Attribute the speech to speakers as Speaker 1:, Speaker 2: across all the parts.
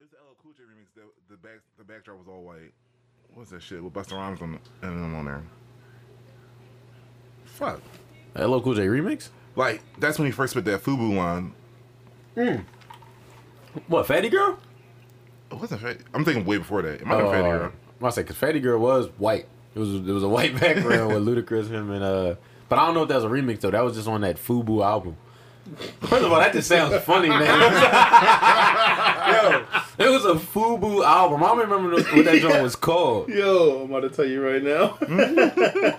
Speaker 1: the LL Cool J remix. The the back the backdrop was all white. What's that shit with Busta Rhymes on the, and them on there? Fuck.
Speaker 2: LL Cool J remix?
Speaker 1: Like that's when he first put that FUBU line.
Speaker 2: What, Fatty Girl?
Speaker 1: It wasn't. Fat- I'm thinking way before that.
Speaker 2: Oh,
Speaker 1: It might have been Fatty
Speaker 3: Oh.
Speaker 1: Girl.
Speaker 2: I said, because Fatty Girl was white. It was it was a white background with Ludacris, him, and uh. But I don't know if that was a remix though. That was just on that Fubu album. First of all, that just sounds funny, man. Yo, it was a Fubu album. I don't remember what that joint was called.
Speaker 4: Yo, I'm about to tell you right now. the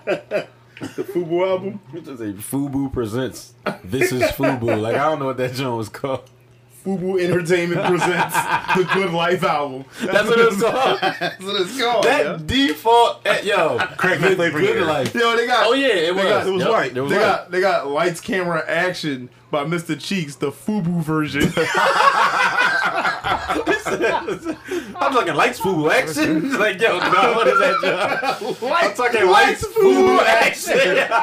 Speaker 4: Fubu album.
Speaker 2: It was a Fubu presents. This is Fubu. Like I don't know what that joint was called.
Speaker 4: Fubu Entertainment presents the Good Life album.
Speaker 2: That's what it was called.
Speaker 4: That's what it's called.
Speaker 2: That
Speaker 4: yo.
Speaker 2: default, eh, yo,
Speaker 1: Craig
Speaker 2: the
Speaker 1: Flavor
Speaker 2: good
Speaker 1: here.
Speaker 2: life.
Speaker 4: Yo, they got.
Speaker 2: Oh yeah, it was.
Speaker 4: They got,
Speaker 1: it was
Speaker 2: Yup,
Speaker 1: white.
Speaker 2: It was
Speaker 4: They
Speaker 2: white.
Speaker 4: got they got lights, camera, action by Mr. Cheeks, the Fubu version.
Speaker 2: I'm talking lights, fubu action. like, yo, no, what is that? Job? I'm talking lights, fubu action.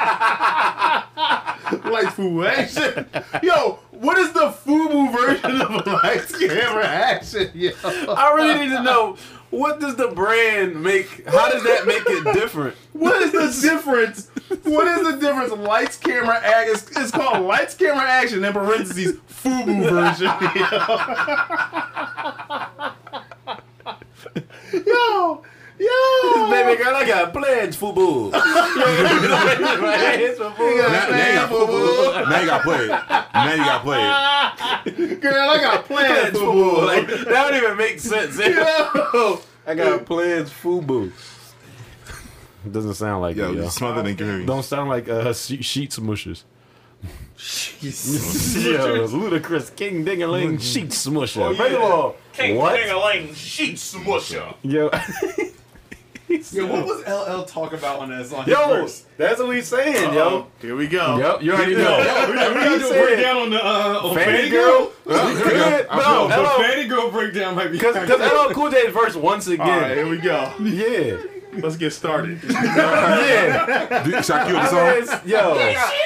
Speaker 4: lights, Fubu action. Yo, what is the Fubu version of lights, camera, action? Yo,
Speaker 2: I really need to know what does the brand make? How does that make it different?
Speaker 4: what is the difference? What is the difference? Lights, camera, action. It's, it's called lights, camera, action. In parentheses, Fubu version. Yo. Yo, yo,
Speaker 2: Baby girl, I got plans, fubu. My hands for fubu.
Speaker 1: Now, now you got FUBU. Now you got played. Now you got played.
Speaker 4: girl, I got plans,
Speaker 2: Plans, fubu.
Speaker 4: Fubu.
Speaker 2: Like that don't even make sense.
Speaker 4: yo.
Speaker 2: I got plans, fubu. Doesn't sound like
Speaker 1: Yo,
Speaker 2: it,
Speaker 1: you
Speaker 2: yo.
Speaker 1: smothered and carried.
Speaker 2: Don't sound like uh, she- sheets mushers. Yo, ludicrous King Dingaling Sheet Smusher. First of all,
Speaker 5: King
Speaker 2: what?
Speaker 5: Ding-a-ling, sheet smusher.
Speaker 2: Yo,
Speaker 3: Yo, what was LL talk about on that song?
Speaker 2: yo, that's what he's saying, yo.
Speaker 4: Here we go.
Speaker 2: Yo, you already know.
Speaker 3: We're gonna do a breakdown on the uh, on
Speaker 2: Fanny girl? Good. No,
Speaker 3: The
Speaker 2: hello.
Speaker 3: Fanny girl breakdown might be.
Speaker 2: Because LL Cool J's verse once again.
Speaker 4: All right, here we go.
Speaker 2: Yeah.
Speaker 4: Let's get started.
Speaker 2: Yeah.
Speaker 1: Do you shock you on the song?
Speaker 2: Yes, yo.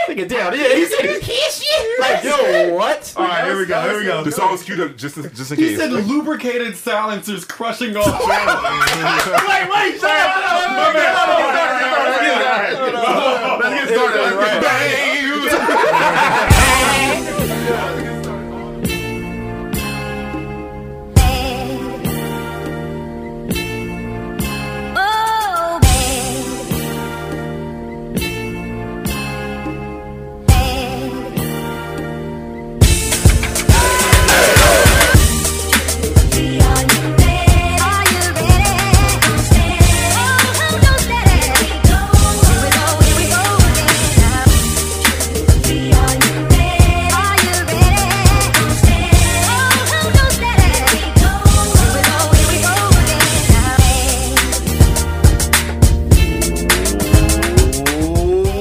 Speaker 2: Take it down. Yeah, he said he kissed you. Like, yo, what?
Speaker 4: All right, here we go. Here we go.
Speaker 1: The song was queued up just just in
Speaker 3: He said
Speaker 1: case.
Speaker 3: lubricated silencers crushing off channels.
Speaker 4: Let's get started. Let's get started.
Speaker 6: Oh, babe. Oh, Are you ready? Oh, I'm so steady. Here we go, here we go again. Are you ready? Oh, I'm so steady. Here we go, here we go again.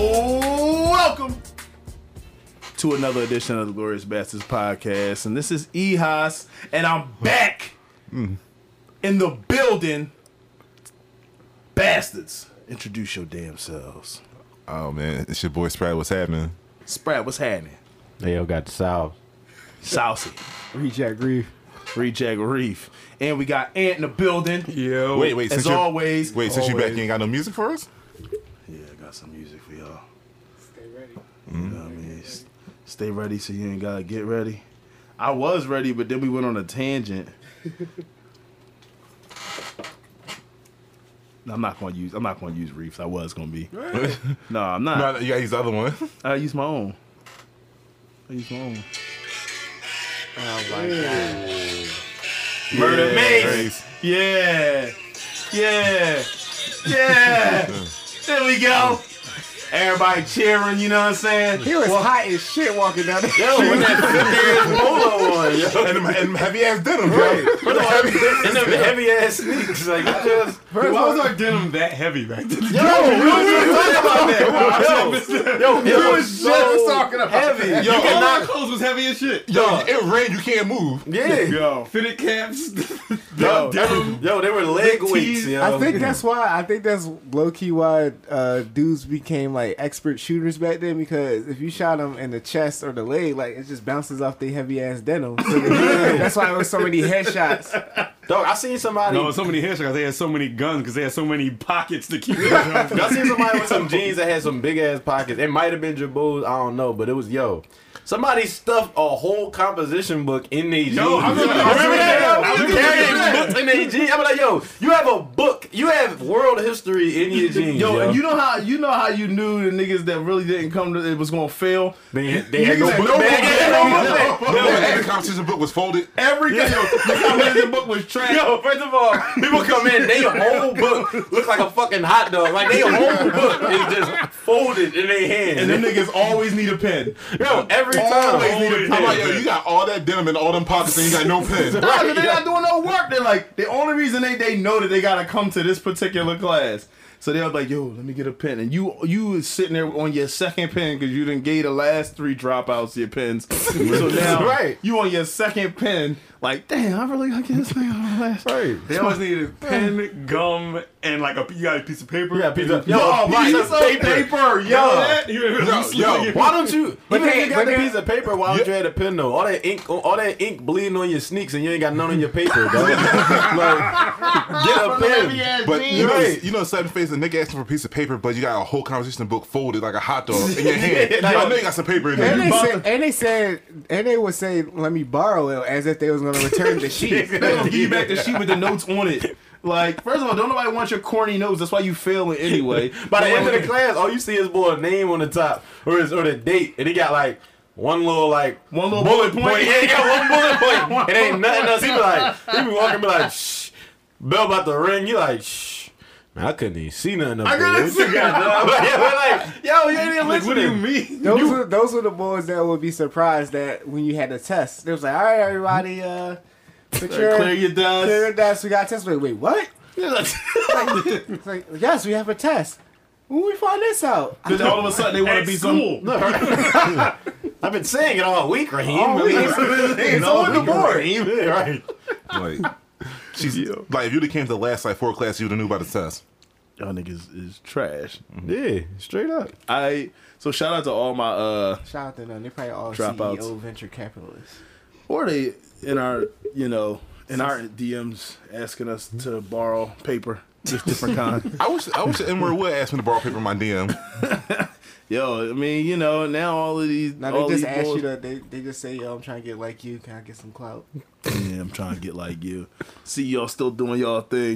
Speaker 4: Welcome to another edition of the Glorious Bastards podcast, and this is Ehas, and I'm back in the building. Bastards, introduce your damn selves.
Speaker 1: Oh man, it's your boy Sprat. What's happening?
Speaker 4: Sprat, what's happening?
Speaker 2: Hey, yo, got the salve.
Speaker 4: Saucy,
Speaker 7: Reject Grief.
Speaker 4: Reject Reef, and we got Ant in the building.
Speaker 3: Yo.
Speaker 1: Wait, wait.
Speaker 4: As
Speaker 1: since you're-
Speaker 4: always,
Speaker 1: Wait, since you back,
Speaker 4: always.
Speaker 1: you ain't got no music for us?
Speaker 4: Yeah, I got some music for y'all. Stay ready. You know what I mean? S- Stay ready so you ain't gotta get ready. I was ready, but then we went on a tangent. No, I'm not gonna use. I'm not gonna use reefs. I was gonna be. No, I'm not.
Speaker 1: No, you gotta use the other one.
Speaker 4: I use my own. I use my own.
Speaker 1: Murder
Speaker 4: Maze. Yeah, yeah, yeah. there we go. Everybody cheering. You know what I'm saying?
Speaker 7: He was hot as shit walking down the
Speaker 2: Yo, when that polo on, yo.
Speaker 1: And, and heavy ass denim, right?
Speaker 2: And them heavy ass sneaks. Like, just.
Speaker 3: Why was our denim that heavy back then?
Speaker 2: Yo, we was just talking about that. Yo, yo, it was
Speaker 4: just talking about
Speaker 2: heavy. Yo,
Speaker 3: All
Speaker 2: you
Speaker 3: our
Speaker 2: cannot.
Speaker 3: clothes was heavy as shit.
Speaker 1: Yo, it rained. You can't move.
Speaker 2: Yeah.
Speaker 4: Yo,
Speaker 3: Fitted caps.
Speaker 2: Yo, yo, they were leg weights.
Speaker 3: tees.
Speaker 2: Yo.
Speaker 7: I think that's why. I think that's low key why uh, dudes became like expert shooters back then because if you shot them in the chest or the leg, like it just bounces off the heavy ass denim. So that's why there was so many headshots
Speaker 2: Dog, I seen somebody.
Speaker 8: No, so many headshots. They had so many guns because they had so many pockets to keep. it
Speaker 2: I seen somebody with some jeans that had some big ass pockets. It might have been Jabul's, I don't know, but it was yo. Somebody stuffed a whole composition book in their jeans. Yo,
Speaker 8: I remember that.
Speaker 2: remember
Speaker 8: I
Speaker 2: that? yo?
Speaker 8: remember
Speaker 2: You
Speaker 8: that.
Speaker 2: carrying books in their jeans. I'm like, yo, you have a book. You have world history in your jeans.
Speaker 4: Yo,
Speaker 2: Yo,
Speaker 4: and you know how you know how you knew the niggas that really didn't come to it was gonna fail.
Speaker 2: Man, they had no
Speaker 4: Niggas had
Speaker 2: book
Speaker 4: no
Speaker 2: bag.
Speaker 4: book
Speaker 2: They had no book bag.
Speaker 1: No, every competition book was folded.
Speaker 4: Every yo, the comprehensive book was trash.
Speaker 2: Yo, first of all, people come in, they whole book looks like a fucking hot dog. Like they whole book is just folded in their hand.
Speaker 4: And them niggas always need a pen.
Speaker 2: yo, every time.
Speaker 1: I'm like, yo, you got all that denim and all them pockets, and you got no pen.
Speaker 4: Nah, 'cause they not doing no work. They're like, the only reason they, they know that they gotta come to this particular class. So they're like, yo, let me get a pen. And you you is sitting there on your second pen because you didn't gave the last three dropouts your pens. so now
Speaker 2: Right.
Speaker 4: you on your second pen, like, damn, I really gotta get this thing on the last.
Speaker 2: Right.
Speaker 8: They always needed pen, gum, and like a you got a piece of paper.
Speaker 2: Yeah, piece of- Yo,
Speaker 4: Yo,
Speaker 2: a piece
Speaker 4: piece
Speaker 2: of
Speaker 4: of
Speaker 2: paper.
Speaker 8: Yo,
Speaker 4: paper, yo.
Speaker 8: yo,
Speaker 1: yo,
Speaker 2: Why don't you? But
Speaker 3: they-
Speaker 2: you got
Speaker 3: but
Speaker 2: the
Speaker 3: they-
Speaker 2: piece of paper. Why don't you have a pen though? All that ink, all that ink bleeding on your sneaks, and you ain't got none on your paper, dog. like, get a pen.
Speaker 1: But you know,
Speaker 2: Right.
Speaker 1: you know, seven face and nigga asking for a piece of paper, but you got a whole conversation book folded like a hot dog in your hand.
Speaker 2: Yeah, like-
Speaker 1: I know you got some paper in
Speaker 7: And
Speaker 1: there.
Speaker 7: they, said, and they said, and they would say, "Let me borrow it," as if they was gonna return the sheet.
Speaker 4: They're gonna give you back the sheet with the notes on it. Like, first of all, don't nobody want your corny notes. That's why you failing anyway.
Speaker 2: By the end of the class, all you see is boy a name on the top or his or the date, and he got like one little like
Speaker 4: One little bullet point.
Speaker 2: Yeah, he got one bullet point. It ain't nothing else. He be like, he be walking, be like, shh. Bell about to ring. You like, shh. Man, I couldn't even see nothing. Up I
Speaker 4: couldn't see-
Speaker 2: Like, yeah, we're like, yo, you ain't even
Speaker 8: Like,
Speaker 2: listening.
Speaker 8: what do you mean?
Speaker 7: Those were those were the boys that would be surprised that when you had a test, they was like, "All right, everybody, uh, put your,
Speaker 4: clear your desk.
Speaker 7: clear your desk. We got a test." Wait, wait, what? It's like, yes, we have a test. When we find this out,
Speaker 4: Then all of a sudden they want to
Speaker 8: At
Speaker 4: be
Speaker 8: school.
Speaker 4: some. No,
Speaker 2: I've been saying it all week, Raheem.
Speaker 7: All week.
Speaker 2: Oh, it's on the board. Right.
Speaker 1: Like, she's, like if you'd have came to the last like four class, you'd have knew about the test.
Speaker 4: y'all niggas is trash.
Speaker 2: Yeah, straight up.
Speaker 4: I so shout out to all my uh
Speaker 7: shout out to them. They probably all
Speaker 4: Dropouts.
Speaker 7: CEO venture capitalists.
Speaker 4: or they in our you know in our DMs asking us to borrow paper, just different kind.
Speaker 1: I wish I wish the N word would ask me to borrow paper in my DM.
Speaker 4: Yo, I mean you know now all of these
Speaker 7: Now
Speaker 4: all
Speaker 7: they just
Speaker 4: these
Speaker 7: ask
Speaker 4: boys-
Speaker 7: you to. They, they just say, "Yo, I'm trying to get like you. Can I get some clout?"
Speaker 4: Yeah, I'm trying to get like you. See y'all still doing y'all thing.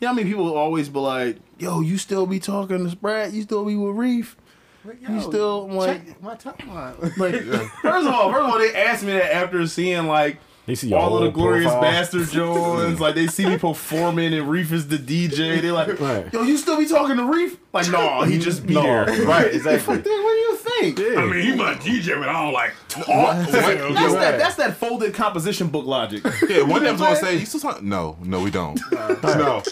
Speaker 4: You know how many people always be like, yo, you still be talking to Sprat? You still be with Reef?
Speaker 7: Like,
Speaker 4: You still like
Speaker 7: check my timeline?
Speaker 4: Like, first of all, first of all, they asked me that after seeing like
Speaker 2: They see your
Speaker 4: all of the
Speaker 2: whole
Speaker 4: glorious
Speaker 2: profile.
Speaker 4: bastard Jones. like they see me performing and Reef is the DJ. They like,
Speaker 2: Right.
Speaker 4: yo, you still be talking to Reef? Like, no, he just be there.
Speaker 2: Right, exactly.
Speaker 4: Fuck that, what do you think?
Speaker 2: Yeah.
Speaker 8: I mean, he my DJ, but I don't like talk.
Speaker 4: That's
Speaker 8: Yo,
Speaker 4: that. That's that folded composition book logic.
Speaker 1: Yeah, one day I was gonna say, you still talking? No, no, we don't. No,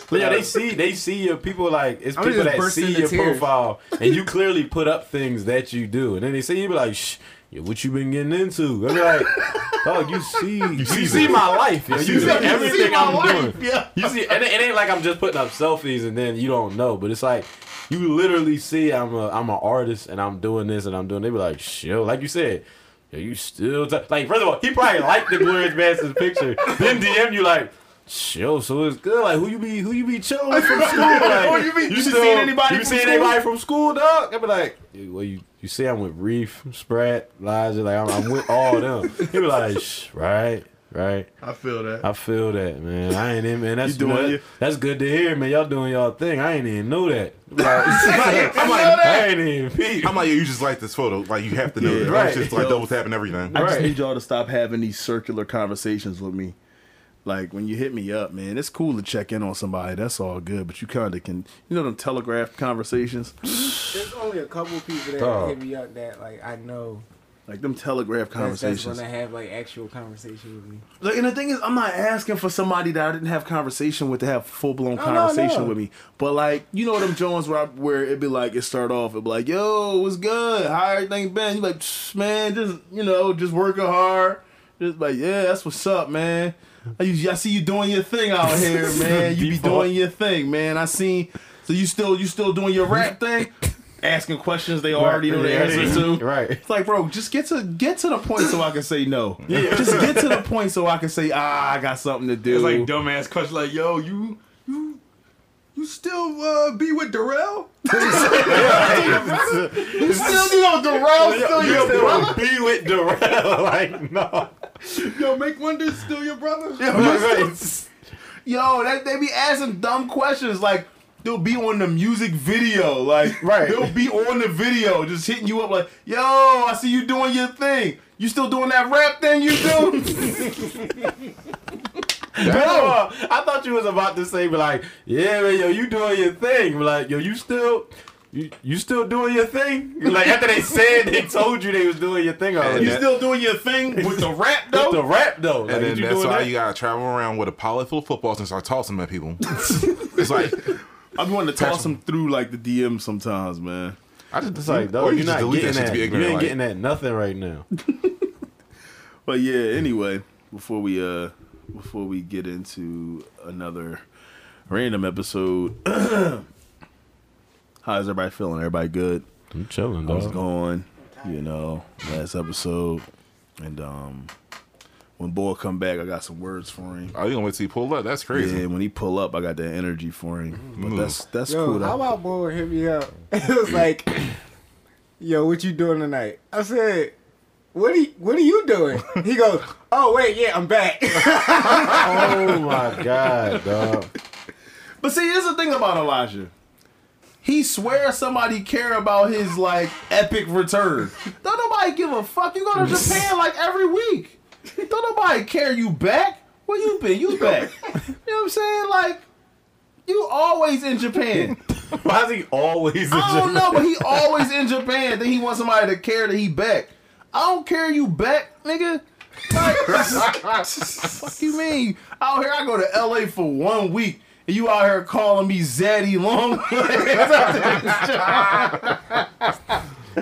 Speaker 2: But yeah, they see they see your people like it's
Speaker 7: I'm
Speaker 2: people
Speaker 7: just
Speaker 2: that
Speaker 7: bursting
Speaker 2: see
Speaker 7: into
Speaker 2: your
Speaker 7: tears.
Speaker 2: profile and you clearly put up things that you do, and then they see you be like, Shh, yeah, what you been getting into? I'm like, dog, you see, you, see,
Speaker 1: see that.
Speaker 2: my life, yo. you,
Speaker 1: see
Speaker 2: see
Speaker 1: that. You see
Speaker 2: everything
Speaker 4: my
Speaker 2: I'm
Speaker 4: life,
Speaker 2: doing.
Speaker 4: yeah.
Speaker 2: You see, and it, it ain't like I'm just putting up selfies and then you don't know, but it's like you literally see I'm a I'm an artist and I'm doing this and I'm doing. They be like, shit, like you said. Yo, you still t-. like first of all, he probably liked the glorious Master's picture. Then DM you like, chill, so it's good. Like who you be who you be chilling with from school? Like,
Speaker 4: Who you be- you seen anybody
Speaker 2: you
Speaker 4: from
Speaker 2: seen
Speaker 4: school?
Speaker 2: anybody from school, dog? I be like, "Yeah, well you you see I'm with Reef, Sprat, Liza, like I'm, I'm with all them. He be like, Shh, right, right.
Speaker 4: I feel that.
Speaker 2: I feel that, man. I ain't in, man. That's
Speaker 4: You doing
Speaker 2: that-
Speaker 4: you-
Speaker 2: that's good to hear, man. Y'all doing y'all thing. I ain't even know that. Like, I'm like, I ain't even peep.
Speaker 1: I'm like, yo, you just like this photo. Like you have to know. that.
Speaker 2: right.
Speaker 1: It's just like double tapping everything.
Speaker 4: I just
Speaker 2: Right.
Speaker 4: need y'all to stop having these circular conversations with me. Like when you hit me up, man, it's cool to check in on somebody. That's all good, but you kind of can, you know, them telegraph conversations,
Speaker 7: There's only a couple people that
Speaker 2: Dog.
Speaker 7: hit me up that like I know
Speaker 4: like them telegraph
Speaker 7: that's, that's when
Speaker 4: conversations.
Speaker 7: I have like actual conversation with me.
Speaker 4: Like, and the thing is, I'm not asking for somebody that I didn't have conversation with to have full blown
Speaker 7: No, no,
Speaker 4: conversation
Speaker 7: no.
Speaker 4: with me. But like, you know them Jones where I, where it be like it start off, it be like, yo, what's good? How everything been? You like, "Shh, man, just you know, just working hard. Just like, yeah, that's what's up, man. I, you, I see you doing your thing out here, man. You be
Speaker 2: Default.
Speaker 4: doing your thing, man. I seen. So you still you still doing your rap thing? asking questions they already know the
Speaker 2: Right.
Speaker 4: answers to.
Speaker 2: Right.
Speaker 4: It's like, bro, just get to get to the point so I can say no. Just get to the point so I can say, ah, I got something to do.
Speaker 8: It's like dumbass question like, yo, you you you still uh, be with Darrell?
Speaker 2: Still, you know, Darrell still your brother. Be with Darrell, like no.
Speaker 8: Yo, make wonder still your brother?
Speaker 4: Yo, that, they be asking dumb questions like they'll be on the music video, like
Speaker 2: Right.
Speaker 4: They'll be on the video, just hitting you up like, "Yo, I see you doing your thing. You still doing that rap thing you do?"
Speaker 2: No, I thought you was about to say, but like, yeah, man, yo, you doing your thing. But like, yo, you still, you, you still doing your thing. Like after they said they told you they was doing your thing already.
Speaker 4: you still doing your thing with the rap though?
Speaker 2: With the rap though. Like,
Speaker 1: And then
Speaker 2: you
Speaker 1: that's
Speaker 2: doing
Speaker 1: why
Speaker 2: that?
Speaker 1: you gotta travel around with a pallet full of footballs and start tossing them at people. it's like
Speaker 4: I'm wanting to toss them through like the DM sometimes, man.
Speaker 1: I just,
Speaker 2: It's like, though,
Speaker 1: or
Speaker 2: you're
Speaker 1: you just
Speaker 2: not
Speaker 1: delete
Speaker 2: getting
Speaker 1: that shit
Speaker 2: that.
Speaker 1: to be
Speaker 2: You
Speaker 1: ignorant.
Speaker 2: ain't
Speaker 1: like,
Speaker 2: getting that nothing right now.
Speaker 4: But yeah, anyway, before we uh before we get into another random episode, how's everybody feeling? Everybody good?
Speaker 2: I'm chilling,
Speaker 4: I was gone, you know, last episode, and um, when boy come back, I got some words for him.
Speaker 1: Oh, you gonna wait till he pull up? That's crazy.
Speaker 4: And when he pull up, I got that energy for him. But
Speaker 1: Ooh.
Speaker 4: that's that's
Speaker 7: Yo,
Speaker 4: cool.
Speaker 7: how
Speaker 4: though.
Speaker 7: about boy hit me up? It was like, yo, what you doing tonight? I said, what are you, what are you doing? He goes, oh wait, yeah, I'm back.
Speaker 2: Oh my god, dog.
Speaker 4: but see, here's the thing about Elijah. He swears somebody care about his like epic return. Don't nobody give a fuck. You go to Japan like every week. Don't nobody care you back. Where you been? You back. You know what I'm saying? Like, you always in Japan.
Speaker 2: Why is he always? in
Speaker 4: I don't
Speaker 2: jail?
Speaker 4: know, but he always in Japan. Then he wants somebody to care that he back. I don't care you back, nigga. Like, fuck you mean? Out here, I go to LA for one week, and you out here calling me Zaddy Long.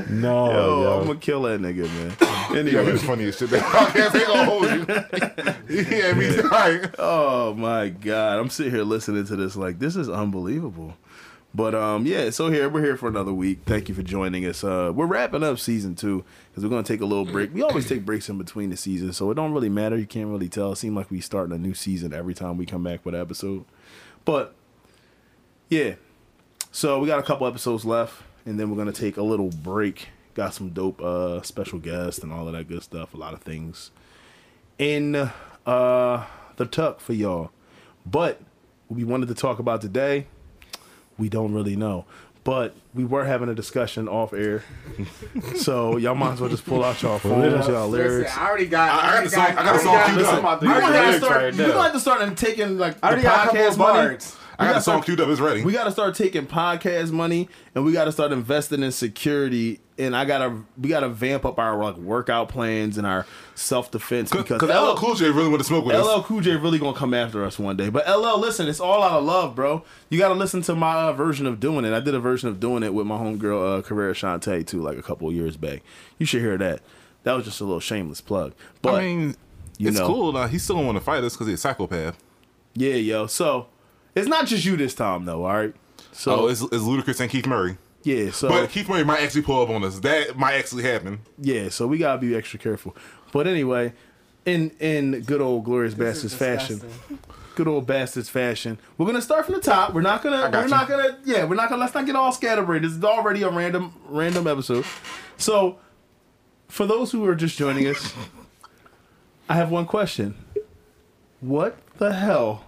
Speaker 2: No, yo.
Speaker 4: gonna kill that nigga, man.
Speaker 1: Yeah, he was funny as shit. That podcast ain't gonna hold you. yeah, me dying.
Speaker 4: Oh my god, I'm sitting here listening to this like this is unbelievable. But um yeah, so here we're here for another week. Thank you for joining us. Uh we're wrapping up season 2 cuz we're going to take a little break. We always take breaks in between the seasons, so it don't really matter. You can't really tell. It seems like we starting a new season every time we come back with an episode. But yeah. So we got a couple episodes left and then we're going to take a little break. Got some dope uh special guests and all of that good stuff, a lot of things in uh the tuck for y'all. But what we wanted to talk about today, we don't really know. But we were having a discussion off air. so y'all might as well just pull out y'all phones, y'all lyrics.
Speaker 7: I already got.
Speaker 1: I got the song. I got the song queued up.
Speaker 4: We're gonna have to
Speaker 2: lyrics
Speaker 4: start,
Speaker 2: right
Speaker 4: we're
Speaker 2: now.
Speaker 4: gonna have to start taking like
Speaker 7: I already
Speaker 4: the
Speaker 7: got a couple
Speaker 4: podcast
Speaker 7: of
Speaker 4: money.
Speaker 7: bars.
Speaker 1: I got the song queued up. It's ready.
Speaker 4: We got to start taking podcast money, and we got to start investing in security. And I gotta, we gotta vamp up our like workout plans and our self defense because
Speaker 1: Because LL Cool J really want to smoke with us.
Speaker 4: LL Cool J really gonna come after us one day. But LL, listen, it's all out of love, bro. You gotta listen to my uh, version of doing it. I did a version of doing it with my homegirl uh, Carrera Shante too, like a couple of years back. You should hear that. That was just a little shameless plug. But
Speaker 1: I mean,
Speaker 4: you
Speaker 1: it's
Speaker 4: know.
Speaker 1: cool. Now, he still don't want to fight us because he's a psychopath.
Speaker 4: yeah, yo. So it's not just you this time though. All right. So
Speaker 1: Oh, it's, it's Ludacris and Keith Murray.
Speaker 4: yeah. So
Speaker 1: But Keith Murray might actually pull up on us. That might actually happen.
Speaker 4: yeah. So we gotta be extra careful. But anyway, in in good old glorious bastards fashion. good old bastards fashion. We're gonna start from the top. We're not gonna.
Speaker 1: got
Speaker 4: We're
Speaker 1: you.
Speaker 4: not gonna. Yeah, we're not gonna. Let's not get all scatterbrained. This is already a random random episode. So, for those who are just joining us, I have one question. What the hell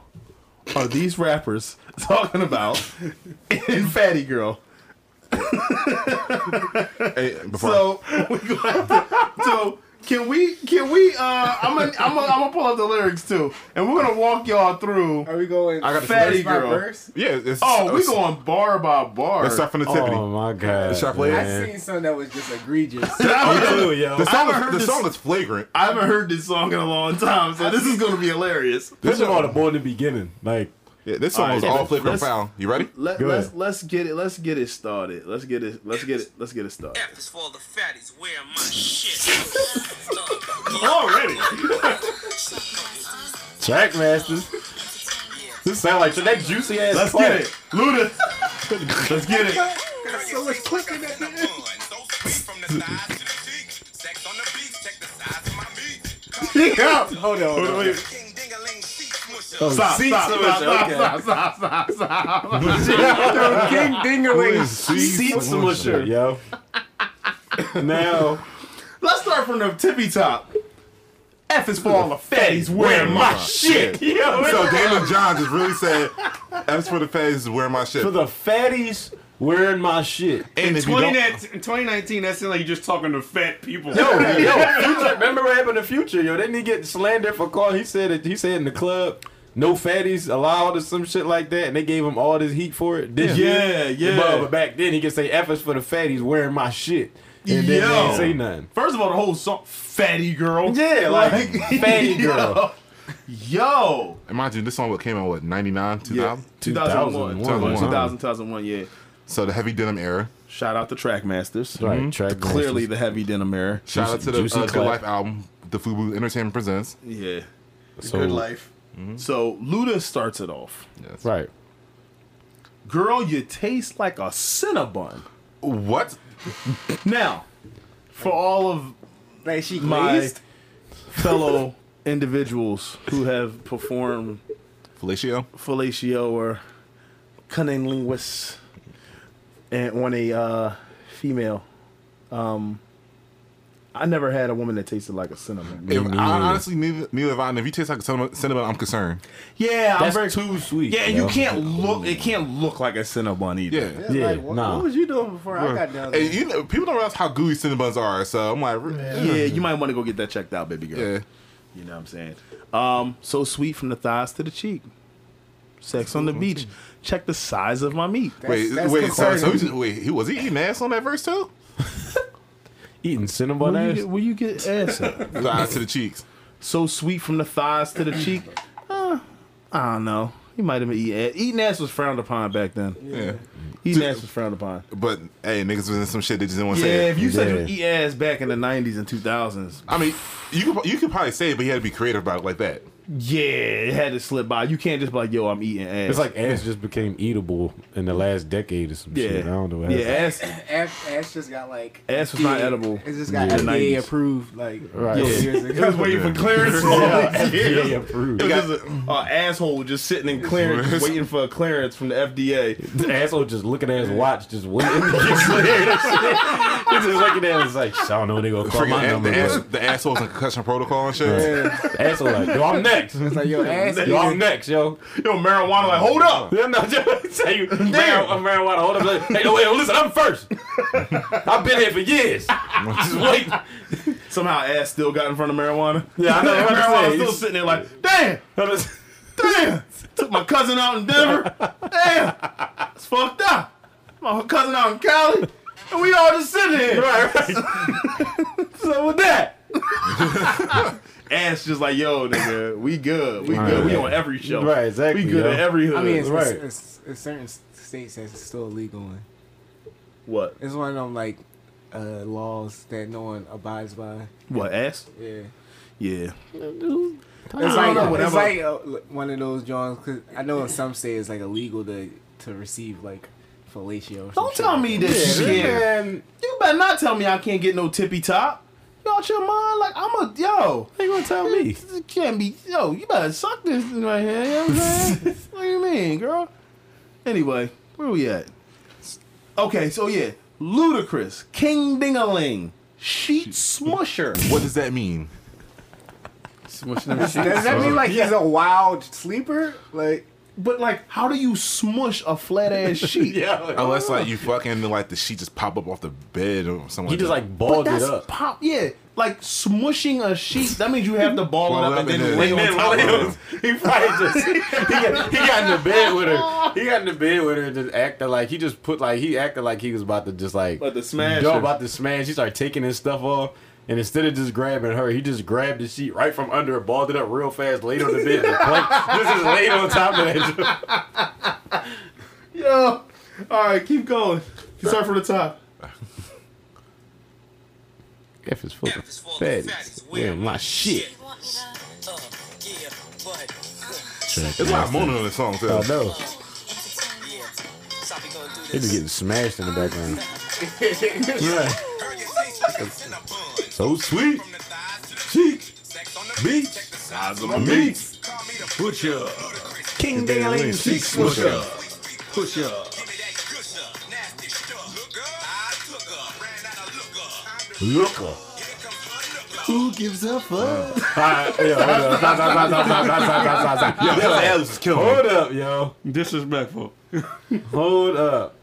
Speaker 4: are these rappers talking about in Fatty Girl?
Speaker 1: Hey, before
Speaker 4: So we gonna have to, so can we can we uh I'm gonna I'm gonna I'm gonna pull up the lyrics too and we're gonna walk y'all through
Speaker 7: Are we going?
Speaker 1: I got a
Speaker 4: Fatty
Speaker 7: verse by
Speaker 4: girl.
Speaker 7: verse?
Speaker 1: yeah, it's,
Speaker 4: Oh, we
Speaker 1: it's-
Speaker 4: going bar by bar.
Speaker 1: Let's start from the tippity.
Speaker 2: Oh my god.
Speaker 1: The sharp lady.
Speaker 7: I seen something that was just egregious. I
Speaker 2: too, yo.
Speaker 1: the song,
Speaker 4: haven't
Speaker 1: is,
Speaker 4: heard
Speaker 1: the
Speaker 4: this-
Speaker 1: song is flagrant.
Speaker 4: I haven't heard this song in a long time, so this is gonna be hilarious.
Speaker 2: First of all, the boy in the beginning, like
Speaker 1: Yeah, this song
Speaker 4: All right,
Speaker 1: was
Speaker 4: yeah,
Speaker 1: all
Speaker 4: but
Speaker 1: flagrant
Speaker 4: let's-
Speaker 1: foul. You ready?
Speaker 4: Let,
Speaker 2: Go
Speaker 4: let's
Speaker 2: ahead.
Speaker 4: let's get it let's get it started. Let's get it let's get it let's get it started.
Speaker 9: F is for the fatties wearing my shit.
Speaker 8: Already.
Speaker 2: track masters. This sound like that juicy ass.
Speaker 4: Let's get it, Luda. Let's get it.
Speaker 7: So it's clicking at the end.
Speaker 9: So sweet from the thighs to the cheek. Sex on the beach, check the size of my meat. Come
Speaker 7: Yeah. Hold on. Hold on.
Speaker 9: king ding-a-ling, sheet smusher.
Speaker 7: Stop,
Speaker 2: Seat
Speaker 7: stop,
Speaker 2: smusher,
Speaker 7: stop,
Speaker 2: okay.
Speaker 7: stop, stop, stop, stop. Yo, King Dingaling.
Speaker 2: Seat smusher, yo. now,
Speaker 4: Let's start from the tippy top. F is for all the fatties wearing my shit.
Speaker 1: So Damon John just really said, "As for the feds, wear my shit."
Speaker 2: for the fatties wearing my shit.
Speaker 1: and if you don't,
Speaker 3: 2019, that sounds like you're just talking to fat people.
Speaker 2: Yo, yo, future, remember what happened to Future? Yo, didn't he get slandered for calling? He said it. He said in the club, no fatties allowed or some shit like that, and they gave him all this heat for it. This
Speaker 4: Yeah,
Speaker 2: year.
Speaker 4: yeah.
Speaker 2: But, but back then, he could say "F is for the fatties wearing my shit," and then they
Speaker 4: Yo.
Speaker 2: ain't say nothing.
Speaker 4: First of all, the whole song, fatty girl.
Speaker 2: Yeah, like, fatty girl.
Speaker 4: Yo.
Speaker 1: and mind you, this song what came out what ninety nine, two
Speaker 4: Yeah.
Speaker 1: thousand.
Speaker 4: 2001.
Speaker 1: 2001.
Speaker 4: 2000, 2001, yeah.
Speaker 1: So the heavy denim era.
Speaker 4: Shout out to Trackmasters.
Speaker 2: Right, track
Speaker 4: Clearly the heavy denim era.
Speaker 1: Shout out to the
Speaker 2: Juicy
Speaker 1: uh, Good
Speaker 2: Clap.
Speaker 1: Life album, the Fubu Entertainment presents.
Speaker 4: Yeah.
Speaker 3: Good life.
Speaker 4: So Luda starts it off.
Speaker 1: Yes.
Speaker 2: Right.
Speaker 4: Girl, you taste like a Cinnabon.
Speaker 1: What?
Speaker 4: Now, for all of
Speaker 7: Like she
Speaker 4: my
Speaker 7: glazed.
Speaker 4: fellow individuals who have performed
Speaker 1: Felicio?
Speaker 4: fellatio or cunning linguists and on a uh, female. Um, I never had a woman that tasted like a cinnamon.
Speaker 1: If, I, honestly, neither, neither have I. And if you taste like cinnamon, cinnamon I'm concerned.
Speaker 4: yeah, I'm
Speaker 2: That's
Speaker 4: very.
Speaker 2: too sweet.
Speaker 4: yeah,
Speaker 2: yo.
Speaker 4: you can't look. It can't look like a cinnamon either.
Speaker 1: Yeah.
Speaker 2: Yeah,
Speaker 7: Like, what,
Speaker 2: nah.
Speaker 7: what was you doing before I got down there?
Speaker 1: And you know, people don't realize how gooey cinnamons are. So I'm like,
Speaker 4: Yeah,
Speaker 1: yeah.
Speaker 4: you might want to go get that checked out, baby girl.
Speaker 1: yeah.
Speaker 4: You know what I'm saying? Um, so sweet from the thighs to the cheek. Sex on the beach. Check the size of my meat.
Speaker 1: Wait,
Speaker 7: that's
Speaker 1: wait, sorry. So
Speaker 7: concerning.
Speaker 1: he just, wait, he, was he eating ass on that verse too?
Speaker 2: Eating cinnamon
Speaker 4: Where you
Speaker 2: ass.
Speaker 4: get, where you get ass at?
Speaker 1: Eyes to the cheeks.
Speaker 4: so sweet from the thighs to the cheek. Uh, I don't know. He might have been eating ass. Eating ass was frowned upon back then.
Speaker 1: Yeah.
Speaker 4: Eating ass was frowned upon.
Speaker 1: But hey, niggas was in some shit they just didn't want to
Speaker 4: Yeah,
Speaker 1: say.
Speaker 4: if
Speaker 1: It.
Speaker 4: you said
Speaker 2: Yeah.
Speaker 4: you eat ass back in the '90s and 2000s,
Speaker 1: I mean, you could you could probably say it, but you had to be creative about it like that.
Speaker 4: yeah, it had to slip by. You can't just be like, "Yo, I'm eating ass."
Speaker 2: It's like ass just became eatable in the last decade or some
Speaker 4: yeah,
Speaker 2: shit. I don't know.
Speaker 4: yeah, ass.
Speaker 7: Ash, Ash just got like
Speaker 4: Ass was not
Speaker 7: FDA
Speaker 4: edible
Speaker 7: It just got
Speaker 4: in the
Speaker 7: FDA
Speaker 4: 90s.
Speaker 7: approved like
Speaker 2: Right.
Speaker 7: two
Speaker 2: Yeah.
Speaker 7: years ago.
Speaker 4: waiting for clearance.
Speaker 2: Yeah, approved.
Speaker 4: It was just a, a asshole just sitting in clearance, waiting for a clearance from the FDA.
Speaker 2: The asshole just looking at his watch, just waiting to get cleared. and shit. He's just looking at it, it's like, I don't know, they gonna call
Speaker 1: Freaking
Speaker 2: my
Speaker 1: ass,
Speaker 2: number.
Speaker 1: the, ass,
Speaker 2: but-
Speaker 1: the assholes in concussion protocol and shit.
Speaker 2: The asshole like, yo, I'm next.
Speaker 7: It's like yo, ass.
Speaker 2: Yo, I'm next, yo.
Speaker 4: Yo, marijuana, like, hold up.
Speaker 2: Yeah, no, just tell you, mar- I'm marijuana. Hold up, like, hey, no, wait, listen, I'm first. I've been here for years. Just wait.
Speaker 4: Somehow, ass still got in front of marijuana.
Speaker 2: Yeah, I know. I'm just
Speaker 4: marijuana
Speaker 2: saying,
Speaker 4: still
Speaker 2: he's-
Speaker 4: sitting there like, damn.
Speaker 2: I'm just-
Speaker 4: Damn! Took my cousin out in Denver. Damn! It's fucked up. My cousin out in Cali. And we all just sitting here.
Speaker 2: Right, right. so with that,
Speaker 4: Ass just like, yo, nigga, we good. We good. We on every show.
Speaker 2: Right, exactly,
Speaker 4: We good
Speaker 2: yo.
Speaker 4: at every hood.
Speaker 7: I mean, it's,
Speaker 2: Right.
Speaker 7: it's, it's, it's certain states that's still illegal. In.
Speaker 4: what?
Speaker 7: It's one of them like uh, laws that no one abides by.
Speaker 4: What, ass?
Speaker 7: Yeah.
Speaker 4: Yeah.
Speaker 7: It's like,
Speaker 4: know,
Speaker 7: it's
Speaker 4: whatever.
Speaker 7: like uh, one of those joints. Cause I know in some states it's like illegal to to receive like fellatio. Or some
Speaker 4: Don't
Speaker 7: shit
Speaker 4: tell
Speaker 7: like
Speaker 4: me
Speaker 7: that.
Speaker 4: this shit.
Speaker 2: man,
Speaker 4: You better not tell me I can't get no tippy top. You out your mind? Like, I'm a, yo.
Speaker 2: they gonna tell me.
Speaker 4: It can't be. Yo, you better suck this thing right here. You know what I'm saying? what do you mean, girl? Anyway, where we at? Okay, so yeah, ludicrous, King Dingaling, Sheet Smusher.
Speaker 1: What does that mean?
Speaker 7: Does that mean like he's a wild sleeper? Like
Speaker 4: But like, how do you smush a flat ass sheet?
Speaker 1: Unless like you fucking like the sheet just pop up off the bed or something.
Speaker 2: He just
Speaker 1: that.
Speaker 2: like
Speaker 4: But
Speaker 2: balled it
Speaker 4: that's
Speaker 2: up.
Speaker 4: pop. Yeah, like smushing a sheet. That means you have to ball it up and then lay on top of it.
Speaker 2: He probably just he got, he got in the bed with her. He got in the bed with her and just acted like he just put like he acted like he was about to just like
Speaker 4: About to smash
Speaker 2: Yo,
Speaker 4: her.
Speaker 2: about to smash. He started taking his stuff off. And instead of just grabbing her, he just grabbed the sheet right from under her, balled it up real fast, laid on the bed, and plank, just is laid on top of that.
Speaker 4: Yo, all right, keep going. Start from the top.
Speaker 2: F is full
Speaker 9: F is for the fatties wearing my shit. Uh, yeah, but,
Speaker 2: Oh,
Speaker 1: There's a lot of moaning on this song too.
Speaker 2: I know.
Speaker 9: yeah. Stop it, go
Speaker 2: They just getting smashed in the background.
Speaker 9: Heard your taste like it's in a bun.
Speaker 2: So sweet.
Speaker 9: From the thighs to the
Speaker 2: Cheek.
Speaker 9: sex on the
Speaker 2: Beat.
Speaker 9: beat. Check the size.
Speaker 8: Eyes of my meats.
Speaker 9: Call me the
Speaker 8: Push up.
Speaker 2: King Dangling.
Speaker 8: Cheek push up. Push up.
Speaker 9: Give me that good stuff. Nasty stuff. Look up. I took up. Ran out of look up. Time to
Speaker 2: Looker.
Speaker 9: here comes my look up.
Speaker 8: Who gives a fuck?
Speaker 2: Alright, yo, hold up. Stop, stop, stop, stop, stop, stop, stop, stop, stop. Yo, Alex is killing Hold up, yo.
Speaker 3: Disrespectful.
Speaker 2: Hold up.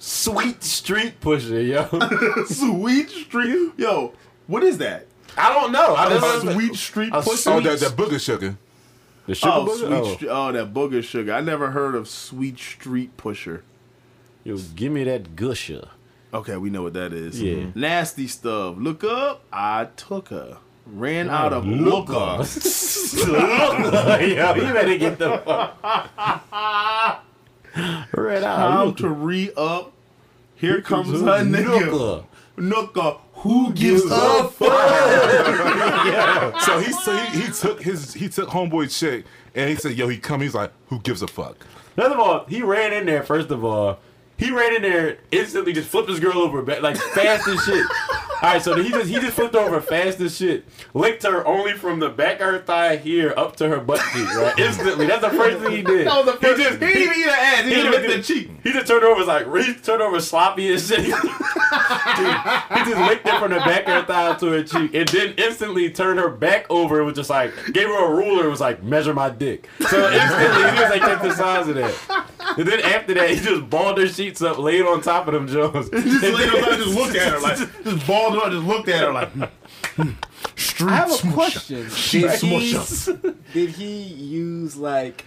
Speaker 2: Sweet street pusher, yo.
Speaker 4: Sweet Street. Yo, what is that?
Speaker 2: I don't know. I just
Speaker 4: Sweet Street
Speaker 2: A
Speaker 4: Pussy.
Speaker 2: sweet-
Speaker 4: Oh,
Speaker 2: Sweet-
Speaker 4: that-
Speaker 1: that,
Speaker 2: that-
Speaker 1: that booger sugar.
Speaker 2: the sugar
Speaker 4: Oh,
Speaker 2: booger?
Speaker 4: sweet
Speaker 2: Oh.
Speaker 4: Stre- oh, that booger sugar. I never heard of Sweet Street Pusher.
Speaker 2: Yo, give me that gusher.
Speaker 4: Okay, we know what that is. Mm-hmm.
Speaker 2: Yeah. Mhm.
Speaker 4: Nasty stuff. Look up. I took her. Ran out of looker.
Speaker 2: yo, you better get the fuck. Red
Speaker 4: Time
Speaker 2: out.
Speaker 4: to re up. Here comes her nigga.
Speaker 2: Looker.
Speaker 4: Nooka. Who gives
Speaker 2: gives
Speaker 4: a
Speaker 2: a
Speaker 4: fuck?
Speaker 1: So he so he, he took his he took homeboy chick and he said, "Yo, he come." He's like, "Who gives a fuck?"
Speaker 2: First of all, he ran in there. First of all, he ran in there instantly, just flipped his girl over, ba- like fast as shit. All right, so he just he just flipped over fast as shit, licked her only from the back of her thigh here up to her butt cheek, right? Instantly, that's the first thing he did.
Speaker 4: That was the first-
Speaker 2: he just
Speaker 4: he didn't even eat her ass, he just
Speaker 2: didn't
Speaker 4: licked
Speaker 2: do-
Speaker 4: her cheek.
Speaker 2: He just turned over was like he turned over sloppy as shit. Dude, he just licked it from the back of her thigh to her cheek, and then instantly turned her back over. and was just like gave her a ruler. and Was like measure my dick. So instantly he was like check the size of that. And then after that, he just balled their sheets up, laid on top of them Jones.
Speaker 4: Just laid her down, just looked at her like, just balled her, up, just looked at her like. hmm,
Speaker 7: I have a question. Did he,
Speaker 2: Smush up.
Speaker 7: did he use like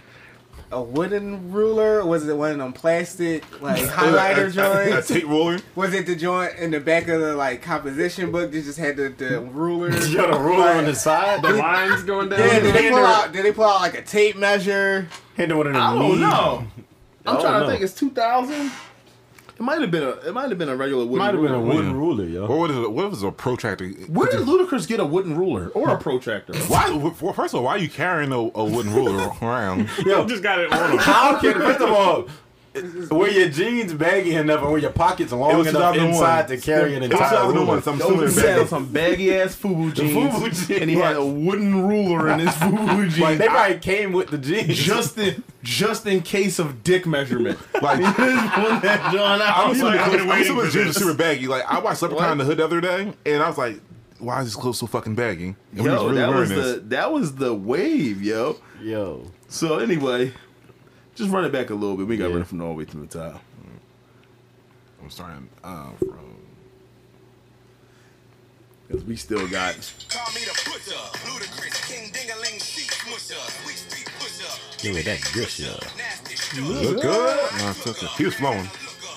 Speaker 7: a wooden ruler? Was it one of them plastic like highlighter
Speaker 1: A
Speaker 7: joints?
Speaker 1: tape ruler.
Speaker 7: Was it the joint in the back of the like composition book that just had the, the ruler?
Speaker 2: You got a ruler on the side. The
Speaker 3: Lines going down.
Speaker 7: Yeah, did they pull
Speaker 2: Hander-
Speaker 7: out? Did they pull out like a tape measure?
Speaker 2: handle one of them.
Speaker 4: I don't
Speaker 2: knees.
Speaker 4: know. Oh, I'm
Speaker 2: don't
Speaker 4: trying to
Speaker 2: know.
Speaker 4: think. It's 2000. It might have been a. It might have been a regular wooden.
Speaker 2: Might have been a
Speaker 4: ruler.
Speaker 2: wooden ruler, yo.
Speaker 1: Or what is it? What was a protractor?
Speaker 4: Where did Ludacris get a wooden ruler or a protractor?
Speaker 1: Why? Well, first of all, why are you carrying a, a wooden ruler around?
Speaker 2: Yo,
Speaker 3: Just got it on him.
Speaker 2: How can first of all, were your jeans baggy enough and were your pockets
Speaker 1: It
Speaker 2: long
Speaker 1: was
Speaker 2: enough
Speaker 1: 2001.
Speaker 2: inside to carry an
Speaker 1: It was
Speaker 2: entire
Speaker 1: 2001,
Speaker 2: ruler?
Speaker 1: so I'm
Speaker 4: Those
Speaker 1: assuming
Speaker 4: was
Speaker 1: they're
Speaker 4: on
Speaker 1: back-
Speaker 4: some baggy ass FUBU jeans,
Speaker 2: FUBU jeans,
Speaker 4: and he had
Speaker 2: right.
Speaker 4: a wooden ruler in his FUBU jeans,
Speaker 2: Like, they probably came with the jeans.
Speaker 4: just in just in case of dick measurement.
Speaker 1: Like
Speaker 4: that John
Speaker 1: I'm
Speaker 4: out.
Speaker 1: assuming,
Speaker 5: I've been
Speaker 1: I'm
Speaker 5: waiting
Speaker 1: assuming
Speaker 5: for
Speaker 1: jeans are
Speaker 5: this.
Speaker 1: super baggy. Like I watched Leprechaun in the Hood the other day, and I was like, "Why is this clothes so fucking baggy?" And we
Speaker 4: Yo, that was
Speaker 1: wearing this.
Speaker 4: the that was the wave, yo.
Speaker 2: yo,
Speaker 4: So anyway, just run it back a little bit. We got
Speaker 2: Yeah.
Speaker 4: running from Norway to the top.
Speaker 1: I'm starting uh, from.
Speaker 4: Cause we still got
Speaker 9: Call me the butcher. Ludacris. King Dingaling. Sheet smusher. Sweet street pusher.
Speaker 2: give me that gusher.
Speaker 9: Nasty stuff.
Speaker 1: Look good. No, it's okay. He was flowing.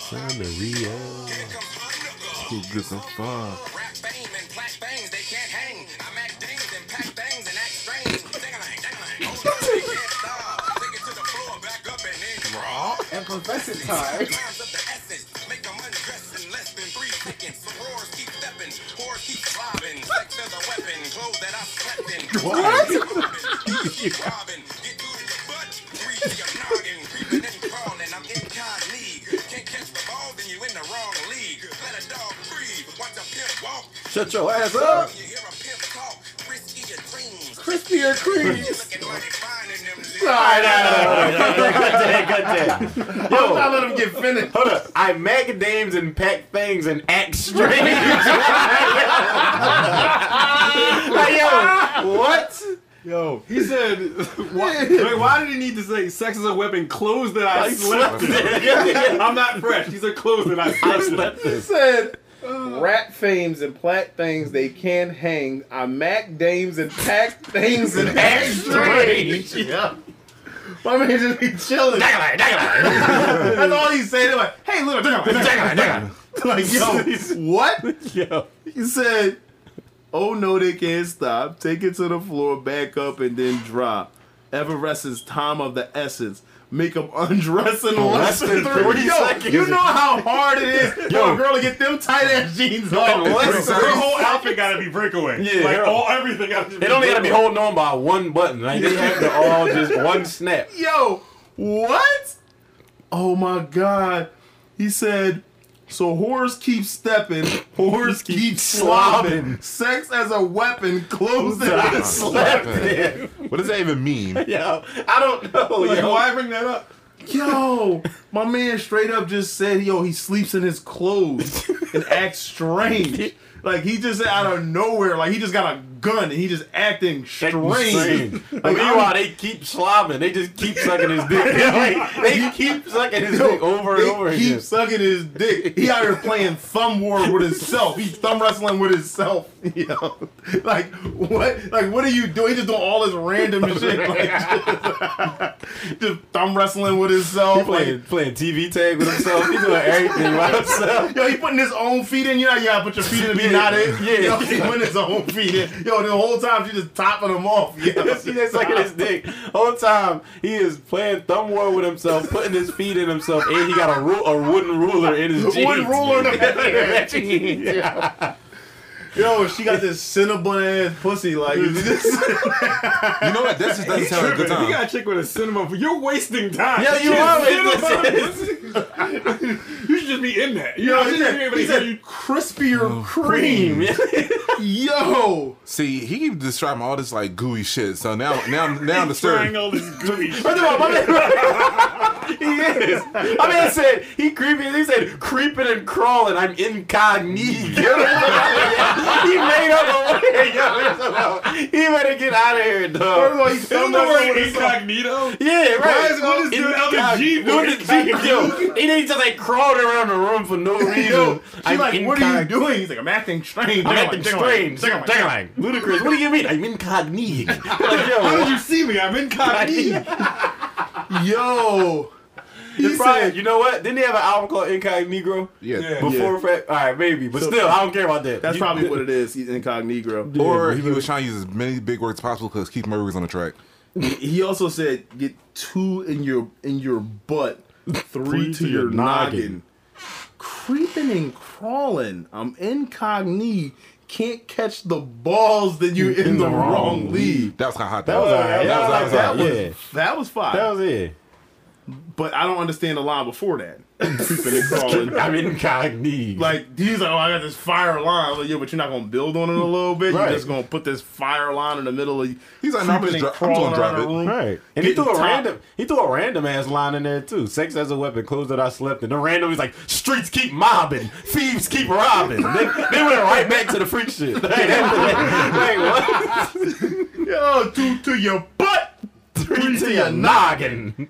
Speaker 2: Time to re-up.
Speaker 9: Here comes my look
Speaker 1: Who
Speaker 9: up.
Speaker 1: gives a fuck?
Speaker 9: Rap fame and black bangs, they can't hang. I act things and pack things and act strange. Ding-a-ling, ding-a-ling. Oh, no, we can't stop. Take it to the floor, back up and then draw.
Speaker 7: And Professor Todd.
Speaker 9: Times of the essence. Make them undress in less than three seconds. Whores keep stepping, whores keep robbing. Sex is a weapon, clothes that I slept in. What? Robbing, get through this butt. Three to your noggin. Creeping and crawling, I'm incognito. Can't catch the ball, then you in the wrong league. Let a dog breathe, watch a pimp walk.
Speaker 2: Shut your ass up.
Speaker 9: You hear a pimp talk, risky your dreams.
Speaker 7: Crispier cream.
Speaker 9: You're looking mighty fine in them jeans.
Speaker 2: All right, no, no, no, no, no, cut that, cut that. Yo, I let him get finished. Hold up, I macadames and pack things and act strange. Like, yo, what?
Speaker 3: Yo, he said, why, like, why did he need to say sex is a weapon? Clothes that I, slept, in. I'm not fresh. These are clothes that I slept, in.
Speaker 4: said rat fames and plat things they can hang. I mac dames and pack things and act strange. Yeah. My man just be chilling. That's all he said. They're like, hey, little Like, yo, what?
Speaker 2: Yo,
Speaker 4: He said, oh no, they can't stop. Take it to the floor, back up, and then drop. Everest's time of the essence. Make them undress in less than three. Yo,
Speaker 2: seconds.
Speaker 4: you know how hard it is for a girl to get them tight ass jeans on.
Speaker 2: less
Speaker 3: Her whole outfit gotta be breakaway.
Speaker 2: Yeah,
Speaker 3: like
Speaker 2: yeah.
Speaker 3: all everything gotta just
Speaker 2: It only gotta be holding on by one button. Like they have to all just one snap.
Speaker 4: Yo, what? Oh my god. He said, "So whores keep stepping, whores keep slobbing, sex as a weapon, clothes that I slept in."
Speaker 1: What does that even mean?
Speaker 2: Yo, I don't know.
Speaker 3: Like,
Speaker 2: yo.
Speaker 3: why bring that up?
Speaker 4: Yo, my man straight up just said, yo, he sleeps in his clothes and acts strange. Like he just out of nowhere, like he just got a gun and he just acting strange.
Speaker 2: Strange. Like,
Speaker 4: Like,
Speaker 2: meanwhile, they keep slobbing. They just keep sucking his dick. Like, they keep sucking his dick over and
Speaker 4: He
Speaker 2: over
Speaker 4: keep
Speaker 2: again.
Speaker 4: sucking his dick. He out here playing thumb war with himself. He's thumb wrestling with himself. You know, like what? Like what are you doing? He just doing all this random shit. Like just, just thumb wrestling with himself.
Speaker 2: He playing, playing TV tag with himself. He's doing everything by himself.
Speaker 4: Yo, he putting his own feet in. You know, yeah, put your feet in. Be not it.
Speaker 2: Yeah.
Speaker 4: Yo, he putting his own feet in. Yo, the whole time she just topping him off. Yo.
Speaker 2: She just sucking his dick. Whole time he is playing thumb war with himself, putting his feet in himself, and he got a, ru- a wooden ruler in his jeans.
Speaker 4: One ruler in the back.
Speaker 2: Jeans.
Speaker 4: Yo, she got this cinnamon ass pussy. Like, it's just-
Speaker 1: You know what? That's just doesn't sound like a good
Speaker 3: You got
Speaker 1: time.
Speaker 3: a chick with a cinema. You're wasting time.
Speaker 2: Yeah, you
Speaker 3: Shit,
Speaker 2: are
Speaker 3: cinema.
Speaker 2: wasting
Speaker 3: you should just be in that. You
Speaker 4: yo,
Speaker 3: know,
Speaker 4: he
Speaker 3: you should be
Speaker 4: said,
Speaker 3: able
Speaker 4: he
Speaker 3: to
Speaker 4: said
Speaker 3: hear you.
Speaker 4: crispier Oh, cream. Yo,
Speaker 1: See, he keeps describing all this like gooey shit. So now, now, now I'm disturbed.
Speaker 3: Trying all this gooey shit.
Speaker 2: First of all, my man- he is. My man said he creepy. He said creeping and crawling. I'm incognito. he made up a way. Yo, he better get out of here,
Speaker 4: first of
Speaker 2: dog.
Speaker 4: all, he's
Speaker 3: Don't
Speaker 4: thumb
Speaker 3: know
Speaker 4: wrestling
Speaker 3: where
Speaker 4: with his
Speaker 3: incognito.
Speaker 2: Yeah, right.
Speaker 3: Why is- what is doing LG
Speaker 2: Doing
Speaker 3: for?
Speaker 2: the G, yo. He needs to like crawling around the room for no reason.
Speaker 4: Yo, she
Speaker 2: I'm
Speaker 4: like, what are you
Speaker 2: incog-
Speaker 4: doing? He's like, I'm acting strange.
Speaker 2: I'm
Speaker 4: They're
Speaker 2: acting
Speaker 4: like,
Speaker 2: strange.
Speaker 4: they're like,
Speaker 2: Dang, like, ludicrous. What do you mean? I'm incognito. Like, yo,
Speaker 3: How did you see me? I'm incognito.
Speaker 4: Yo, he
Speaker 2: It's probably-
Speaker 4: said,
Speaker 2: you know what? Didn't they have an album called Incognito?
Speaker 1: Yeah.
Speaker 3: Yeah.
Speaker 2: Before
Speaker 4: Yeah.
Speaker 2: Fat, all right, maybe, but
Speaker 4: So-
Speaker 2: still, I don't care about that.
Speaker 4: that's
Speaker 2: You-
Speaker 4: probably what it is. He's incognito.
Speaker 1: Or he was trying to use as many big words as possible because Keith Murray was on the track.
Speaker 4: He also said, "Get two in your in your butt, three to your noggin." Creeping and crawling. I'm incognito. Can't catch the balls that you in, the, wrong, league.
Speaker 1: That was kind of hot.
Speaker 2: That was all right.
Speaker 4: That was-
Speaker 2: That was all
Speaker 4: that
Speaker 2: right.
Speaker 4: was-
Speaker 2: Yeah,
Speaker 4: That was fine.
Speaker 2: that was it.
Speaker 4: but I don't understand the line before that. Creeping and crawling.
Speaker 2: I'm incognito.
Speaker 4: Like he's like, oh, I got this fire line. I'm like, yeah, but you're not gonna build on it a little bit.
Speaker 2: Right.
Speaker 4: You're just gonna put this fire line in the middle of.
Speaker 1: He's like, no, I'm
Speaker 4: creeping
Speaker 1: just
Speaker 4: and
Speaker 1: dro- I'm just gonna
Speaker 4: crawling around
Speaker 1: drop
Speaker 4: the
Speaker 1: it.
Speaker 4: room.
Speaker 2: Right. And he
Speaker 4: Getting
Speaker 2: threw a
Speaker 4: top.
Speaker 2: random he threw a random ass line in there too. Sex as a weapon, clothes that I slept in. The random he's like, streets keep mobbing, thieves keep robbing. they, they went right back to the freak shit. Like, that's- like, what?
Speaker 4: Yo, two to your butt.
Speaker 2: Three to your noggin.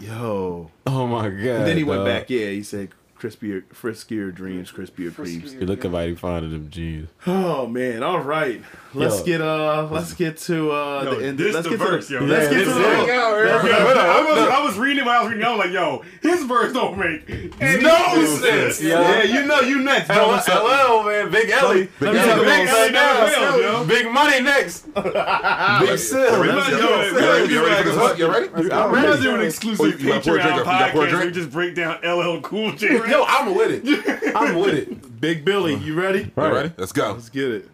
Speaker 4: Yo.
Speaker 2: Oh my god.
Speaker 4: then he went
Speaker 2: dog.
Speaker 4: back. Yeah, he said crispier, friskier dreams, crispier creams.
Speaker 2: You look about he finding them jeans.
Speaker 4: Oh man! All right, let's
Speaker 2: Yo.
Speaker 4: get uh, let's get to uh
Speaker 3: Yo,
Speaker 4: the end.
Speaker 3: this
Speaker 4: let's
Speaker 3: the
Speaker 4: get
Speaker 3: verse,
Speaker 4: to
Speaker 3: yo.
Speaker 4: the, Let's
Speaker 2: Yeah,
Speaker 4: get to
Speaker 2: this
Speaker 4: the
Speaker 2: is it.
Speaker 3: Yo, I, was, I was reading what I was reading. I was like, yo, his verse don't make any
Speaker 2: No sense, yo.
Speaker 3: Yeah, you know, you next.
Speaker 2: Hello,
Speaker 3: brother.
Speaker 2: hello, man. Big Ellie.
Speaker 1: Big
Speaker 2: Big,
Speaker 1: Ellie.
Speaker 2: Ellie down.
Speaker 3: Ellie down, yo.
Speaker 2: Big money next. Big Sil.
Speaker 1: Y'all ready-
Speaker 3: Yo,
Speaker 1: y'all
Speaker 3: yo,
Speaker 1: ready-
Speaker 3: yo,
Speaker 1: y'all ready for
Speaker 3: yo,
Speaker 1: this hook? Y'all ready?
Speaker 2: I'm
Speaker 3: We
Speaker 2: ready.
Speaker 3: must do an
Speaker 1: Oh, you-
Speaker 3: exclusive
Speaker 1: you got poor
Speaker 3: Patreon
Speaker 1: drink up. You got poor
Speaker 3: podcast. where We
Speaker 1: drink?
Speaker 3: just break down LL Cool J.
Speaker 2: Yo, I'm with it. I'm with it.
Speaker 4: Big Billy. You ready?
Speaker 1: Y'all ready? Let's go.
Speaker 4: Let's get it.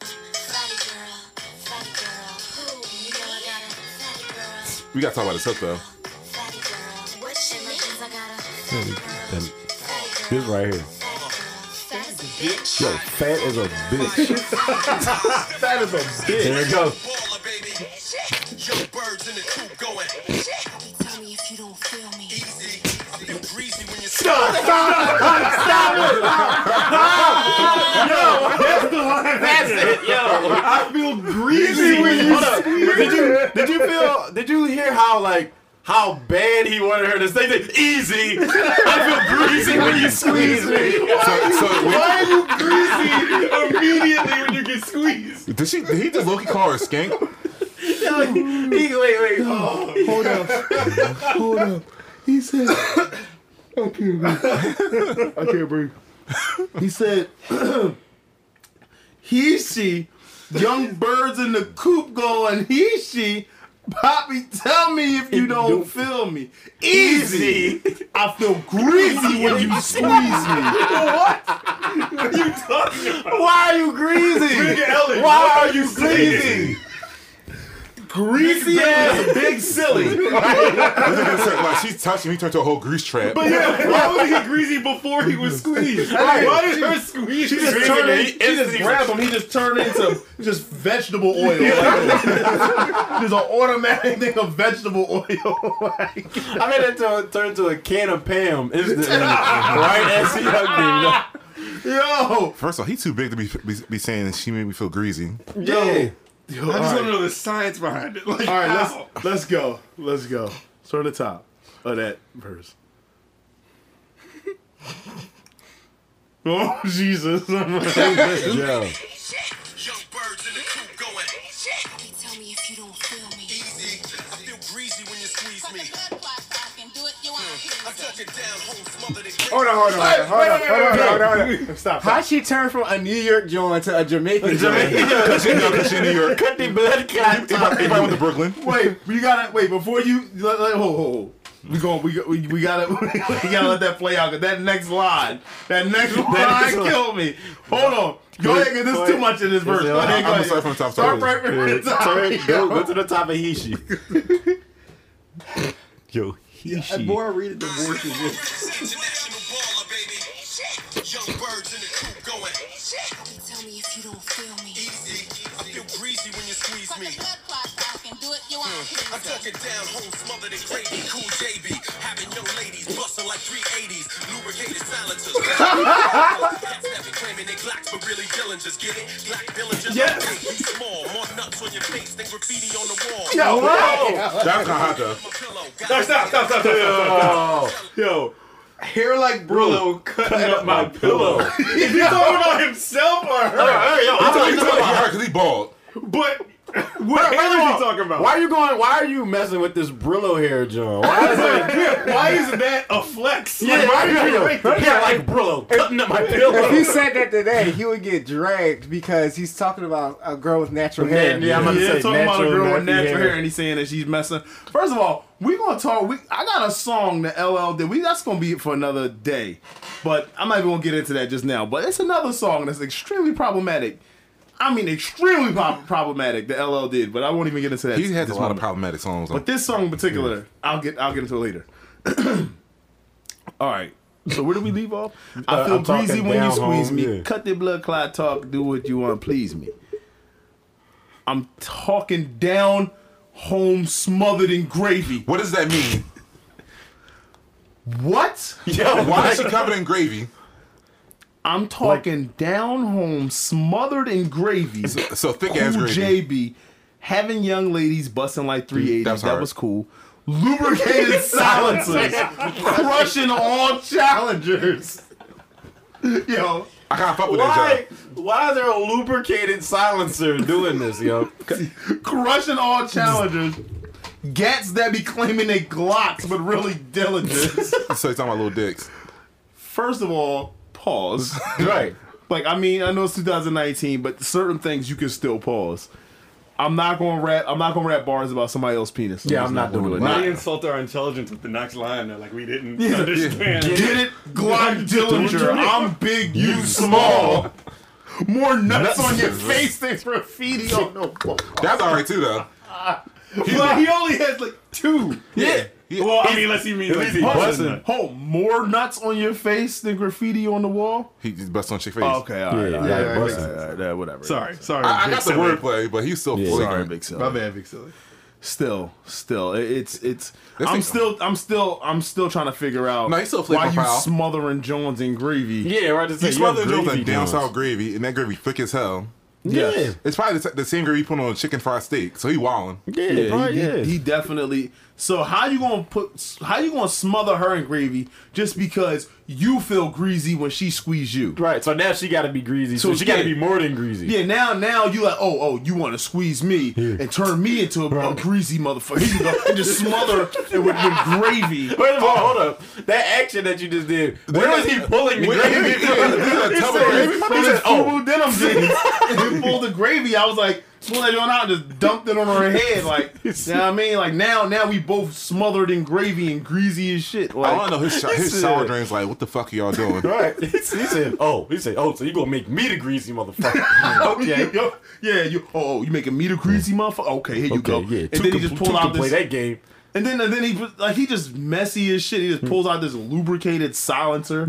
Speaker 6: Fatty girl, fatty girl, who? You know I got a fatty girl,
Speaker 1: We gotta talk about this hook though.
Speaker 6: fatty girl. What she means I got a fatty girl, fatty girl,
Speaker 2: This right here.
Speaker 6: fat as a bitch.
Speaker 2: Yo, fat as a bitch.
Speaker 4: That is a big.
Speaker 2: There it goes.
Speaker 9: Baller, baby. Young birds in the coop going
Speaker 6: Tell me if you don't feel me.
Speaker 9: easy. I feel breezy when you're
Speaker 2: That's it, yo.
Speaker 3: I feel greasy
Speaker 2: Hold up. Did you did you feel did you hear how like how bad he wanted her to say that easy? I feel greasy when you squeeze me.
Speaker 1: So, so wait,
Speaker 3: immediately when you get squeezed.
Speaker 1: did she? Did he just low call her skank?
Speaker 2: He, wait, wait. Oh.
Speaker 4: Hold up. Hold up. He said, I can't breathe. I can't breathe. He said, he, she, young birds in the coop going, he, she, Poppy, tell me if you don't, feel me. Easy. I feel greasy when you squeeze me.
Speaker 2: Why are you greasy? Why
Speaker 3: Ellie, what
Speaker 2: are you greasy?
Speaker 4: greasy ass big silly.
Speaker 1: This nigga said, like, she touched him, he turned to a whole grease trap.
Speaker 3: But yeah, why was he greasy before he was squeezed? Like, why did her squeeze?
Speaker 4: She just turned. in- She just grabbed him. He just turned into just vegetable oil. Like, just an automatic thing of vegetable oil. Like,
Speaker 2: I made that to, turn to a can of Pam instantly, right as he hugged
Speaker 4: yo,
Speaker 1: First of all, he's too big to be, be, be saying she made me feel greasy.
Speaker 2: me. Yeah.
Speaker 4: yo. All
Speaker 3: I just want
Speaker 4: right,
Speaker 3: to know the science behind it. Like,
Speaker 4: all right
Speaker 3: how?
Speaker 4: let's let's go. Let's go. Start at the top of that verse. Oh Jesus!
Speaker 2: Yo.
Speaker 9: Young birds in the coop going
Speaker 6: They tell me if you don't feel me.
Speaker 9: easy. I feel greasy when you squeeze me. I'm
Speaker 6: It's
Speaker 9: talking down home, smothered and
Speaker 7: Hold on, hold on, hold on, hold on, hold on, hold on, hold on.
Speaker 4: Stop.
Speaker 7: How she turned from a New York joint to a Jamaican joint?
Speaker 1: Cause she, no, 'cause she in New York.
Speaker 2: Cut the blood clot.
Speaker 1: Everybody, everybody went to Brooklyn.
Speaker 4: wait, you gotta wait before you. Let, let, whoa, whoa, whoa. We going. We, we we gotta we gotta let that play out. Cause that next line, that
Speaker 2: next
Speaker 4: next line
Speaker 2: line.
Speaker 4: killed me. Hold on. Go ahead. 'cause There's too much in this verse. Go ahead,
Speaker 1: I'm gonna
Speaker 4: go ahead.
Speaker 1: start from the top.
Speaker 4: Start right from the
Speaker 2: Turn,
Speaker 4: top.
Speaker 2: go, go to the top of Hishi. Yo,
Speaker 8: The
Speaker 2: Hishi.
Speaker 8: more I read it, the more she gets.
Speaker 9: International baller, baby. Young birds in the coop going
Speaker 6: They tell me if you don't feel me.
Speaker 9: easy. I feel greasy when you squeeze me. I'm
Speaker 6: I'm
Speaker 9: talking down home, smothered and gravy. Cool JB, having young ladies busting like 380s. Lubricated silencers. Cats that be claiming they Glocks, but really Dillingers. Get it? Glock Dillingers.
Speaker 3: Yes.
Speaker 9: Okay, you small, more nuts on your face than graffiti on the wall.
Speaker 4: Yo,
Speaker 1: That's not hot though.
Speaker 9: My pillow, got
Speaker 3: Stop, stop, stop, stop, stop, stop, stop, stop. Yo, hair like Brillo cutting up my pillow. Is he talking about himself or her?
Speaker 1: I'm talking about her because he bald.
Speaker 3: But what hair is he talking about?
Speaker 2: Why are you going? Why are you messing with this Brillo hair, John? Why is it?
Speaker 3: Why is that a flex? Like,
Speaker 2: Yeah,
Speaker 3: why did you
Speaker 2: Brillo.
Speaker 3: make that?
Speaker 2: Yeah, like Brillo. Cutting up my
Speaker 7: If he
Speaker 2: pillow.
Speaker 7: said that today, he would get dragged because he's talking about a girl with natural hair.
Speaker 2: Yeah, I'm about to
Speaker 4: Yeah,
Speaker 2: say
Speaker 4: talking about a girl with natural hair,
Speaker 2: hair.
Speaker 4: and he's saying that she's messing. First of all, we gonna talk. We I got a song that LL did. We that's gonna be for another day, but I'm not even gonna get into that just now. But it's another song that's extremely problematic. I mean, extremely prob- problematic that LL did. But I won't even get into that.
Speaker 1: He had this
Speaker 4: this
Speaker 1: lot of
Speaker 4: moment.
Speaker 1: problematic songs. On.
Speaker 4: But this song in particular, I'll get I'll get into it later. All right. So where do we leave off? I
Speaker 2: Uh,
Speaker 4: feel
Speaker 2: I'm talking
Speaker 4: breezy when you
Speaker 2: down
Speaker 4: squeeze
Speaker 2: home,
Speaker 4: me.
Speaker 2: yeah.
Speaker 4: Cut the blood clot talk. Do what you want. Please me. I'm talking down home, smothered in gravy.
Speaker 1: what does that mean?
Speaker 4: What?
Speaker 2: Yo,
Speaker 1: Why is she covered in gravy?
Speaker 4: I'm talking down home, smothered in gravy.
Speaker 1: So thick ass
Speaker 4: cool
Speaker 1: gravy.
Speaker 4: JB, having young ladies busting like
Speaker 2: Mm,
Speaker 4: 380.
Speaker 1: That's
Speaker 4: that
Speaker 1: hard.
Speaker 4: was cool. Lubricated silencers, crushing all challengers. Yo,
Speaker 1: I kind of fuck with
Speaker 2: why?
Speaker 1: that job.
Speaker 2: Why is there a lubricated silencer doing this, yo?
Speaker 4: crushing all challengers. Gats that be claiming they Glocks, but really diligent.
Speaker 1: So he's talking about little dicks.
Speaker 4: First of all, pause.
Speaker 2: Right.
Speaker 4: Like, I mean, I know it's 2019, but certain things you can still pause. I'm not gonna rap. I'm not gonna rap bars about somebody else's penis.
Speaker 2: Yeah,
Speaker 4: just
Speaker 2: I'm not
Speaker 4: gonna
Speaker 2: doing
Speaker 4: do it.
Speaker 3: Why do you insult our intelligence with the next line? That, like we didn't understand.
Speaker 4: Get it, Glock Dillinger. I'm big, you small. More nuts on your face than graffiti on no wall.
Speaker 1: That's all right too though.
Speaker 3: Well, he only has like two.
Speaker 1: Yeah.
Speaker 3: Well, I mean, unless he means like, buzzing.
Speaker 2: buzzing.
Speaker 4: Oh, more nuts on your face than graffiti on the wall?
Speaker 1: He just busts on chick face.
Speaker 4: Oh, all
Speaker 2: Yeah, yeah,
Speaker 4: all
Speaker 2: busts.
Speaker 4: all all right, whatever.
Speaker 3: Sorry, sorry.
Speaker 1: I, I
Speaker 3: Big
Speaker 1: got the
Speaker 3: silly.
Speaker 1: wordplay, but he's still
Speaker 2: Yeah.
Speaker 1: flagrant.
Speaker 4: big
Speaker 8: My
Speaker 4: silly.
Speaker 8: bad, big silly.
Speaker 4: Still, still, it- it's it's.
Speaker 1: This
Speaker 4: I'm
Speaker 1: thing-
Speaker 4: still, I'm still, I'm still trying to figure out
Speaker 1: No, he's still
Speaker 4: why
Speaker 1: flipping
Speaker 4: you
Speaker 1: foul.
Speaker 4: smothering Jones in gravy.
Speaker 2: Yeah, right. to say,
Speaker 1: You
Speaker 2: you're
Speaker 1: smothered it
Speaker 2: gravy
Speaker 1: with down
Speaker 2: Jones.
Speaker 1: south gravy, and that gravy thick as hell.
Speaker 2: Yeah,
Speaker 4: Yes.
Speaker 1: It's probably the, the same gravy you put on a chicken fried steak. So he wildin'.
Speaker 2: yeah,
Speaker 4: Yeah,
Speaker 2: probably
Speaker 4: he,
Speaker 2: is.
Speaker 4: he definitely. So how you gonna put? How you gonna smother her in gravy just because you feel greasy when she squeeze you?
Speaker 2: Right, so now she got to be greasy. So,
Speaker 4: So,
Speaker 2: she
Speaker 4: yeah.
Speaker 2: got to be more than greasy.
Speaker 4: Yeah, now now you like, oh, oh, you want to squeeze me and turn me into a, a greasy motherfucker. Here you go. and just smother it with, with gravy.
Speaker 2: Wait a minute, hold up. That action that you just did, where was he pulling the
Speaker 1: Wait,
Speaker 2: gravy?
Speaker 1: yeah, this is a tub of gravy.
Speaker 4: He said, oh. Fubu denim jeans. you pulled the gravy, I was like, pull that joint out and just dumped it on her head. Like, you know what I mean? Like, now now we both smothered in gravy and greasy as shit.
Speaker 1: I
Speaker 4: Like,
Speaker 1: want to know his, sho- his sour drain's like, what the fuck are y'all doing?
Speaker 2: Right. He said, oh, he said, oh, so you gonna make me the greasy motherfucker. okay.
Speaker 4: Yo, yeah, you. Oh, oh, you making me the greasy motherfucker? Okay, here you
Speaker 2: Okay,
Speaker 4: go.
Speaker 2: yeah.
Speaker 4: and
Speaker 2: two
Speaker 4: then he
Speaker 2: can-
Speaker 4: just
Speaker 2: two
Speaker 4: pulled
Speaker 2: can
Speaker 4: out
Speaker 2: play
Speaker 4: this,
Speaker 2: that game.
Speaker 4: and then and then he put- like he just messy as shit. He just pulls out this lubricated silencer.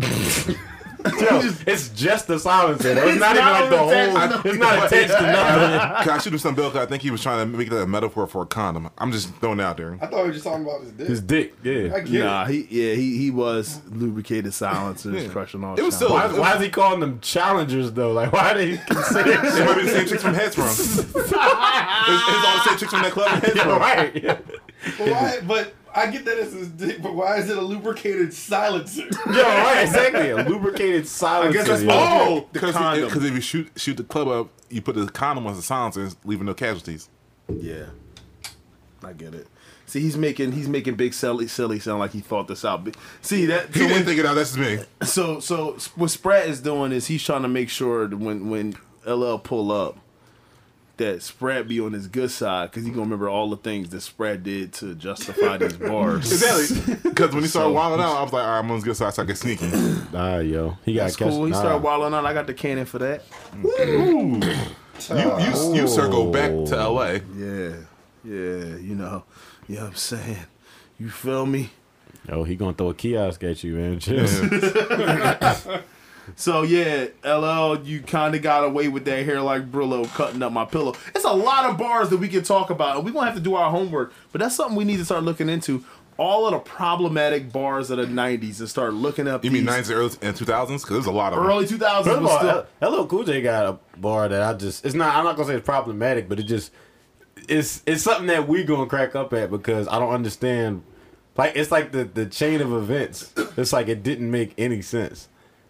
Speaker 2: Yo, it's just the silencer. though. It's,
Speaker 4: It's
Speaker 2: not,
Speaker 4: not
Speaker 2: even like the
Speaker 4: even
Speaker 2: whole.
Speaker 4: attached,
Speaker 2: It's not attached to nothing.
Speaker 1: I shoot him some bill 'cause I think he was trying to make that a metaphor for a condom. I'm just throwing it out there.
Speaker 8: I thought we were just talking about his dick.
Speaker 2: His dick.
Speaker 8: I
Speaker 2: Yeah.
Speaker 8: get
Speaker 4: nah, he yeah he he was lubricated silencers crushing all.
Speaker 1: It was
Speaker 4: China.
Speaker 1: still-
Speaker 2: Why, why is he calling them challengers though? Like, why are they considered?
Speaker 1: It might be the same chicks from Heads Room. It's, it's all the same chicks from that club. Heads
Speaker 2: Yeah,
Speaker 1: Room.
Speaker 2: right. Yeah.
Speaker 8: it. But, why, but I get that it's his dick, but why is it a lubricated silencer?
Speaker 2: Yo, right, exactly. A lubricated silencer. yo.
Speaker 1: Oh,
Speaker 4: The
Speaker 1: because
Speaker 4: condom.
Speaker 1: if you shoot shoot the club up, you put the condom on the silencer, leaving no casualties.
Speaker 4: Yeah, I get it. See, he's making he's making Big Silly Silly sound like he thought this out. But- See that
Speaker 1: He didn't think it out. That's just me.
Speaker 4: So so what Sprat is doing is he's trying to make sure that when when LL pull up that Sprat be on his good side because he gonna remember all the things that Sprat did to justify these bars.
Speaker 1: Exactly. Because when he started wilding out, I was like, all right, I'm on his good side so I can sneak him.
Speaker 2: Nah, yo, he got
Speaker 4: That's
Speaker 2: catch.
Speaker 4: cool. He
Speaker 2: nah.
Speaker 4: started wilding out. I got the cannon for that.
Speaker 1: You, you, you, sir, go back to LA.
Speaker 4: Yeah, yeah. You know, you know what I'm saying. You feel me?
Speaker 2: Yo, he gonna throw a kiosk at you, man. Chill.
Speaker 4: So yeah, LL, you kind of got away with that hair like Brillo cutting up my pillow. It's a lot of bars that we can talk about, and we gonna have to do our homework. But that's something we need to start looking into. All of the problematic bars of the '90s and start looking up.
Speaker 1: You mean
Speaker 4: these
Speaker 1: 90s early- and 2000s? Because there's a lot of them.
Speaker 4: Early 2000s
Speaker 2: First of
Speaker 4: was
Speaker 2: all, uh,
Speaker 4: still.
Speaker 2: L- LL Cool J got a bar that I just it's not I'm not gonna say it's problematic, but it just it's it's something that we gonna crack up at because I don't understand like it's like the, the chain of events. It's like it didn't make any sense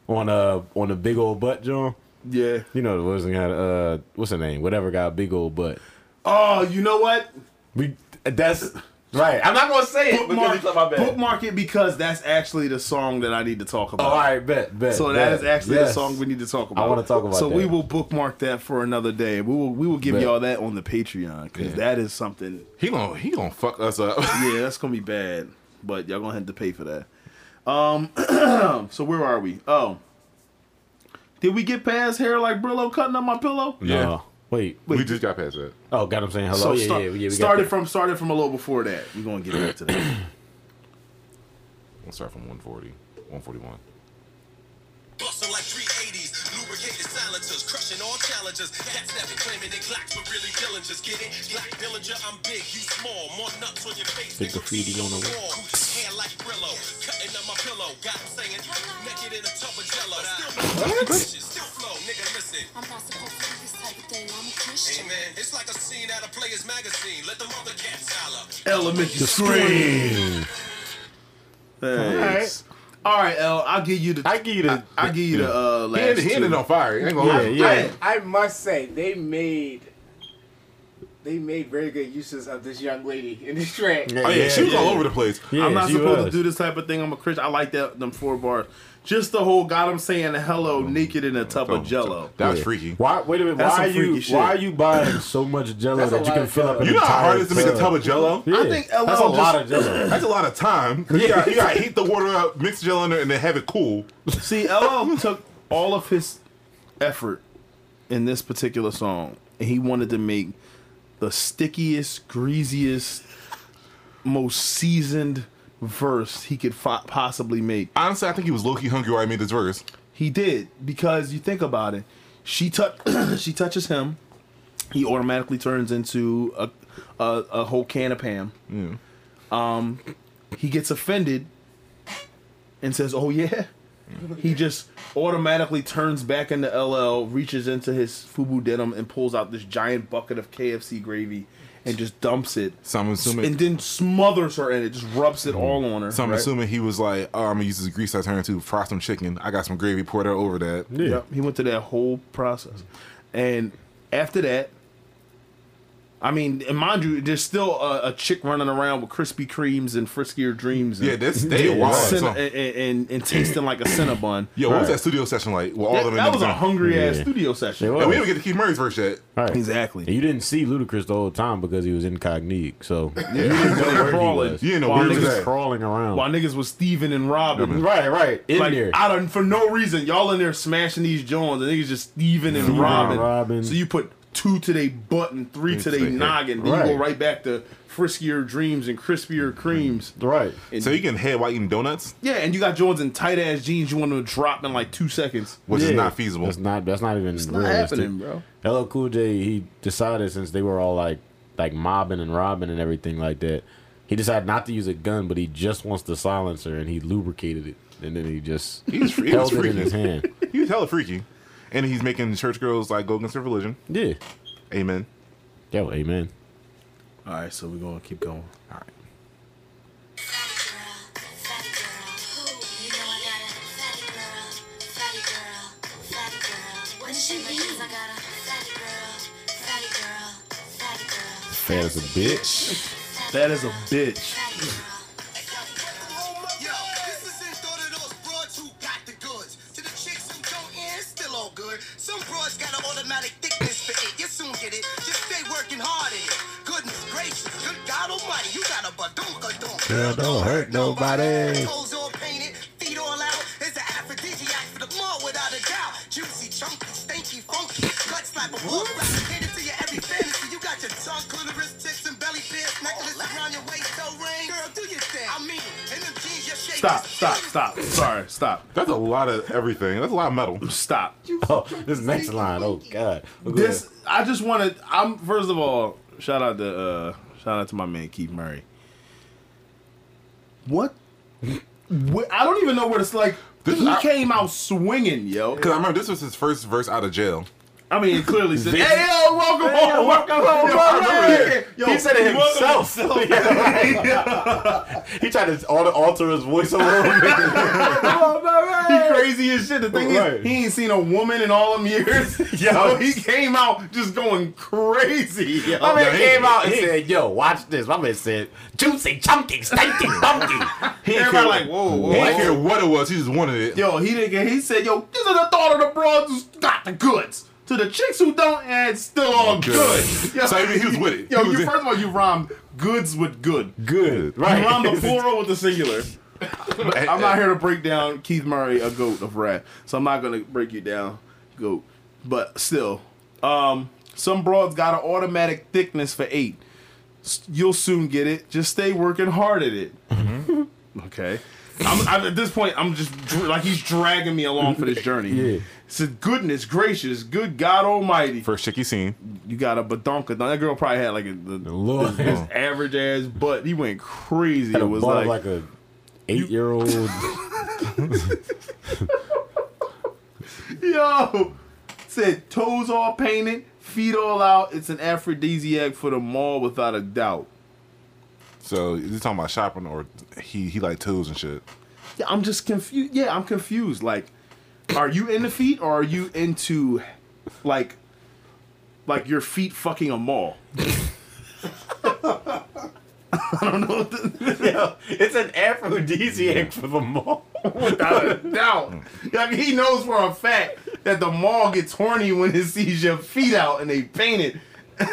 Speaker 2: on uh on the big old butt John.
Speaker 4: Yeah.
Speaker 2: You know the wasn't got uh what's her name? Whatever got a big old butt.
Speaker 4: Oh, you know what?
Speaker 2: We that's right. I'm not gonna say it because
Speaker 4: Bookmark,
Speaker 2: it's my bad.
Speaker 4: bookmark it because that's actually the song that I need to talk
Speaker 2: Oh,
Speaker 4: about.
Speaker 2: all right, bet, bet.
Speaker 4: So that
Speaker 2: bet.
Speaker 4: is actually the
Speaker 2: Yes.
Speaker 4: song we need to talk about.
Speaker 2: wanna talk about
Speaker 4: So we
Speaker 2: that.
Speaker 4: will bookmark that for another day. We will we will give
Speaker 2: Bet.
Speaker 4: y'all that on the Patreon because that is something
Speaker 1: He gonna, he gonna fuck us up.
Speaker 4: yeah, that's gonna be bad. But y'all gonna have to pay for that. Um, so where are we? Oh, did we get past hair like Brillo cutting up my pillow? Uh,
Speaker 2: No.
Speaker 1: yeah.
Speaker 2: Wait.
Speaker 1: We just got past that.
Speaker 2: Oh God, I'm saying hello.
Speaker 4: So
Speaker 2: yeah,
Speaker 4: start,
Speaker 2: yeah, yeah, we got
Speaker 4: started
Speaker 2: that.
Speaker 4: from started from a little before that. We're gonna get back to that.
Speaker 1: Let's start from 140, 141.
Speaker 9: Bustin' like 380s, lubricated silencers, crushing all challengers. Cats that be claiming they clocks, but really dillingers. Get it? Black villager, I'm big, you small. More nuts on your face. than graffiti on the wall. Hair like Brillo, cutting up my pillow. Got 'em saying, naked in a tub of jello. Still, still flow, nigga, listen.
Speaker 6: I'm not supposed to do this type of thing. I'm a Christian.
Speaker 9: Amen. It's like a scene out of Players Magazine. Let them other cats holler.
Speaker 4: Elementary
Speaker 2: Scream.
Speaker 4: Thanks. All right, L. I'll give you the.
Speaker 2: I
Speaker 4: I,
Speaker 2: give you the.
Speaker 4: will give you the uh,
Speaker 1: He
Speaker 4: last.
Speaker 1: ended, he
Speaker 4: two.
Speaker 1: ended on fire. He ain't gonna
Speaker 2: yeah,
Speaker 1: lie.
Speaker 2: yeah.
Speaker 7: I, I must say they made they made very good uses of this young lady in this track.
Speaker 1: Oh, yeah, she was all over the place.
Speaker 2: Yeah,
Speaker 4: I'm not
Speaker 2: she
Speaker 4: supposed
Speaker 2: was.
Speaker 4: to do this type of thing. I'm a Christian. I like that them four bars. Just the whole God, I'm saying hello, naked in a tub
Speaker 1: Oh,
Speaker 4: of Jello.
Speaker 1: That was freaky.
Speaker 2: Why? Wait a minute.
Speaker 4: That's
Speaker 2: why are
Speaker 4: some
Speaker 2: you?
Speaker 4: freaky shit.
Speaker 2: Why are you buying so much Jello
Speaker 7: That's a
Speaker 2: that you
Speaker 7: lot
Speaker 2: can
Speaker 7: of
Speaker 2: fill up?
Speaker 7: Jell-O.
Speaker 2: an
Speaker 1: You know how
Speaker 2: entire
Speaker 1: hard it is to make a
Speaker 2: tub?
Speaker 1: tub of jello?
Speaker 2: Yeah.
Speaker 4: I think LL
Speaker 2: that's a lot of
Speaker 4: just-
Speaker 2: Jello.
Speaker 1: That's a lot of time. 'Cause You gotta, you gotta heat the water up, mix gel in there, and then have it cool.
Speaker 4: See, LL took all of his effort in this particular song, and he wanted to make the stickiest, greasiest, most seasoned verse he could fi- possibly make.
Speaker 1: Honestly, I think he was low key hungry while I made this verse.
Speaker 4: He did because you think about it, she tou- she touches him, he automatically turns into a a, a whole can of Pam. Um, he gets offended and says, "Oh yeah." He just automatically turns back into LL, reaches into his FUBU denim, and pulls out this giant bucket of KFC gravy and just dumps it,
Speaker 1: So I'm assuming.
Speaker 4: and then smothers her in it, just rubs it all on her.
Speaker 1: so I'm
Speaker 4: right?
Speaker 1: assuming he was like, "Oh, I'm gonna use this grease I turned to fry some chicken. I got some gravy poured out over that."
Speaker 2: Yeah.
Speaker 4: Yep, he went through that whole process, and after that, I mean, and mind you, there's still a, a chick running around with Krispy Kremes and Friskier Dreams. And,
Speaker 1: Yeah, that's they
Speaker 4: and,
Speaker 1: wild.
Speaker 4: Cinna-
Speaker 1: son.
Speaker 4: and, and- and tasting like a Cinnabon.
Speaker 1: Yo, what was that studio session like? Well, all
Speaker 4: That,
Speaker 1: of them.
Speaker 4: that was a
Speaker 1: hungry.
Speaker 4: hungry ass
Speaker 2: Yeah.
Speaker 4: studio
Speaker 2: It
Speaker 4: session.
Speaker 2: was.
Speaker 1: And we didn't get to keep Murray's verse yet.
Speaker 2: Right.
Speaker 4: Exactly.
Speaker 2: And you didn't see Ludacris the whole time because he was incognito. So you
Speaker 4: Niggas
Speaker 2: didn't know
Speaker 4: was
Speaker 2: where
Speaker 4: crawling.
Speaker 2: he was.
Speaker 1: You didn't know
Speaker 2: While
Speaker 1: where he was
Speaker 2: niggas
Speaker 1: at.
Speaker 2: crawling around.
Speaker 4: While niggas was thieving and robbing.
Speaker 2: Right, right. In
Speaker 4: like,
Speaker 2: there.
Speaker 4: I don't for no reason. Y'all in there smashing these joints, and niggas just thieving and
Speaker 2: Thieving,
Speaker 4: robbing.
Speaker 2: robbing.
Speaker 4: So you put two to they butt and three to they
Speaker 1: Right.
Speaker 4: noggin. Then you go
Speaker 2: Right.
Speaker 4: right back to friskier dreams and crispier creams.
Speaker 2: right.
Speaker 4: And,
Speaker 1: So you can head while eating donuts,
Speaker 4: yeah, and you got joints in tight ass jeans you want to drop in like two seconds.
Speaker 1: which is
Speaker 2: Yeah.
Speaker 1: not feasible.
Speaker 2: That's not that's not even
Speaker 4: Not
Speaker 2: realistic.
Speaker 4: happening, bro.
Speaker 2: LL Cool J, he decided since they were all like like mobbing and robbing and everything like that, he decided not to use a gun, but he just wants the silencer and he lubricated it. And then he just
Speaker 1: He's free. He was
Speaker 2: held it in
Speaker 1: freaky.
Speaker 2: his hand.
Speaker 1: He was hella freaky, and he's making church girls like go against their religion.
Speaker 2: Yeah.
Speaker 1: Amen.
Speaker 2: Yo, amen.
Speaker 4: All right, so we're gonna keep going. All right.
Speaker 2: Fat as a bitch.
Speaker 4: That is a bitch.
Speaker 9: Yo, this is in thought of those broads who got the goods. To the chicks who don't, yeah, it's still all good. Some broads got an automatic thickness for it. You soon get it. Just stay working hard at it. Goodness gracious, good God Almighty, you got a badunka dunk. Girl, don't hurt nobody. Toes all painted, feet all out. It's an aphrodisiac for the mall without a doubt. Juicy, chunky, stinky, funky. Cut slap a wall slap. Hand it to your every fantasy. You got your tongue, clitoris, tits, and belly pierced. Necklace around your waist, toe ring. Girl, do your thing. I mean, in them jeans, your shape.
Speaker 4: Stop! Stop! Stop! Sorry, stop!
Speaker 1: That's a lot of everything. That's a lot of metal.
Speaker 4: Stop!
Speaker 2: Oh, this next line. Oh God. Oh, go
Speaker 4: This
Speaker 2: ahead.
Speaker 4: I just wanted. I'm first of all shout out to uh, shout out to my man Keith Murray. What? What- I don't even know what it's like.
Speaker 1: This-
Speaker 4: he
Speaker 1: I-
Speaker 4: came out swinging, yo.
Speaker 1: Because I remember this was his first verse out of jail.
Speaker 4: I mean, it clearly said, "Hey, yo, welcome home, welcome home."
Speaker 2: Yo, I remember that.
Speaker 4: Yo,
Speaker 2: he said it
Speaker 4: welcome-
Speaker 2: himself. he tried to alter, alter his voice a little bit.
Speaker 4: He crazy as shit. The thing
Speaker 2: Right.
Speaker 4: is, he ain't seen a woman in all them years. yo, he came out just going crazy. Yo.
Speaker 2: My man
Speaker 1: he-
Speaker 2: came out and said, "Yo, watch this." My man said, "Juicy, chunky, stinky, funky." He
Speaker 4: Everybody
Speaker 2: came-
Speaker 4: like, whoa, whoa,
Speaker 1: He
Speaker 4: whoa.
Speaker 1: didn't care what it was. He just wanted it.
Speaker 4: Yo, he didn't get. He said, "Yo, this is the thought of the broads who's got the goods." To the chicks who don't, and it's still all good.
Speaker 1: Good.
Speaker 4: Yo,
Speaker 1: So I mean, he was with it.
Speaker 4: yo,
Speaker 1: he was
Speaker 4: you
Speaker 1: in-
Speaker 4: first of all, you rhymed goods with good.
Speaker 2: good, right?
Speaker 4: You rhymed the plural with the singular. I'm not here to break down Keith Murray, a goat of rap, so I'm not gonna break you down, goat. But still, um, some broads got an automatic thickness for eight. S- You'll soon get it. Just stay working hard at it.
Speaker 2: Mm-hmm.
Speaker 4: Okay. I'm, I'm, at this point, I'm just dr- like he's dragging me along for this journey.
Speaker 2: Yeah.
Speaker 4: So goodness gracious, good God Almighty,
Speaker 1: First chick he seen.
Speaker 4: you got a badonka. That girl probably had like a, the,
Speaker 2: Lord.
Speaker 4: his average ass butt. He went crazy.
Speaker 2: Had
Speaker 4: it
Speaker 2: a
Speaker 4: was
Speaker 2: butt
Speaker 4: like,
Speaker 2: of like a eight-year-old.
Speaker 4: yo, said toes all painted, feet all out. It's an aphrodisiac for the mall without a doubt.
Speaker 1: So is he talking about shopping or he he like toes and shit?
Speaker 4: Yeah, I'm just confused. Yeah, I'm confused. Like, are you into feet or are you into, like, like your feet fucking a mall? I don't know. What the,
Speaker 2: Yo, it's an aphrodisiac for the mall.
Speaker 4: without a doubt, like he knows for a fact that the mall gets horny when it sees your feet out and they painted.
Speaker 2: How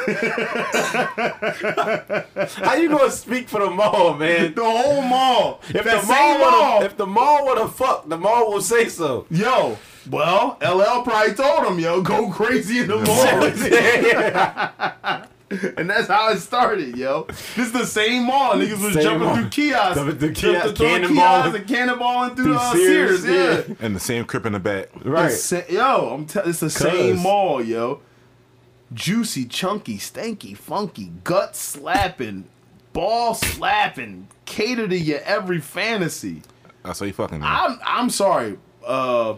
Speaker 2: you gonna speak for the mall, man?
Speaker 4: The whole mall.
Speaker 2: If the
Speaker 4: That same
Speaker 2: mall,
Speaker 4: mall.
Speaker 2: would if the mall would have fucked, the mall will say so.
Speaker 4: Yo, well, LL probably told him, yo, go crazy in the mall. and that's how it started, yo. This is the same mall. Niggas was
Speaker 2: Same
Speaker 4: jumping
Speaker 2: mall.
Speaker 4: through kiosks.
Speaker 2: The- the
Speaker 4: Jumping
Speaker 2: kiosk,
Speaker 4: through
Speaker 2: cannonballing.
Speaker 4: kiosks and cannonballing through,
Speaker 2: Through
Speaker 4: uh, Sears,
Speaker 2: Sears,
Speaker 4: yeah.
Speaker 2: yeah.
Speaker 1: And the same crip in the back.
Speaker 4: The sa- yo, I'm tell it's the same mall, yo. Juicy, chunky, stanky, funky, gut slapping, ball slapping, cater to your every fantasy.
Speaker 1: That's what he fucking. did.
Speaker 4: I'm I'm sorry. Uh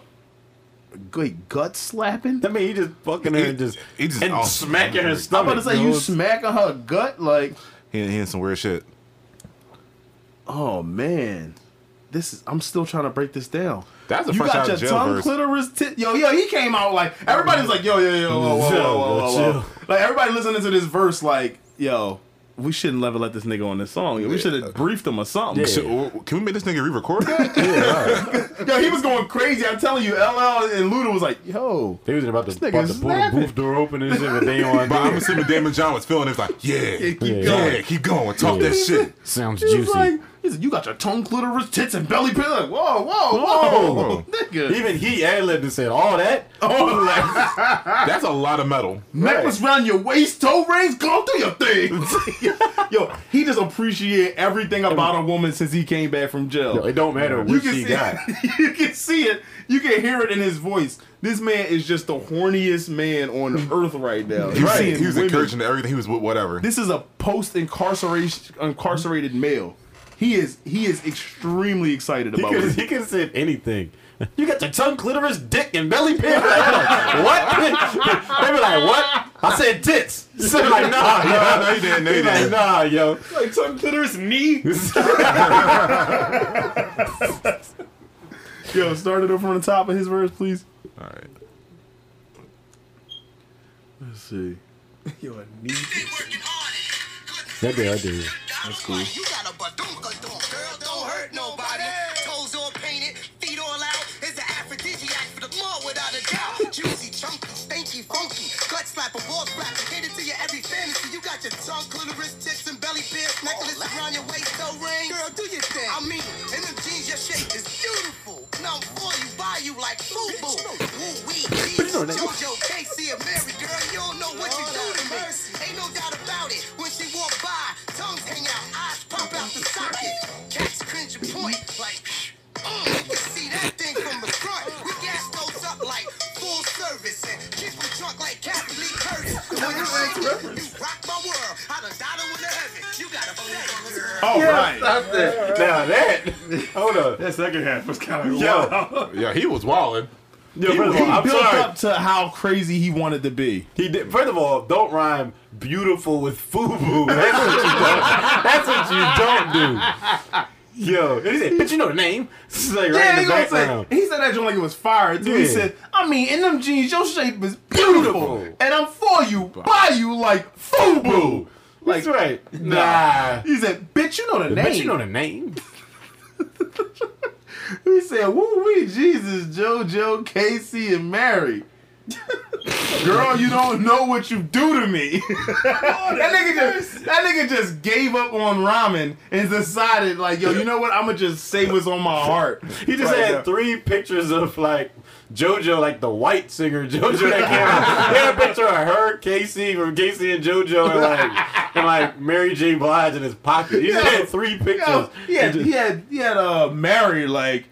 Speaker 4: good gut slapping?
Speaker 2: I mean, he just fucking her and just
Speaker 1: He just-
Speaker 2: and
Speaker 1: oh.
Speaker 2: smacking her
Speaker 4: I'm
Speaker 2: stomach.
Speaker 4: about to say you
Speaker 2: know?
Speaker 4: smacking her gut like,
Speaker 1: He he in some weird shit.
Speaker 4: oh man, this is. I'm still trying to break this down.
Speaker 1: That's a
Speaker 4: you
Speaker 1: fresh
Speaker 4: got
Speaker 1: out
Speaker 4: your
Speaker 1: of jail
Speaker 4: tongue,
Speaker 1: verse.
Speaker 4: clitoris, tit. Yo, yo, he came out like everybody's like, yo, yo, yo, whoa, whoa, whoa,
Speaker 2: Chill,
Speaker 4: whoa, whoa, whoa.
Speaker 2: chill.
Speaker 4: Like everybody listening to this verse, like, yo, we shouldn't never let this nigga on this song. We should have briefed him or something.
Speaker 1: Shit, w- can we make this nigga re-record that?
Speaker 4: Yo, he was going crazy. I'm telling you, LL and Luda was like, yo,
Speaker 2: They was about to,
Speaker 4: nigga
Speaker 2: about to
Speaker 4: is
Speaker 2: pull the
Speaker 4: snapping.
Speaker 2: booth door open and shit, but they on.
Speaker 1: but I'm assuming Damon John was feeling it. It's like, yeah, yeah,
Speaker 4: keep
Speaker 2: Yeah.
Speaker 1: yeah, keep going, talk that shit.
Speaker 2: Sounds
Speaker 4: He was
Speaker 2: juicy.
Speaker 4: like, he said, you got your tongue, clitoris, tits, and belly pin. Like, whoa, whoa, whoa,
Speaker 1: Whoa.
Speaker 4: nigga.
Speaker 2: Even he ad libbed and said all that.
Speaker 1: That's a lot of metal.
Speaker 4: Necklace round your waist, toe rings, go through your thing. Yo, he just appreciate everything about a woman since he came back from jail.
Speaker 2: Yo, it don't matter
Speaker 4: you
Speaker 2: what
Speaker 4: can
Speaker 2: she
Speaker 4: see
Speaker 2: got.
Speaker 4: it. You can see it. You can hear it in his voice. This man is just the horniest man on earth right now.
Speaker 1: He was,
Speaker 4: Right.
Speaker 1: he was
Speaker 4: Women.
Speaker 1: encouraging to everything. He was with whatever.
Speaker 4: This is a post incarceration incarcerated male. He is he is extremely excited
Speaker 2: He
Speaker 4: about
Speaker 2: could
Speaker 4: it.
Speaker 2: he could have said anything. You got your tongue, clitoris, dick, and belly pin. what? they be like, what? I said tits. So they like, nah,
Speaker 1: no,
Speaker 2: yo.
Speaker 1: no, he didn't. No, he
Speaker 2: They like,
Speaker 1: didn't.
Speaker 2: nah, yo.
Speaker 3: Like some clitoris knee.
Speaker 4: Yo, start it up from the top of his verse, please.
Speaker 1: All right.
Speaker 4: Let's see.
Speaker 2: That day I did.
Speaker 9: That's cool. You got a badunka dog. Girl, don't hurt nobody. Toes all painted, feet all out. It's an aphrodisiac for the mall without a doubt. Juicy, chunky, stanky, funky. Gut slap, a wall slap. Cater to your every fantasy. You got your tongue, clitoris, tits, and belly pierced. Necklace around your waist, toe ring. Girl, do your thing. I mean, in them jeans, your shape is beautiful. Now I'm for you, by you, like boo-boo. Woo-wee, Jojo, Casey, and Mary. Girl, you don't know what you do to me. Ain't no doubt about it. When she walk by, tongues hang out, eyes pop out the socket. Cats cringe and point like, mm, you see that thing from the front. We gas those up like full service and keep 'em drunk like Kathy Lee Curtis. And when you shake it, you rock my world. I done died on to heaven. You got a fetish, girl.
Speaker 3: All right.
Speaker 2: Now that, hold up.
Speaker 3: That second half was kind of
Speaker 2: Yo.
Speaker 3: wild.
Speaker 1: Yeah, he was walling.
Speaker 2: Yo, first of
Speaker 4: He
Speaker 2: all, I'm
Speaker 4: built
Speaker 2: sorry.
Speaker 4: up to how crazy he wanted to be.
Speaker 2: He did. First of all, don't rhyme beautiful with FUBU. That's what you don't. That's what you don't do. Yo, and he said, but you know the name. This is like right in the
Speaker 4: gonna
Speaker 2: background.
Speaker 4: he said that joint like it was fire. too. He
Speaker 2: Yeah.
Speaker 4: said, I mean, in them jeans, your shape is beautiful.
Speaker 2: Beautiful.
Speaker 4: And I'm for you, by you, like FUBU.
Speaker 2: That's right.
Speaker 4: Nah.
Speaker 2: Nah.
Speaker 4: He said, bitch, you know the name.
Speaker 2: But you know the name.
Speaker 4: He said, "Woo wee, Jesus, JoJo, Casey, and Mary." Girl, you don't know what you do to me. that nigga just that nigga just gave up on ramen and decided like, yo, you know what? I'ma just say what's on my heart.
Speaker 2: He just
Speaker 4: Right
Speaker 2: had
Speaker 4: now.
Speaker 2: three pictures of like JoJo, like the white singer JoJo that came out. He had a picture of her, Casey from Casey and JoJo, and like and like Mary J. Blige in his pocket. He just
Speaker 4: Yo.
Speaker 2: had three pictures.
Speaker 4: Yo, he had
Speaker 2: And just-
Speaker 4: he had he had uh Mary like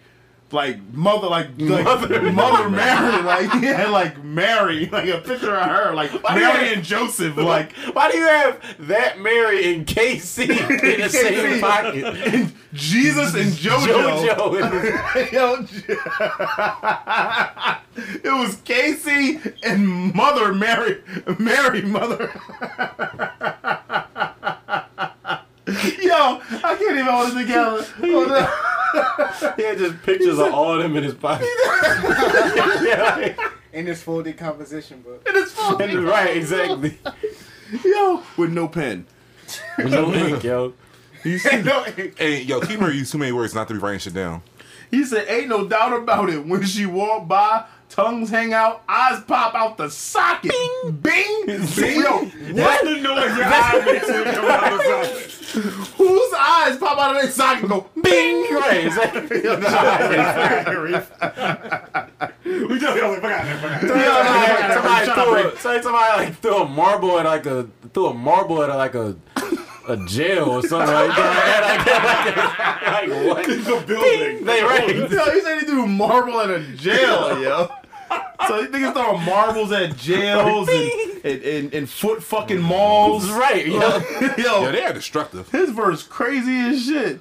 Speaker 4: like mother like, like mother
Speaker 2: Mother-
Speaker 4: Mary like he had like Mary like a picture of her like
Speaker 2: do you
Speaker 4: Mary
Speaker 2: have-
Speaker 4: and Joseph like
Speaker 2: Why do you have that Mary and Casey in the same pocket?
Speaker 4: Jesus and
Speaker 2: JoJo. and-
Speaker 4: Yo, it was Casey and Mother Mary, Mary Mother. Yo, I can't even hold it together. Hold on.
Speaker 2: He had just pictures of all of them in his pocket. yeah, like,
Speaker 7: in this folded composition book.
Speaker 4: It is full.
Speaker 2: and- right, exactly.
Speaker 4: Yo, with no pen.
Speaker 2: No link, yo.
Speaker 4: No,
Speaker 1: Hey, yo, keep her used too many words not to be writing shit down.
Speaker 4: he said, "Ain't no doubt about it." When she walked by, tongues hang out, eyes pop out the socket. Bing, bing. Yo,
Speaker 3: What the noise your eye makes when you come out of the socket?
Speaker 4: whose eyes pop out of their socket and go bing?
Speaker 2: Right, exactly.
Speaker 3: We just y'all like, fuck out of there, fuck out of there.
Speaker 2: Yeah, like, somebody,
Speaker 4: Shut up,
Speaker 2: threw a, somebody, somebody like threw a marble at like a threw a marble at like a a jail or something like that. Like, like, like, like what?
Speaker 3: The building.
Speaker 2: They right.
Speaker 4: Yo, he said he threw marble at a jail, yo. So you niggas throwing marbles at jails and and, and, and foot fucking malls.
Speaker 2: Right, yo.
Speaker 1: Yo,
Speaker 4: yo,
Speaker 1: they are destructive.
Speaker 4: his verse crazy as shit.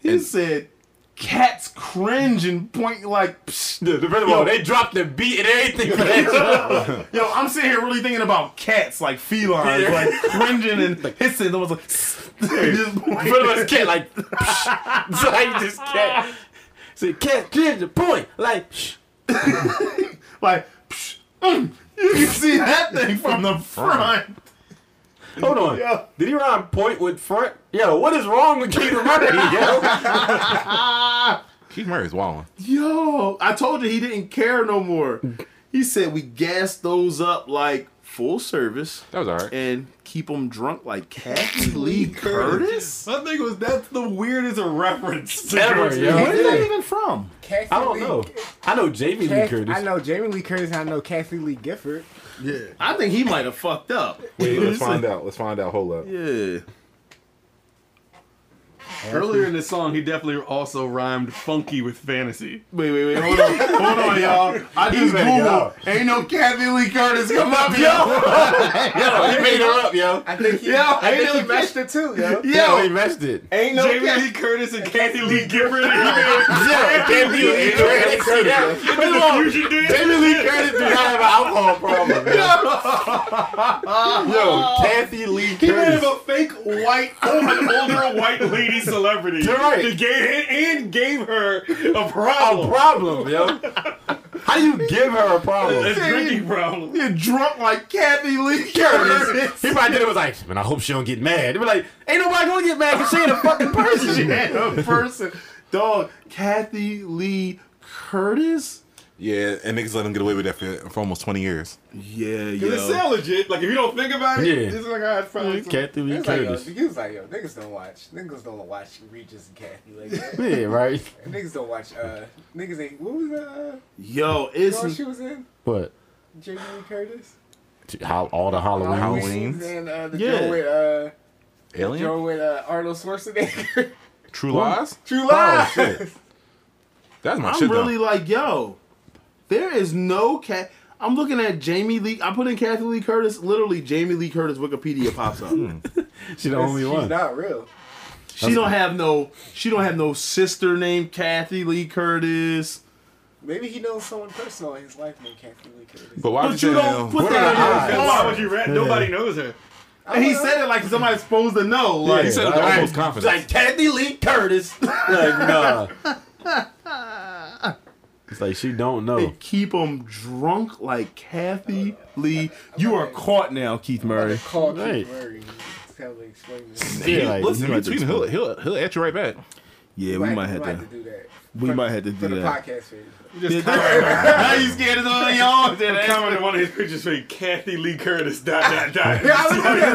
Speaker 4: He said cats cringe and point like psst.
Speaker 2: Dude, First of all, they dropped the beat and everything for that joke.
Speaker 4: Yo, I'm sitting here really thinking about cats like felines, like cringing and hissing. I was like, psst. Just
Speaker 2: In
Speaker 4: point.
Speaker 2: front of us, cat, like, psh. so I just cat. Say, cat, clear the point. Like, psh.
Speaker 4: like psst, mm. you can see that thing from the front.
Speaker 2: Hold on. Did he rhyme point with front? Yo, what is wrong with Keith Murray, yo?
Speaker 1: Keith Murray's wilding.
Speaker 4: Yo, I told you he didn't care no more. He said we gas those up like full service
Speaker 1: That was all right.
Speaker 4: and keep them drunk like Kathy Lee Curtis.
Speaker 3: I think it was that's the weirdest reference to
Speaker 2: Ever,
Speaker 3: George
Speaker 2: yo.
Speaker 4: Where's that even from?
Speaker 2: I don't know. I know Jamie Lee Curtis.
Speaker 7: I know Jamie Lee Curtis. and I know Kathy Lee Gifford.
Speaker 4: I think he might have fucked up.
Speaker 1: Wait, let's find out. Let's find out. Hold up.
Speaker 4: Yeah.
Speaker 3: Earlier in the song, he definitely also rhymed funky with fantasy.
Speaker 4: Wait, wait, wait. Hold on, hold on, y'all. I just googled. Ain't no Kathy Lee Curtis come up here.
Speaker 2: Yo, he made her up, yo.
Speaker 7: I think he,
Speaker 4: Yeah,
Speaker 7: I think
Speaker 4: ain't
Speaker 7: he
Speaker 4: no-
Speaker 7: matched the two, yo.
Speaker 2: Yo, he messed it.
Speaker 4: Ain't no
Speaker 3: Jamie
Speaker 4: Kathy.
Speaker 3: Lee Curtis and Kathy Lee Gifford. and he made
Speaker 2: Yeah, Jamie Lee Curtis. yeah. Hold on.
Speaker 3: Fusion did.
Speaker 2: Jamie Lee Curtis do not have an alcohol problem. Yo, yo Kathy Lee
Speaker 3: He made him
Speaker 2: Curtis.
Speaker 3: a fake white, old, an older white lady celebrity.
Speaker 2: You're right.
Speaker 3: He gave- and gave her a
Speaker 2: A
Speaker 3: problem.
Speaker 2: problem, yo. How do you give her a
Speaker 3: a
Speaker 2: problem?
Speaker 3: drinking problem.
Speaker 4: You're drunk like Kathy Lee Curtis.
Speaker 2: Curtis. He probably did it was like, man, I hope she don't get mad. They be like, ain't nobody gonna get mad because she ain't a fucking person.
Speaker 4: And a person, dog. Kathy Lee Curtis.
Speaker 1: Yeah, and niggas let him get away with that for, for almost 20 years.
Speaker 4: Yeah,
Speaker 3: Because it sounds legit. Like, if you don't think about it,
Speaker 2: Yeah.
Speaker 3: it's like, I probably.
Speaker 2: Kathy Lee
Speaker 7: It's like, uh, yo,
Speaker 2: Curtis.
Speaker 7: he was like, yo, niggas don't watch. Niggas don't watch Regis and Kathy. Like, that.
Speaker 2: Yeah, right.
Speaker 7: niggas don't watch. Uh, niggas ain't. What was the uh,
Speaker 4: Yo,
Speaker 7: show
Speaker 4: it's
Speaker 7: she was in?
Speaker 2: But
Speaker 7: Jamie Lee Curtis.
Speaker 2: how, all the
Speaker 4: Oh,
Speaker 2: Halloween.
Speaker 1: Halloween.
Speaker 7: And uh, the
Speaker 4: Yeah.
Speaker 7: joint with uh,
Speaker 1: Alien?
Speaker 7: joint with uh, Arnold Schwarzenegger.
Speaker 1: True Lies? Oh,
Speaker 7: True Lies.
Speaker 2: Oh, shit.
Speaker 1: That's my
Speaker 4: I'm
Speaker 1: shit,
Speaker 4: really
Speaker 1: though.
Speaker 4: like, yo, there is no cat. I'm looking at Jamie Lee. I put in Kathy Lee Curtis. Literally, Jamie Lee Curtis Wikipedia pops up.
Speaker 2: She the only
Speaker 7: She's
Speaker 2: one.
Speaker 7: not real.
Speaker 4: she don't have no. She don't have no sister named Kathy Lee Curtis.
Speaker 7: Maybe he knows someone personal in his life named Kathy Lee Curtis.
Speaker 1: But why
Speaker 4: But
Speaker 1: did
Speaker 4: you
Speaker 1: you
Speaker 4: don't put
Speaker 1: What are
Speaker 4: that
Speaker 1: the
Speaker 4: on
Speaker 1: odds?
Speaker 4: your
Speaker 3: Why would you rat? Nobody knows her.
Speaker 4: And he said it like somebody's supposed to know. Like,
Speaker 1: He said it with almost confidence.
Speaker 2: Like Kathy Lee Curtis. like nah. It's like she don't know.
Speaker 4: They keep them drunk like Kathy Lee. You are caught now, Keith Murray.
Speaker 7: Call
Speaker 2: Right.
Speaker 7: Keith Murray. and Tell him to explain this.
Speaker 2: Yeah, like,
Speaker 1: Listen,
Speaker 2: you
Speaker 1: if you tweet him, he'll, he'll, he'll at you right back.
Speaker 4: Yeah,
Speaker 7: Might-
Speaker 4: we might have to.
Speaker 7: do that.
Speaker 4: We
Speaker 7: For-
Speaker 4: might have to do
Speaker 7: for the
Speaker 4: that.
Speaker 7: podcast page.
Speaker 4: Now you scared of all y'all.
Speaker 3: Comment on one of his pictures saying Kathy Lee Curtis. Dot dot
Speaker 7: Yeah,
Speaker 3: dot.
Speaker 7: I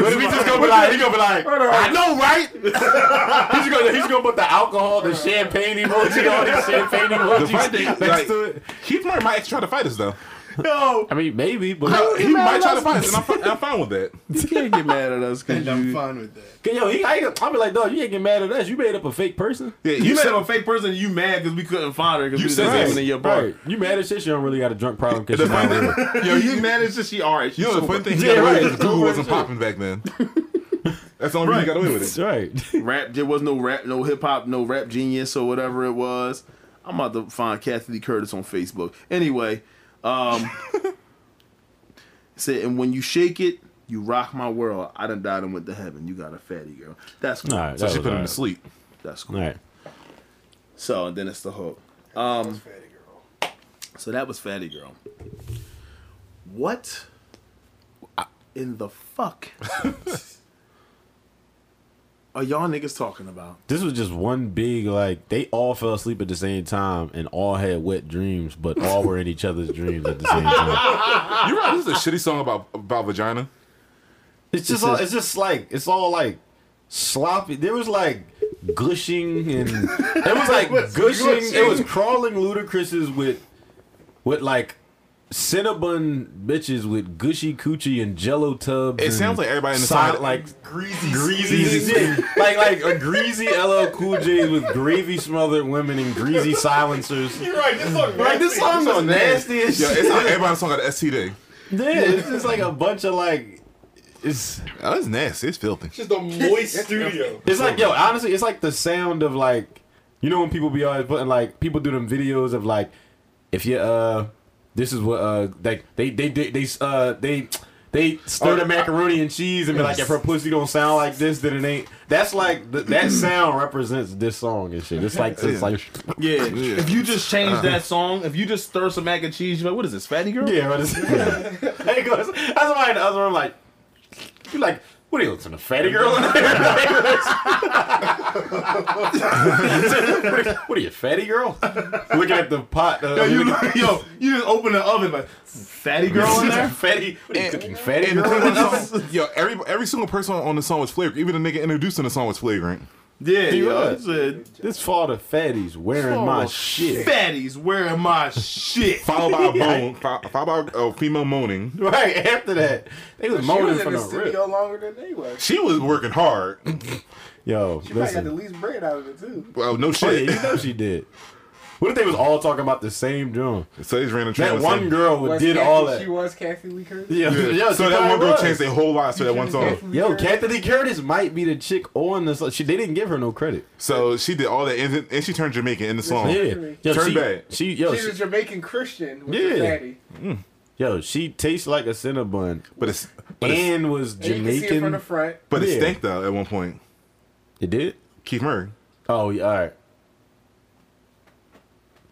Speaker 2: But
Speaker 7: was looking at it.
Speaker 2: if he just gonna be like, he gonna be like,
Speaker 7: Hold on.
Speaker 2: I know, right? he's just gonna he's gonna put the alcohol, the champagne emoji, all this champagne
Speaker 1: The fight thing,
Speaker 2: emoji next
Speaker 1: like,
Speaker 2: to it.
Speaker 1: Keith Murray might try to fight us, though.
Speaker 2: I mean, maybe, but
Speaker 1: He might try to fight us, and I'm, fi- I'm fine with that.
Speaker 4: You can't get mad at us because
Speaker 8: I'm
Speaker 4: you.
Speaker 8: fine with that.
Speaker 2: yo, he, I, ain't- I be like, dog, you ain't get mad at us. You made up a fake person.
Speaker 1: Yeah,
Speaker 4: You
Speaker 1: you
Speaker 4: made
Speaker 1: said,
Speaker 4: up a fake person. You mad because we couldn't find her because
Speaker 1: You
Speaker 4: we was
Speaker 1: said
Speaker 4: just
Speaker 1: that.
Speaker 4: living in your bar.
Speaker 2: Right. You mad at shit? You don't really got a drunk problem because you're not real.
Speaker 1: you
Speaker 4: Yo, you mad at she all right? She
Speaker 1: know, the funny thing, he
Speaker 2: Yeah,
Speaker 1: got away
Speaker 2: right.
Speaker 1: with it 'cause Google wasn't
Speaker 2: Right.
Speaker 1: popping back then. That's the only reason he got away with it.
Speaker 2: That's right.
Speaker 4: rap. There was no rap, no hip hop, no rap genius or whatever it was. I'm about to find Kathy Lee Curtis on Facebook. Anyway, um, it said, and when you shake it, you rock my world. I done died and went to heaven. You got a fatty girl. That's cool.
Speaker 2: All right.
Speaker 1: So
Speaker 2: that
Speaker 1: she
Speaker 2: was
Speaker 1: put
Speaker 2: all
Speaker 1: him
Speaker 2: right.
Speaker 1: to sleep.
Speaker 4: That's cool.
Speaker 2: All right.
Speaker 4: So and then it's the hook.
Speaker 8: Fatty girl.
Speaker 4: So that was Fatty Girl. What in the fuck are y'all niggas talking about?
Speaker 2: This was just one big like they all fell asleep at the same time and all had wet dreams, but all were in each other's dreams at the same time.
Speaker 1: You're right, this is a shitty song about, about vagina.
Speaker 2: It's just all it's just like it's all like sloppy. There was like gushing and it was like gushing. It was crawling ludicrouses with with like Cinnabon bitches with gushy coochie and jello tubs.
Speaker 1: It
Speaker 2: and
Speaker 1: sounds like everybody in the
Speaker 2: side-
Speaker 1: side-
Speaker 2: like
Speaker 8: Greasy.
Speaker 2: greasy,
Speaker 1: Greasy.
Speaker 2: like like a greasy LL Cool J with gravy smothered women and greasy silencers.
Speaker 3: You're right. This song.
Speaker 2: Like this song's so nasty as
Speaker 1: Yo,
Speaker 2: shit.
Speaker 1: it's not everybody song got an STD.
Speaker 2: Yeah, it's just like a bunch of like. It's
Speaker 1: Oh, it's nasty. It's filthy.
Speaker 3: Just a moist studio.
Speaker 2: it's like yo, honestly, it's like the sound of like, you know when people be always putting like people do them videos of like, if you uh, this is what uh like they they they they uh they. They stir the macaroni and cheese and be like, if her pussy don't sound like this, then it ain't. That's like th- that sound represents this song and shit. It's like it's like
Speaker 4: Yeah. Uh-huh.
Speaker 1: Yeah.
Speaker 4: If you just change that song, if you just stir some mac and cheese, you're like, what is this, Fatty Girl?
Speaker 2: Yeah, but it's, There it goes. That's why in the other room, like, you like, What are you listening to, Fatty Girl? what are you, Fatty Girl? Looking at the pot. Uh,
Speaker 4: Yo, you, yo, you just open the oven like fatty girl in there.
Speaker 2: Fatty, what are you
Speaker 1: And-
Speaker 2: cooking, Fatty
Speaker 1: And the thing
Speaker 2: Girl?
Speaker 1: with the song, yo, every every single person on the song was flavored. Even the nigga introducing the song was flavoring.
Speaker 4: Yeah, yo,
Speaker 2: realize-
Speaker 4: he said,
Speaker 2: This fall, the fatties wearing my shit.
Speaker 4: fatties wearing my shit.
Speaker 1: Followed by a moan, fo- followed by a female moaning.
Speaker 2: Right after that, they was
Speaker 7: She
Speaker 2: moaning
Speaker 7: was in
Speaker 2: from
Speaker 7: the
Speaker 2: the rip.
Speaker 7: studio longer than they was.
Speaker 1: She was working hard.
Speaker 2: Yo,
Speaker 7: She probably got the
Speaker 2: listen.
Speaker 7: least bread out of it too.
Speaker 1: Well, no
Speaker 2: Oh,
Speaker 1: shit.
Speaker 2: yeah, you know she did. What if they was all talking about the same drum?
Speaker 1: So he's ran a
Speaker 2: That one girl
Speaker 7: Was
Speaker 2: did
Speaker 7: Kathy-
Speaker 2: all that.
Speaker 7: She was Kathy Lee Curtis.
Speaker 2: Yeah,
Speaker 1: Yeah.
Speaker 2: yeah,
Speaker 1: so
Speaker 2: she
Speaker 1: that one
Speaker 2: probably
Speaker 1: girl
Speaker 2: was.
Speaker 1: changed their whole lives to that one song.
Speaker 7: Kathy Lee
Speaker 2: Yo,
Speaker 7: Curtis.
Speaker 2: Kathy Lee Curtis might be the chick on the song. She they didn't give her no credit.
Speaker 1: So she did all that, and, then- and she turned Jamaican in the song.
Speaker 2: Yeah, yo,
Speaker 1: Oh. Turn
Speaker 2: she,
Speaker 1: back.
Speaker 2: She yo,
Speaker 7: She's
Speaker 2: she,
Speaker 7: a Jamaican Christian with
Speaker 2: Yeah.
Speaker 7: a fatty.
Speaker 2: yo, she tastes like a Cinnabon,
Speaker 1: But it's but it's,
Speaker 2: and was
Speaker 7: And you can see it
Speaker 2: Jamaican.
Speaker 7: from the front.
Speaker 1: but it
Speaker 2: Yeah.
Speaker 1: stank though at one point.
Speaker 2: it did.
Speaker 1: Keith Murray.
Speaker 2: Oh, yeah, all right.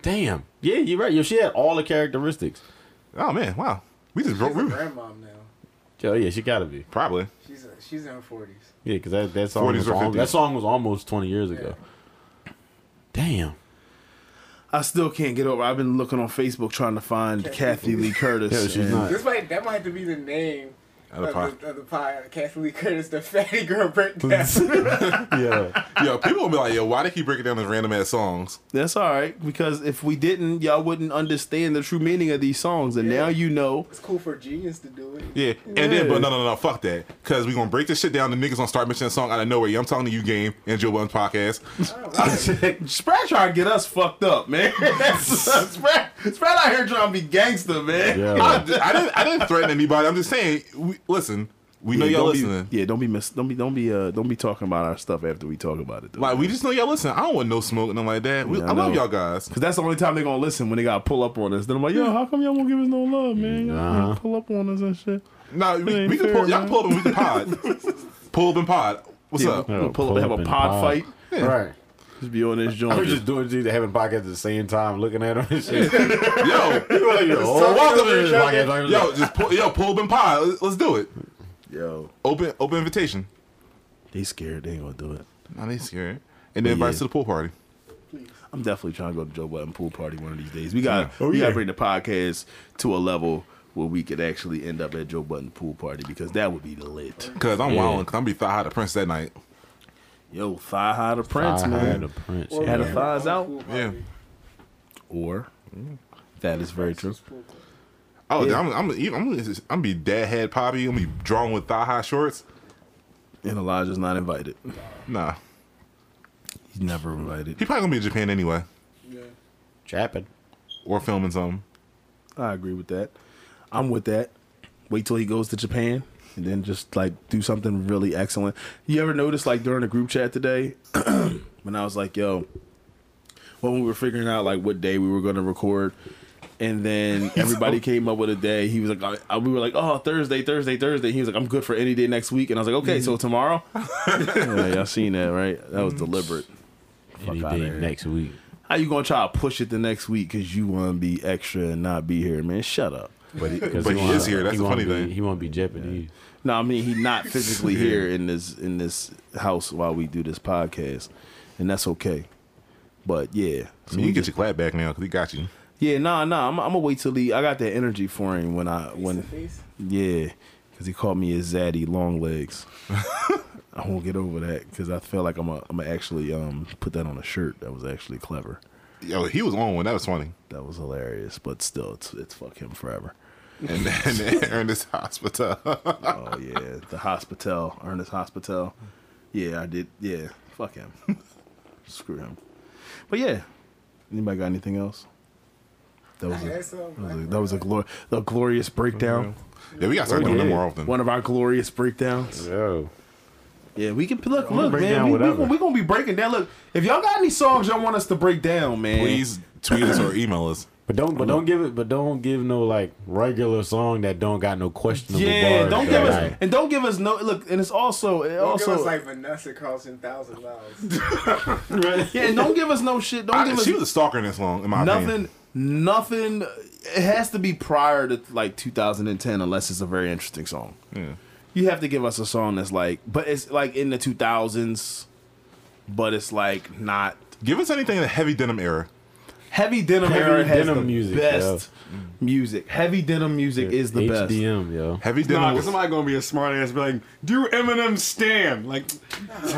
Speaker 2: Damn. Yeah, you're right. Yo, she had all the characteristics.
Speaker 1: Oh man, wow. We just broke.
Speaker 7: She's a
Speaker 1: We,
Speaker 7: grandmom now.
Speaker 2: Yo, yeah, she gotta be.
Speaker 1: probably.
Speaker 7: She's a, she's in her forties.
Speaker 2: Yeah, because that, that song
Speaker 1: 40s
Speaker 2: was
Speaker 1: or
Speaker 2: al-
Speaker 1: 50s.
Speaker 2: that song was almost twenty years ago. Damn.
Speaker 4: I still can't get over. I've been looking on Facebook trying to find Kathy Lee Curtis.
Speaker 2: Yeah, she's
Speaker 4: and-
Speaker 2: not.
Speaker 7: This might that might have to be the name of
Speaker 1: Other
Speaker 7: the,
Speaker 1: pie.
Speaker 7: of the pie. Kathy Lee Curtis, the fatty girl breakdown.
Speaker 2: Yeah.
Speaker 1: Yo, people will be like, yo, why they keep breaking down these random ass songs?
Speaker 4: That's all right because if we didn't, y'all wouldn't understand the true meaning of these songs, and now you know.
Speaker 7: it's cool for genius to do it.
Speaker 1: Yeah. And then, but no, no, no, fuck that. Because we going to break this shit down. The niggas going to start mentioning a song out of nowhere. Yeah, I'm talking to you, Game, and Joe Budden's podcast.
Speaker 4: Sprat trying to get us fucked up, man. Sprat, Sprat out here trying to be gangster, man.
Speaker 2: Yeah.
Speaker 1: I, I, didn't, I didn't threaten anybody. I'm just saying, we, listen, we know
Speaker 4: Yeah,
Speaker 1: y'all
Speaker 4: don't be-
Speaker 1: listening.
Speaker 4: yeah, don't be miss, don't be, don't be, uh, don't be talking about our stuff after we talk about it. Though,
Speaker 1: Like, we just know y'all listening. I don't want no smoke, nothing like that. We,
Speaker 4: Yeah, I
Speaker 1: I, love
Speaker 4: know.
Speaker 1: y'all guys.
Speaker 4: Cause that's the only time they're gonna listen when they gotta pull up on us. Then I'm like, yo, how come y'all won't give us no love, man? Y'all
Speaker 2: Uh-huh.
Speaker 4: pull up on us and shit.
Speaker 1: Nah, we,
Speaker 4: ain't
Speaker 1: we can
Speaker 4: fair,
Speaker 1: pull, y'all can
Speaker 4: man.
Speaker 1: pull up and we can pod. pull up and pod. What's
Speaker 4: Yeah,
Speaker 1: up?
Speaker 4: we'll pull, up and have a pod, fight.
Speaker 2: Right.
Speaker 4: Just be on this joint.
Speaker 2: I'm just doing these having podcasts at the same time, looking at them and shit.
Speaker 1: Yo,
Speaker 2: Oh,
Speaker 1: welcome
Speaker 2: welcome to
Speaker 1: to
Speaker 2: the podcast.
Speaker 1: yo, just pull, yo, pull up and pod. Let's, let's do it.
Speaker 4: yo,
Speaker 1: Open, open invitation.
Speaker 4: they scared. They ain't gonna do it.
Speaker 1: Nah, they scared. And then invite us
Speaker 2: Yeah.
Speaker 1: to the pool party.
Speaker 4: I'm definitely trying to go to Joe Button pool party one of these days. We got
Speaker 2: Oh,
Speaker 4: we got
Speaker 2: yeah.
Speaker 4: to bring the podcast to a level where we could actually end up at Joe Button pool party because that would be lit.
Speaker 1: Cause I'm
Speaker 2: Yeah.
Speaker 1: wilding. Cause I'm be thigh high to Prince that night.
Speaker 4: Yo, thigh high to Prince,
Speaker 2: I
Speaker 4: man,
Speaker 2: had a prince.
Speaker 7: Or
Speaker 4: had
Speaker 2: yeah.
Speaker 4: a thighs
Speaker 7: Cool
Speaker 4: out.
Speaker 7: party.
Speaker 1: Yeah.
Speaker 4: or that is very true.
Speaker 1: Oh,
Speaker 4: Yeah.
Speaker 1: I'm, I'm, I'm, I'm, gonna be dad head poppy. I'm gonna be drawn with thigh high shorts.
Speaker 4: And Elijah's not invited.
Speaker 1: Nah,
Speaker 4: He's never invited.
Speaker 1: he probably gonna be in Japan anyway,
Speaker 2: Chapping.
Speaker 1: or filming something.
Speaker 4: I agree with that. I'm with that. Wait till he goes to Japan and then just like do something really excellent. You ever notice like during the group chat today when I was like, yo, when we were figuring out like what day we were going to record and then everybody came up with a day. He was like, I, we were like, oh, Thursday, Thursday, Thursday. He was like, I'm good for any day next week. And I was like, okay,
Speaker 2: Mm-hmm.
Speaker 4: so tomorrow? yeah, y'all seen that, right? That was deliberate.
Speaker 2: Any
Speaker 4: outta
Speaker 2: day
Speaker 4: here.
Speaker 2: next week.
Speaker 4: How you going to try to push it the next week because you want to be extra and not be here, man? Shut up.
Speaker 2: But he,
Speaker 1: but he is here, that's the funny
Speaker 2: be,
Speaker 1: thing.
Speaker 2: He won't be Japanese.
Speaker 4: No, I mean he's not physically here in this in this house while we do this podcast, and that's okay. But yeah, so
Speaker 1: So you
Speaker 4: we
Speaker 1: can get
Speaker 4: just,
Speaker 1: your clap back now, cause he got you.
Speaker 4: yeah, nah, nah. I'm, I'm gonna wait till he. I got that energy for him when I when
Speaker 7: Face?
Speaker 4: yeah, because he called me his zaddy long legs. I won't get over that because I feel like I'm a, I'm gonna actually um put that on a shirt. That was actually clever.
Speaker 1: Yo, he was on one. That was funny.
Speaker 4: That was hilarious. But still, it's it's fuck him forever.
Speaker 1: And then Ernest Hospital.
Speaker 4: Oh yeah, the hospital, Ernest Hospital. Yeah, I did. Yeah, fuck him. Screw him. But yeah, anybody got anything else? That was
Speaker 7: I had
Speaker 4: a,
Speaker 7: some.
Speaker 4: that was a, that was a, glor- a glorious breakdown.
Speaker 1: yeah, we gotta start doing that
Speaker 2: yeah.
Speaker 1: more often.
Speaker 4: One of our glorious breakdowns.
Speaker 2: Yo.
Speaker 4: Yeah, we can look, look,
Speaker 2: break
Speaker 4: man.
Speaker 2: down
Speaker 4: We, we,
Speaker 2: whatever.
Speaker 4: gonna- we gonna be breaking down. Look, if y'all got any songs y'all want us to break down, man.
Speaker 1: Please tweet us or email us.
Speaker 2: But don't but don't give it but don't give no like regular song that don't got no questionable
Speaker 4: Yeah,
Speaker 2: bars,
Speaker 4: don't give
Speaker 2: though.
Speaker 4: us
Speaker 2: Like,
Speaker 4: and don't give us no look. And it's also it
Speaker 7: Don't
Speaker 4: also
Speaker 7: give us like Vanessa Carlson thousand dollars.
Speaker 4: yeah. And don't give us no shit. Don't
Speaker 1: I,
Speaker 4: give us
Speaker 1: she was a stalker in this long, in my
Speaker 4: nothing
Speaker 1: opinion.
Speaker 4: nothing it has to be prior to like 2010 unless it's a very interesting song
Speaker 1: Yeah.
Speaker 4: you have to give us a song that's like, but it's like in the two thousands, but it's like not
Speaker 1: Give us anything in the heavy denim era.
Speaker 4: heavy denim.
Speaker 2: Heavy
Speaker 4: era has
Speaker 2: denim
Speaker 4: the
Speaker 2: music, Mm.
Speaker 4: best music. Heavy denim music is the best.
Speaker 2: HDM, yo.
Speaker 1: Heavy denim.
Speaker 3: Nah,
Speaker 1: was-
Speaker 3: cause somebody gonna be a smart ass, be like, "Do Eminem stand?" Like, break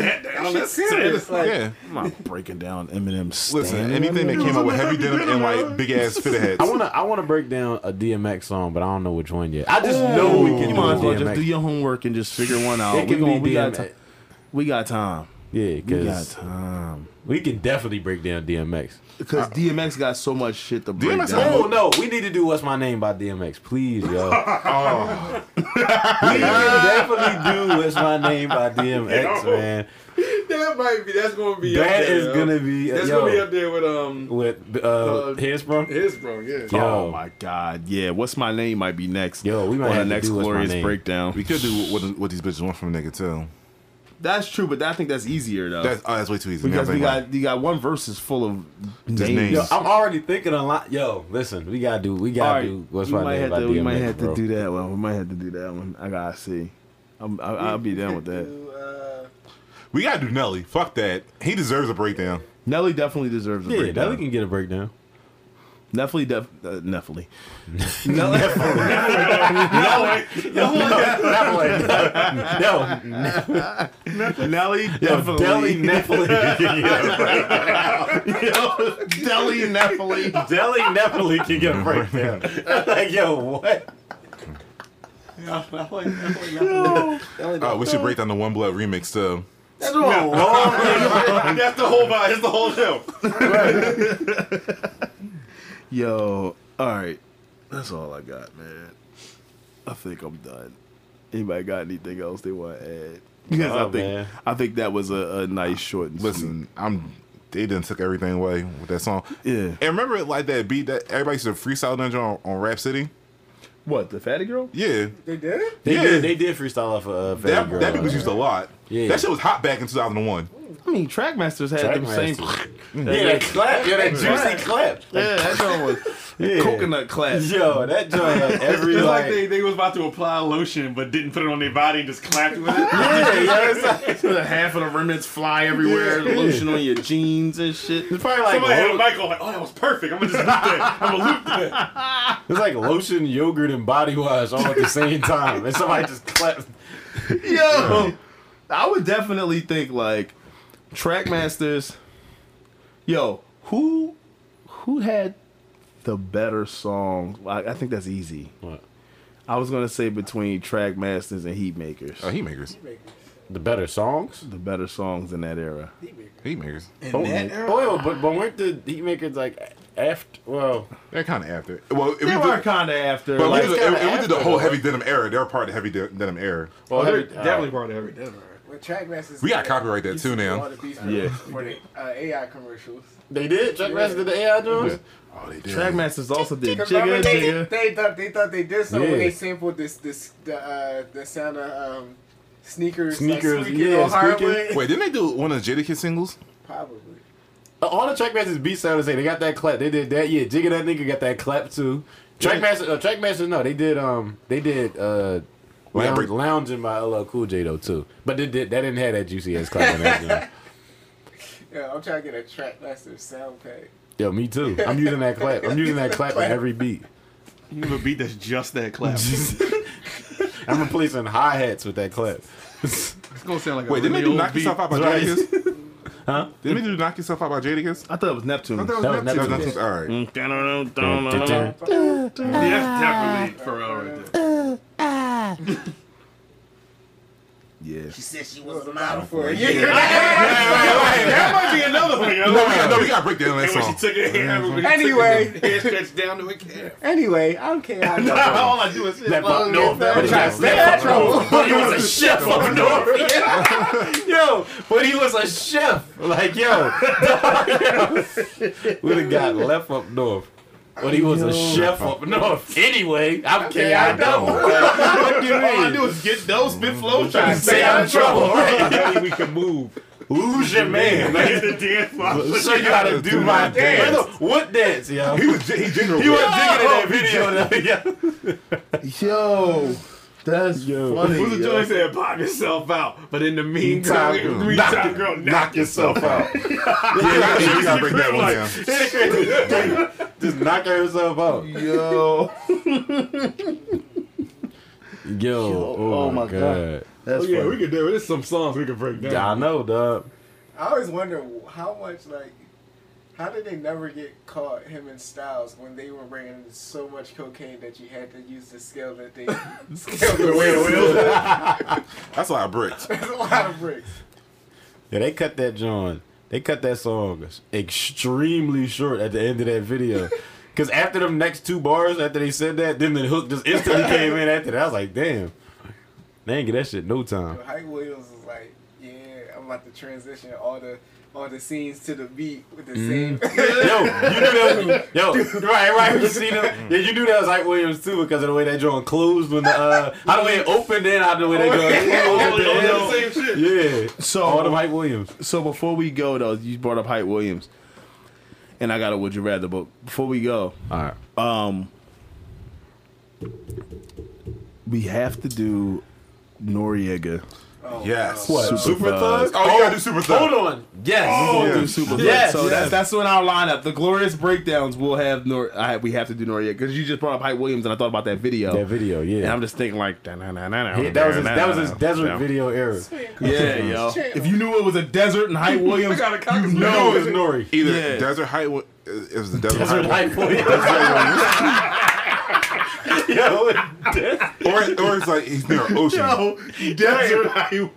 Speaker 3: that down. That's serious.
Speaker 1: yeah.
Speaker 4: I'm not breaking down Eminem's.
Speaker 1: Listen, anything that came out with heavy denim and like big ass fitter hats.
Speaker 2: I wanna I wanna break down a DMX song, but I don't know which one yet. I just know we can
Speaker 4: you
Speaker 2: do
Speaker 4: might as well
Speaker 2: a
Speaker 4: just do
Speaker 2: DMX.
Speaker 4: your homework and just figure one out.
Speaker 2: It
Speaker 4: We,
Speaker 2: can be
Speaker 4: gon- we, got
Speaker 2: DMX.
Speaker 4: ti- we got time.
Speaker 2: Yeah,
Speaker 4: We got
Speaker 2: because
Speaker 4: time.
Speaker 2: we can definitely break down DMX.
Speaker 4: Because DMX got so much shit to break
Speaker 1: DMX
Speaker 4: down.
Speaker 2: Oh no, we need to do "What's My Name" by DMX, please, yo. we can definitely do "What's My Name" by DMX, man.
Speaker 3: That might be. That's gonna be.
Speaker 2: That
Speaker 3: up there,
Speaker 2: is
Speaker 3: yo.
Speaker 2: gonna be uh,
Speaker 3: That's
Speaker 2: yo,
Speaker 3: gonna be up there with um
Speaker 2: with uh,
Speaker 3: Uh,
Speaker 2: his bro.
Speaker 3: his bro. Yeah.
Speaker 2: Yo,
Speaker 4: Oh my god, yeah. What's my name might be next.
Speaker 2: Yo, we might
Speaker 4: on
Speaker 2: have to
Speaker 4: the next
Speaker 2: do What's My
Speaker 4: glorious
Speaker 2: Name.
Speaker 1: We
Speaker 4: breakdown.
Speaker 1: could do what, what these bitches want from a nigga too.
Speaker 4: That's true, but I think that's easier though.
Speaker 1: That's oh, that's way too easy.
Speaker 4: because we
Speaker 1: Never mind.
Speaker 4: got you got one verse is full of names.
Speaker 1: Just names.
Speaker 2: Yo, I'm already thinking a lot. Yo, listen, we gotta do. We
Speaker 4: All
Speaker 2: gotta
Speaker 4: right,
Speaker 2: do. What's
Speaker 4: we
Speaker 2: my
Speaker 4: might
Speaker 2: name?
Speaker 4: have
Speaker 2: by
Speaker 4: to, we
Speaker 2: DMX,
Speaker 4: might have
Speaker 2: bro.
Speaker 4: to do that one. We might have to do that one. I gotta see. I'm, I, I'll be down with that.
Speaker 7: uh,
Speaker 1: we gotta do Nelly. Fuck that. He deserves a breakdown.
Speaker 4: Nelly definitely deserves a
Speaker 2: Yeah,
Speaker 4: breakdown.
Speaker 2: now we can get a breakdown.
Speaker 4: Definitely, def- uh, Neffily. Nelly.
Speaker 2: No,
Speaker 4: Nelly.
Speaker 2: yo, Deli Nephilim,
Speaker 4: Deli Neffily.
Speaker 2: Deli Nephilim can get a breakdown. like, yo, what?
Speaker 1: Oh, we should break down the One Blood remix too.
Speaker 3: That's the whole vibe. That's the whole show.
Speaker 4: Yo. All right. That's all I got, man. I think I'm done. Anybody got anything else they want to add? Because
Speaker 2: Nah,
Speaker 4: I think
Speaker 2: man.
Speaker 4: I think that was a, a nice short. And sweet.
Speaker 1: Listen, I'm. They didn't took everything away with that song.
Speaker 4: Yeah.
Speaker 1: And remember, like that beat that everybody used to freestyle dungeon on, on Rap City.
Speaker 4: what the fatty girl?
Speaker 1: Yeah,
Speaker 7: They did it?
Speaker 2: They
Speaker 1: Yeah.
Speaker 2: did. They did freestyle off of uh, Fatty
Speaker 1: that
Speaker 2: Girl.
Speaker 1: that beat was used a lot.
Speaker 2: Yeah.
Speaker 1: That shit was hot back in 2001.
Speaker 4: I mean, Trackmasters had them
Speaker 2: Trackmasters.
Speaker 4: same.
Speaker 2: Yeah, that clap. Yeah, that juicy clap.
Speaker 4: Yeah, that song was
Speaker 2: Yeah.
Speaker 4: coconut class.
Speaker 2: Yo, that joint had every
Speaker 3: It's like
Speaker 2: like.
Speaker 3: they, they was about to apply lotion, but didn't put it on their body and just clapped with it.
Speaker 2: yeah, yo, it's like,
Speaker 4: Half of the remnants fly everywhere. Lotion on your jeans and shit.
Speaker 2: it's probably like
Speaker 3: Somebody had a
Speaker 2: lo-
Speaker 3: mic on, like, oh, that was perfect. I'm gonna just loop that. I'm gonna loop that.
Speaker 2: it's like lotion, yogurt, and body wash all at the same time, and somebody just clapped.
Speaker 4: Yo, I would definitely think like Trackmasters. Yo, who who had the better song? Like, I think that's easy.
Speaker 2: What?
Speaker 4: I was gonna say between Trackmasters and Heatmakers,
Speaker 1: Oh, Heatmakers.
Speaker 2: The better songs. Oh,
Speaker 4: the better songs in that era.
Speaker 1: Heatmakers.
Speaker 2: But, boy, but but weren't the Heatmakers like after? Well,
Speaker 1: They're kind of after. Well, if we
Speaker 4: They were
Speaker 1: did,
Speaker 4: kind of after.
Speaker 1: but we
Speaker 4: like,
Speaker 1: did, the- if
Speaker 2: kinda
Speaker 1: we did the
Speaker 2: after,
Speaker 1: whole
Speaker 2: though.
Speaker 1: heavy denim era. They're part of heavy de- denim era.
Speaker 2: well, uh,
Speaker 3: They're
Speaker 2: every-
Speaker 3: definitely part of every dinner.
Speaker 7: Well, Trackmasters.
Speaker 1: We gotta
Speaker 7: did
Speaker 1: copyright that
Speaker 7: used
Speaker 1: too
Speaker 7: to do
Speaker 1: now.
Speaker 7: all the beats
Speaker 4: Yeah.
Speaker 7: For the uh, AI commercials.
Speaker 2: They did. Chuck Bass did the AI Jones.
Speaker 1: Oh, they did.
Speaker 4: Trackmasters also did
Speaker 7: Because remember
Speaker 4: Jigga
Speaker 7: they,
Speaker 4: Jigga.
Speaker 7: they thought they thought they did something when
Speaker 2: Yeah.
Speaker 7: they sampled this this the uh, the sound of um, sneakers
Speaker 2: Sneakers,
Speaker 7: like, squeaking
Speaker 2: yeah,
Speaker 7: on hardwood.
Speaker 1: Wait, didn't they do one of the Jadakiss singles?
Speaker 7: Probably.
Speaker 2: Uh, All the Trackmasters beat sounders say they got that clap. They did that. Yeah, Jigga that nigga got that clap too. Trackmasters, uh, Trackmasters, no, they did. Um, they did. Uh,
Speaker 1: Well, that
Speaker 2: Lounge,
Speaker 1: break-
Speaker 2: lounging by LL Cool J though too, but they did, that didn't have that juicy ass clap. on that joint.
Speaker 7: Yeah, I'm trying to get a Trackmaster sound pack.
Speaker 2: Yo, me too. I'm using that clap. I'm using that clap in every beat.
Speaker 3: You have a beat that's just that clap. it's
Speaker 2: I'm replacing hi hats with that clap.
Speaker 3: gonna sound like
Speaker 1: Wait,
Speaker 3: a
Speaker 1: didn't
Speaker 3: really
Speaker 1: they do
Speaker 3: old
Speaker 1: Knock
Speaker 3: beat.
Speaker 1: Yourself Out by
Speaker 2: Right.
Speaker 1: Jadakiss?
Speaker 2: Huh?
Speaker 1: Didn't they do Knock Yourself Out by Jadakiss?
Speaker 4: I thought it was Neptune.
Speaker 1: That was
Speaker 2: That was
Speaker 1: Neptune's.
Speaker 2: Neptune's.
Speaker 1: Neptune's. All right.
Speaker 2: Dun, dun, dun.
Speaker 3: Yeah, that's definitely Pharrell right there.
Speaker 4: Yeah.
Speaker 5: She said she was a
Speaker 7: Out
Speaker 5: model.
Speaker 7: for a year.
Speaker 3: that might be another one. yo.
Speaker 1: No, we gotta, no, we gotta break down that
Speaker 3: And when she
Speaker 1: song.
Speaker 3: took her hair, when she took
Speaker 7: Anyway.
Speaker 3: her hair stretched down to her calf.
Speaker 7: Anyway, I don't care how
Speaker 3: All I do is
Speaker 2: That fuck North. But he was-
Speaker 7: That
Speaker 2: that fuck North. But he was a chef up north. Yo, but he was a chef. Like yo, would have got left up north. But he was a chef up north. Anyway, I'm K. I know. What do you mean?
Speaker 3: do is get those spit flow shots.
Speaker 2: Say I'm in trouble. right?
Speaker 3: we can move.
Speaker 2: Lose your man.
Speaker 3: Like the dance floor.
Speaker 2: Show you how to do my dance. What dance, yo?
Speaker 1: He was he general.
Speaker 2: He was digging in that video. though, yo.
Speaker 4: Yo, that's funny.
Speaker 3: Who's the
Speaker 4: yo.
Speaker 3: joint said pop yourself out, but in the meantime,
Speaker 1: knock
Speaker 3: meantime
Speaker 1: it-
Speaker 3: girl, knock
Speaker 2: Knock yourself out.
Speaker 1: yeah, you gotta break that one down.
Speaker 2: Just knock yourself out.
Speaker 4: Yo,
Speaker 2: Yo.
Speaker 4: oh oh my my God. God. that's
Speaker 3: Oh, yeah, we
Speaker 4: funny.
Speaker 3: could do it. There's some songs we could break down.
Speaker 2: I know, dog.
Speaker 7: I always wonder how much like how did they never get caught him and Styles when they were bringing so much cocaine that you had to use the scale that they scale the
Speaker 1: That's a lot of bricks.
Speaker 7: That's a lot of bricks.
Speaker 2: Yeah, they cut that John. They cut that song extremely short at the end of that video. Cause after them next two bars, after they said that, then the hook just instantly came in after that. I was like, damn. They ain't get that shit no time.
Speaker 7: But Hype Williams was like, yeah, I'm about to transition all the all the scenes to the beat with the
Speaker 2: Mm-hmm.
Speaker 7: same.
Speaker 2: Yo, you knew that was, yo, right, right. You seen them? Yeah, you knew that was Ike Williams too because of the way that joint closed when the uh, how the way it opened and how the way that
Speaker 3: Oh, yeah,
Speaker 2: joint
Speaker 3: that's the same shit.
Speaker 2: closed. Yeah,
Speaker 4: So
Speaker 2: all them Ike Williams.
Speaker 4: so before we go though, you brought up Hype Williams, and I got a Would You Rather. But before we go,
Speaker 2: All right.
Speaker 4: um, we have to do Noriega.
Speaker 1: Yes.
Speaker 2: What?
Speaker 1: Super
Speaker 4: Thug?
Speaker 1: thugs? Oh, you gotta do super thugs.
Speaker 2: Hold on. Yes.
Speaker 4: We'll
Speaker 1: yeah.
Speaker 4: do Super
Speaker 2: Yes,
Speaker 4: Thug. So
Speaker 2: yes.
Speaker 4: that's that's when our lineup. The glorious breakdowns. We'll have Nor. I, we have to do Noriega because you just brought up Hype Williams, and I thought about that video.
Speaker 2: That video, yeah.
Speaker 4: And I'm just thinking like, da, na, na, na, na,
Speaker 2: Yeah, that was his,
Speaker 4: na,
Speaker 2: that was
Speaker 4: na,
Speaker 2: his
Speaker 4: na.
Speaker 2: desert
Speaker 4: Yeah.
Speaker 2: video era.
Speaker 4: Yeah, yo. If you knew it was a desert and Hype Williams,
Speaker 3: I got a
Speaker 4: you
Speaker 2: No,
Speaker 4: know
Speaker 2: it was
Speaker 4: it.
Speaker 2: Nori.
Speaker 1: Either
Speaker 4: Yeah.
Speaker 1: Desert Height wa- it was the Desert,
Speaker 2: Desert
Speaker 1: Height,
Speaker 2: Life Yo, that's-
Speaker 1: One. or or it's like he's near an ocean,
Speaker 4: Desert Hype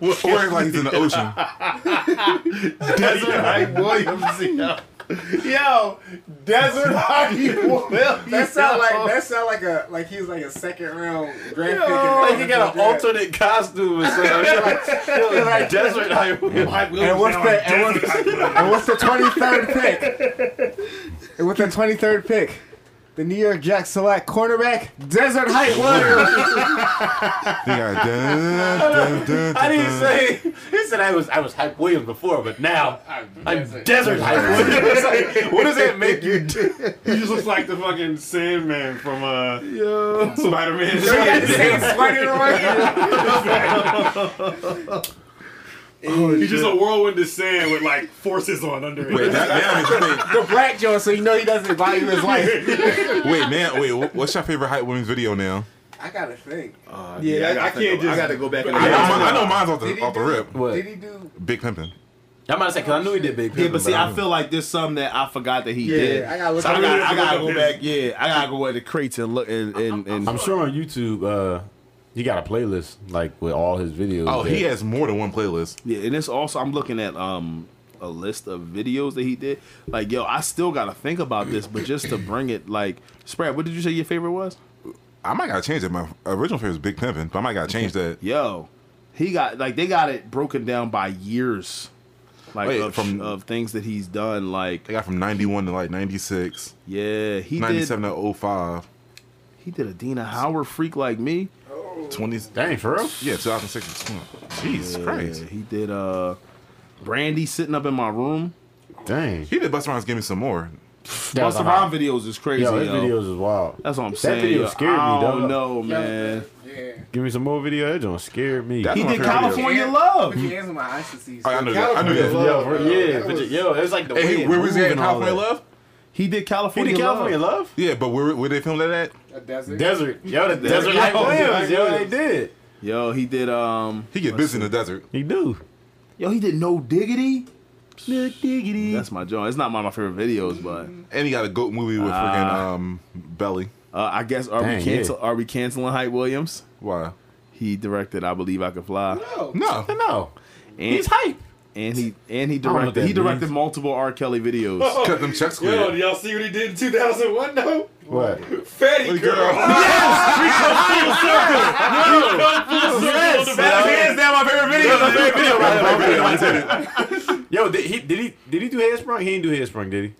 Speaker 4: Williams.
Speaker 1: or it's like he's in the ocean.
Speaker 4: Desert Hype Williams. Yo, yo Desert Hype Williams.
Speaker 7: That sound like that sound like a like he was like a second round draft pick.
Speaker 4: Yo,
Speaker 7: or
Speaker 2: Oh, like he got
Speaker 7: something
Speaker 2: an
Speaker 7: like that.
Speaker 2: alternate costume or something. Yo, like desert Life Williams.
Speaker 7: And what's the and what's, and what's the twenty third pick? And with the twenty third pick, the New York Jacks select cornerback Desert Height Williams.
Speaker 1: You got dun, dun, dun,
Speaker 2: I
Speaker 1: dun,
Speaker 2: didn't
Speaker 1: dun.
Speaker 2: say. He said I was I was Hype Williams before, but now I'm Desert Hype Williams. It's like, what does that make you do?
Speaker 3: He just looks like the fucking Sandman from uh, Spider
Speaker 7: They got the
Speaker 3: Man.
Speaker 7: same spider on
Speaker 3: He's just a whirlwind of sand with like forces on under it.
Speaker 1: Wait, that, that makes me
Speaker 7: The black Joe, so you know he doesn't value his life.
Speaker 1: think- wait, man, wait. wh- What's your favorite Hype Williams video now?
Speaker 7: I gotta think.
Speaker 3: yeah, I, I can't just.
Speaker 4: Uh, I gotta go back. and
Speaker 1: I know, mine- I know mine's off
Speaker 7: Did
Speaker 1: the
Speaker 7: he
Speaker 1: off the
Speaker 7: do-
Speaker 1: rip.
Speaker 2: What?
Speaker 7: Did he do?
Speaker 1: Big pimpin'.
Speaker 2: I'm about to say because I knew he did Big
Speaker 4: Yeah,
Speaker 2: Pimpin',
Speaker 4: but see, I
Speaker 2: don't-
Speaker 4: feel like there's some that I forgot that he
Speaker 7: Yeah,
Speaker 4: did.
Speaker 7: I gotta look
Speaker 4: so I
Speaker 7: up-
Speaker 4: gotta,
Speaker 3: I
Speaker 4: I gotta
Speaker 3: gotta
Speaker 4: go
Speaker 3: look
Speaker 4: back. Yeah, I gotta go at the crates and look and and, and
Speaker 2: I'm sure on YouTube, uh, he got a playlist like with all his videos.
Speaker 1: Oh, he
Speaker 2: that-
Speaker 1: has more than one playlist.
Speaker 4: yeah, and it's also I'm looking at um a list of videos that he did. Like, yo, I still gotta think about this, but just to bring it like, Sprat, what did you say your favorite was?
Speaker 1: I might gotta change it. My original favorite is Big Pimpin', but I might gotta change that.
Speaker 4: Yo, he got like they got it broken down by years, like
Speaker 1: Wait,
Speaker 4: of,
Speaker 1: from-
Speaker 4: of things that he's done. Like,
Speaker 1: They got from 91 to like 96,
Speaker 4: yeah, he did
Speaker 1: 97 to 05,
Speaker 4: he did a Dina Howard freak like me.
Speaker 1: 20,
Speaker 2: Dang, for real?
Speaker 1: yeah, 2006 to 20. Jesus Christ.
Speaker 4: Yeah, he did uh, Brandy sitting up in my room.
Speaker 2: Dang.
Speaker 1: He did Busta Rhymes Give Me Some More.
Speaker 2: That was
Speaker 4: Busta
Speaker 2: a hot-
Speaker 4: Rhymes videos is crazy.
Speaker 2: Yo,
Speaker 4: Yo,
Speaker 2: his videos is wild.
Speaker 4: That's what I'm
Speaker 2: That
Speaker 4: saying.
Speaker 2: video
Speaker 4: yo.
Speaker 2: scared me,
Speaker 4: I
Speaker 2: dog.
Speaker 4: don't know, man.
Speaker 7: Yeah.
Speaker 2: Give me some more video. That don't scare me.
Speaker 1: That's
Speaker 4: He
Speaker 1: my
Speaker 4: did
Speaker 1: favorite video.
Speaker 4: California
Speaker 7: Put
Speaker 4: Love.
Speaker 7: your hands on my eyes to see.
Speaker 1: Oh, I know that. I know that.
Speaker 2: yo,
Speaker 7: Love,
Speaker 2: for-
Speaker 7: bro.
Speaker 2: yeah,
Speaker 7: That
Speaker 2: but
Speaker 7: was-
Speaker 2: yo, it was like the
Speaker 1: Hey,
Speaker 2: wind
Speaker 1: where was he at
Speaker 2: moving all
Speaker 1: California
Speaker 2: that.
Speaker 1: Love?
Speaker 4: He did
Speaker 2: He
Speaker 4: California
Speaker 2: did California
Speaker 4: Love.
Speaker 2: Love?
Speaker 1: Yeah, but where, where they filmed that at?
Speaker 7: A desert.
Speaker 2: Desert. Yo, the desert like Williams. Yo, they did.
Speaker 4: Yo, he did um.
Speaker 1: He get busy in the desert.
Speaker 2: He do.
Speaker 4: Yo, he did No Diggity.
Speaker 2: Little diggity.
Speaker 4: That's my joint. It's not one of my favorite videos, but
Speaker 1: And he got a goat movie with freaking um, Belly.
Speaker 4: uh, I guess are
Speaker 2: Dang,
Speaker 4: we cancel?
Speaker 2: yeah.
Speaker 4: Are we canceling Hype Williams?
Speaker 1: Why?
Speaker 4: He directed I Believe I Could Fly.
Speaker 7: No.
Speaker 1: No.
Speaker 2: no.
Speaker 4: And,
Speaker 2: He's hype.
Speaker 4: and he and he
Speaker 2: know what
Speaker 4: directed
Speaker 2: that
Speaker 4: he directed
Speaker 2: means.
Speaker 4: multiple R. Kelly videos.
Speaker 1: Cut them checks
Speaker 3: Yo,
Speaker 1: clear.
Speaker 3: do y'all see what he did in 2001 though?
Speaker 2: What?
Speaker 3: Fatty girl.
Speaker 2: Yes, hands down my favorite video. My favorite video right there. My favorite video. Yo, did he did he did he do head sprung? He didn't do head sprung, did he?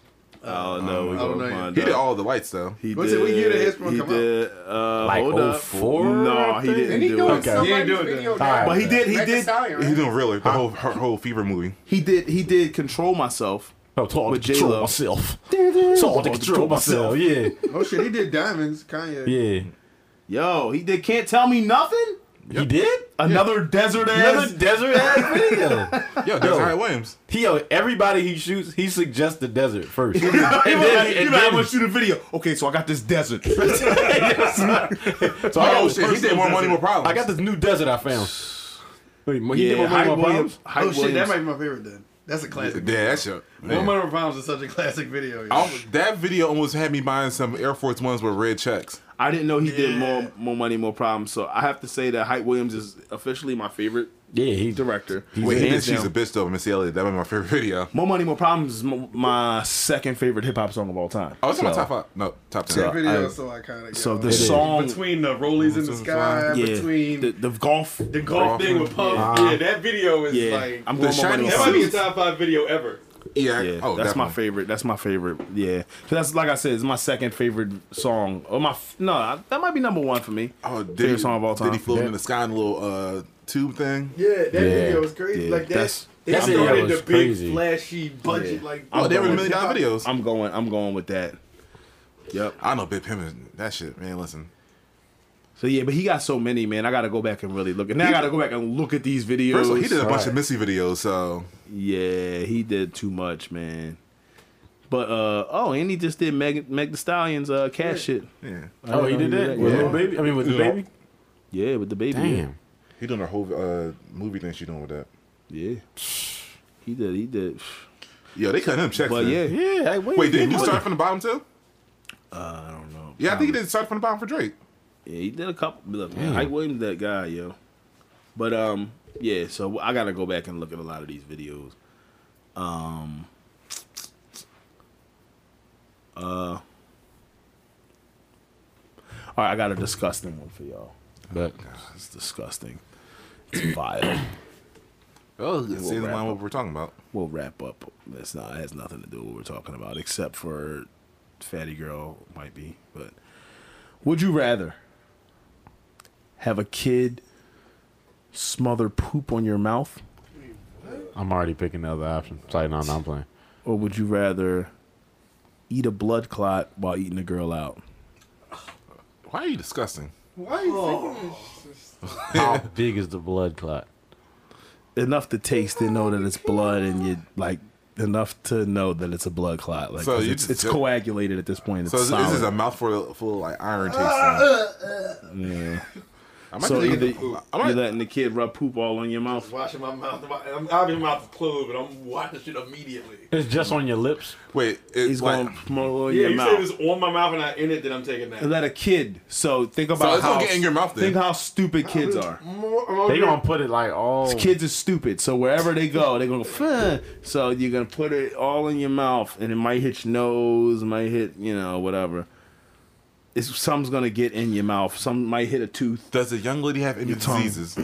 Speaker 8: Oh no, we're
Speaker 3: don't know
Speaker 8: gonna
Speaker 3: yet.
Speaker 8: find
Speaker 1: He did
Speaker 8: out.
Speaker 1: all the lights though.
Speaker 8: He
Speaker 3: What's it- what year did his one
Speaker 8: he
Speaker 3: come out?
Speaker 8: did, Uh,
Speaker 2: Like
Speaker 8: hold up.
Speaker 2: 04,
Speaker 8: No,
Speaker 2: I
Speaker 8: he
Speaker 2: think?
Speaker 8: didn't
Speaker 7: And he
Speaker 8: do
Speaker 7: doing
Speaker 8: it.
Speaker 2: Okay.
Speaker 7: somebody's
Speaker 3: He ain't doing
Speaker 7: video
Speaker 3: that.
Speaker 2: All
Speaker 7: now.
Speaker 8: But
Speaker 2: right.
Speaker 8: he did. He
Speaker 7: Megan Thee
Speaker 8: did.
Speaker 7: Stallion,
Speaker 1: He
Speaker 7: right?
Speaker 1: doing really the whole her whole fever movie.
Speaker 4: He did. He did control myself.
Speaker 2: I'm taught
Speaker 4: With
Speaker 2: to control
Speaker 4: J-Lo.
Speaker 2: myself. So I to control myself. Yeah,
Speaker 8: Oh shit, he did diamonds. Kanye.
Speaker 2: yeah.
Speaker 4: Yo, he did. Can't tell me nothing.
Speaker 2: He did
Speaker 4: Another desert
Speaker 2: another
Speaker 4: ass.
Speaker 2: desert ass video.
Speaker 1: Yeah, that's Hyde Williams.
Speaker 2: He yo, everybody he shoots, he suggests the desert first. and then, and then-
Speaker 4: shoot a video. Okay, so I got this desert.
Speaker 2: so I,
Speaker 1: Oh
Speaker 2: got,
Speaker 1: shit, he did more money, more problems.
Speaker 2: I got this new desert I found. Wait, he
Speaker 4: Yeah,
Speaker 2: did more money,
Speaker 4: Hype
Speaker 2: more
Speaker 4: Williams.
Speaker 2: problems?
Speaker 4: Hype
Speaker 8: Oh shit, that
Speaker 4: Williams.
Speaker 8: might be my favorite then. That's a classic.
Speaker 1: yeah, that shit.
Speaker 3: One
Speaker 1: man.
Speaker 3: Million Pounds is such a classic video. yo.
Speaker 1: I- That video almost had me buying some Air Force Ones with red checks.
Speaker 4: I didn't know he did
Speaker 8: Yeah.
Speaker 4: more more money, more problems. So I have to say that Hype Williams is officially my favorite
Speaker 2: Yeah, he
Speaker 4: director.
Speaker 1: Wait,
Speaker 4: Hands
Speaker 1: and she's
Speaker 4: down.
Speaker 1: a bitch though, Missy Elliott. That was my favorite video.
Speaker 4: More Money, More Problems is m- my second favorite hip hop song of all time.
Speaker 1: Oh, it's in my
Speaker 4: So-
Speaker 1: top five. No, top ten.
Speaker 8: That
Speaker 1: Yeah.
Speaker 8: video
Speaker 4: I-
Speaker 8: is so iconic.
Speaker 4: So
Speaker 8: yo.
Speaker 4: the
Speaker 2: It is.
Speaker 4: song,
Speaker 3: between the rollies in the sky,
Speaker 4: yeah,
Speaker 3: between
Speaker 4: the, the golf,
Speaker 3: the golf thing with Puff, yeah, that video is
Speaker 4: yeah,
Speaker 3: like
Speaker 4: I'm going
Speaker 1: The
Speaker 4: More Money,
Speaker 1: Shining
Speaker 4: More
Speaker 3: that might be a
Speaker 4: Problems.
Speaker 3: top five video ever.
Speaker 4: Yeah,
Speaker 1: oh,
Speaker 4: that's my
Speaker 1: favorite.
Speaker 4: favorite. That's my favorite. Yeah, 'Cause that's like I said, it's my second favorite song. Or my f- no, I- that might be number one for me.
Speaker 1: Oh, did
Speaker 4: favorite
Speaker 1: he,
Speaker 4: song of all time.
Speaker 1: Did he float in the sky in a little uh, tube thing?
Speaker 8: yeah, that video was crazy.
Speaker 4: yeah,
Speaker 8: like that.
Speaker 4: that's-
Speaker 8: they
Speaker 2: that video
Speaker 8: started
Speaker 2: was
Speaker 8: the
Speaker 2: crazy.
Speaker 8: big flashy budget like.
Speaker 1: Oh, they
Speaker 4: I'm
Speaker 1: were
Speaker 4: going-
Speaker 1: million dollar videos.
Speaker 4: I'm going. I'm going with that. Yep.
Speaker 1: I know Big Pimp is that shit, man. Listen,
Speaker 4: So yeah, but he got so many, man. I gotta go back and really look. And now I gotta go back and look at these videos.
Speaker 1: first of all, he did a bunch
Speaker 2: right.
Speaker 1: of Missy videos, so
Speaker 4: Yeah, he did too much, man. But uh oh, and he just did Meg Meg the Stallion's uh cat shit.
Speaker 1: yeah,
Speaker 2: Oh, he did that with
Speaker 1: Yeah.
Speaker 2: Lil baby. I mean, with the
Speaker 1: Yeah.
Speaker 2: baby.
Speaker 4: Yeah, with the baby.
Speaker 2: Damn.
Speaker 1: he done a whole uh, movie thing she doing with that.
Speaker 4: Yeah. He did, he did.
Speaker 1: Yeah, they cut him checks.
Speaker 4: But
Speaker 1: then.
Speaker 4: yeah.
Speaker 2: Yeah. Hey, wait,
Speaker 1: wait, did
Speaker 2: he
Speaker 1: you
Speaker 2: was-
Speaker 1: start from the bottom too?
Speaker 4: Uh, I don't know. Um,
Speaker 1: Yeah, I think he did start from the bottom for Drake.
Speaker 4: Yeah, he did a couple look, man, Hype Williams that guy, yo. But um yeah, so I gotta go back and look at a lot of these videos. Um uh all right, I got a disgusting one for y'all.
Speaker 2: But
Speaker 4: It's disgusting. It's vile.
Speaker 1: Oh, see the
Speaker 4: wrap
Speaker 1: line what we're talking about.
Speaker 4: we'll wrap up. That's not it has nothing to do with what we're talking about, except for fatty girl might be. But would you rather have a kid smother poop on your mouth,
Speaker 2: I'm already picking the other option. Sorry, no, no, I'm playing.
Speaker 4: or would you rather eat a blood clot while eating a girl out?
Speaker 1: Why are you disgusting?
Speaker 7: Why are you thinking this?
Speaker 2: How big is the blood clot?
Speaker 4: Enough to taste and know that it's blood, and you like enough to know that it's a blood clot. Like
Speaker 1: So
Speaker 4: 'cause
Speaker 1: you
Speaker 4: it's,
Speaker 1: just-
Speaker 4: it's coagulated at this point. It's
Speaker 1: So this, this
Speaker 4: solid.
Speaker 1: is a mouthful full of like iron taste. thing.
Speaker 4: yeah.
Speaker 1: Ah! I might
Speaker 4: So
Speaker 1: just-
Speaker 4: either
Speaker 1: I
Speaker 4: you're
Speaker 1: might-
Speaker 4: letting the kid rub poop all on your mouth.
Speaker 3: Washing my mouth, I'm having my mouth closed, but I'm watching shit immediately.
Speaker 2: It's just on your lips.
Speaker 1: wait,
Speaker 4: He's
Speaker 1: it's like,
Speaker 4: going to promote
Speaker 3: Yeah,
Speaker 4: your
Speaker 3: you
Speaker 4: mouth.
Speaker 3: say it was on my mouth and I in it, then I'm taking that.
Speaker 4: Let a kid. So think
Speaker 1: so
Speaker 4: about
Speaker 1: it's
Speaker 4: how
Speaker 1: gonna get in your mouth then.
Speaker 4: think how stupid kids are.
Speaker 2: They gonna put it like all.
Speaker 4: Kids are stupid. So wherever they go, they're gonna. go, "Fuh." So you're gonna put it all in your mouth, and it might hit your nose, might hit you know whatever. It's some's gonna get in your mouth. Some might hit a tooth.
Speaker 1: Does the young lady have any
Speaker 4: tongue.
Speaker 1: diseases?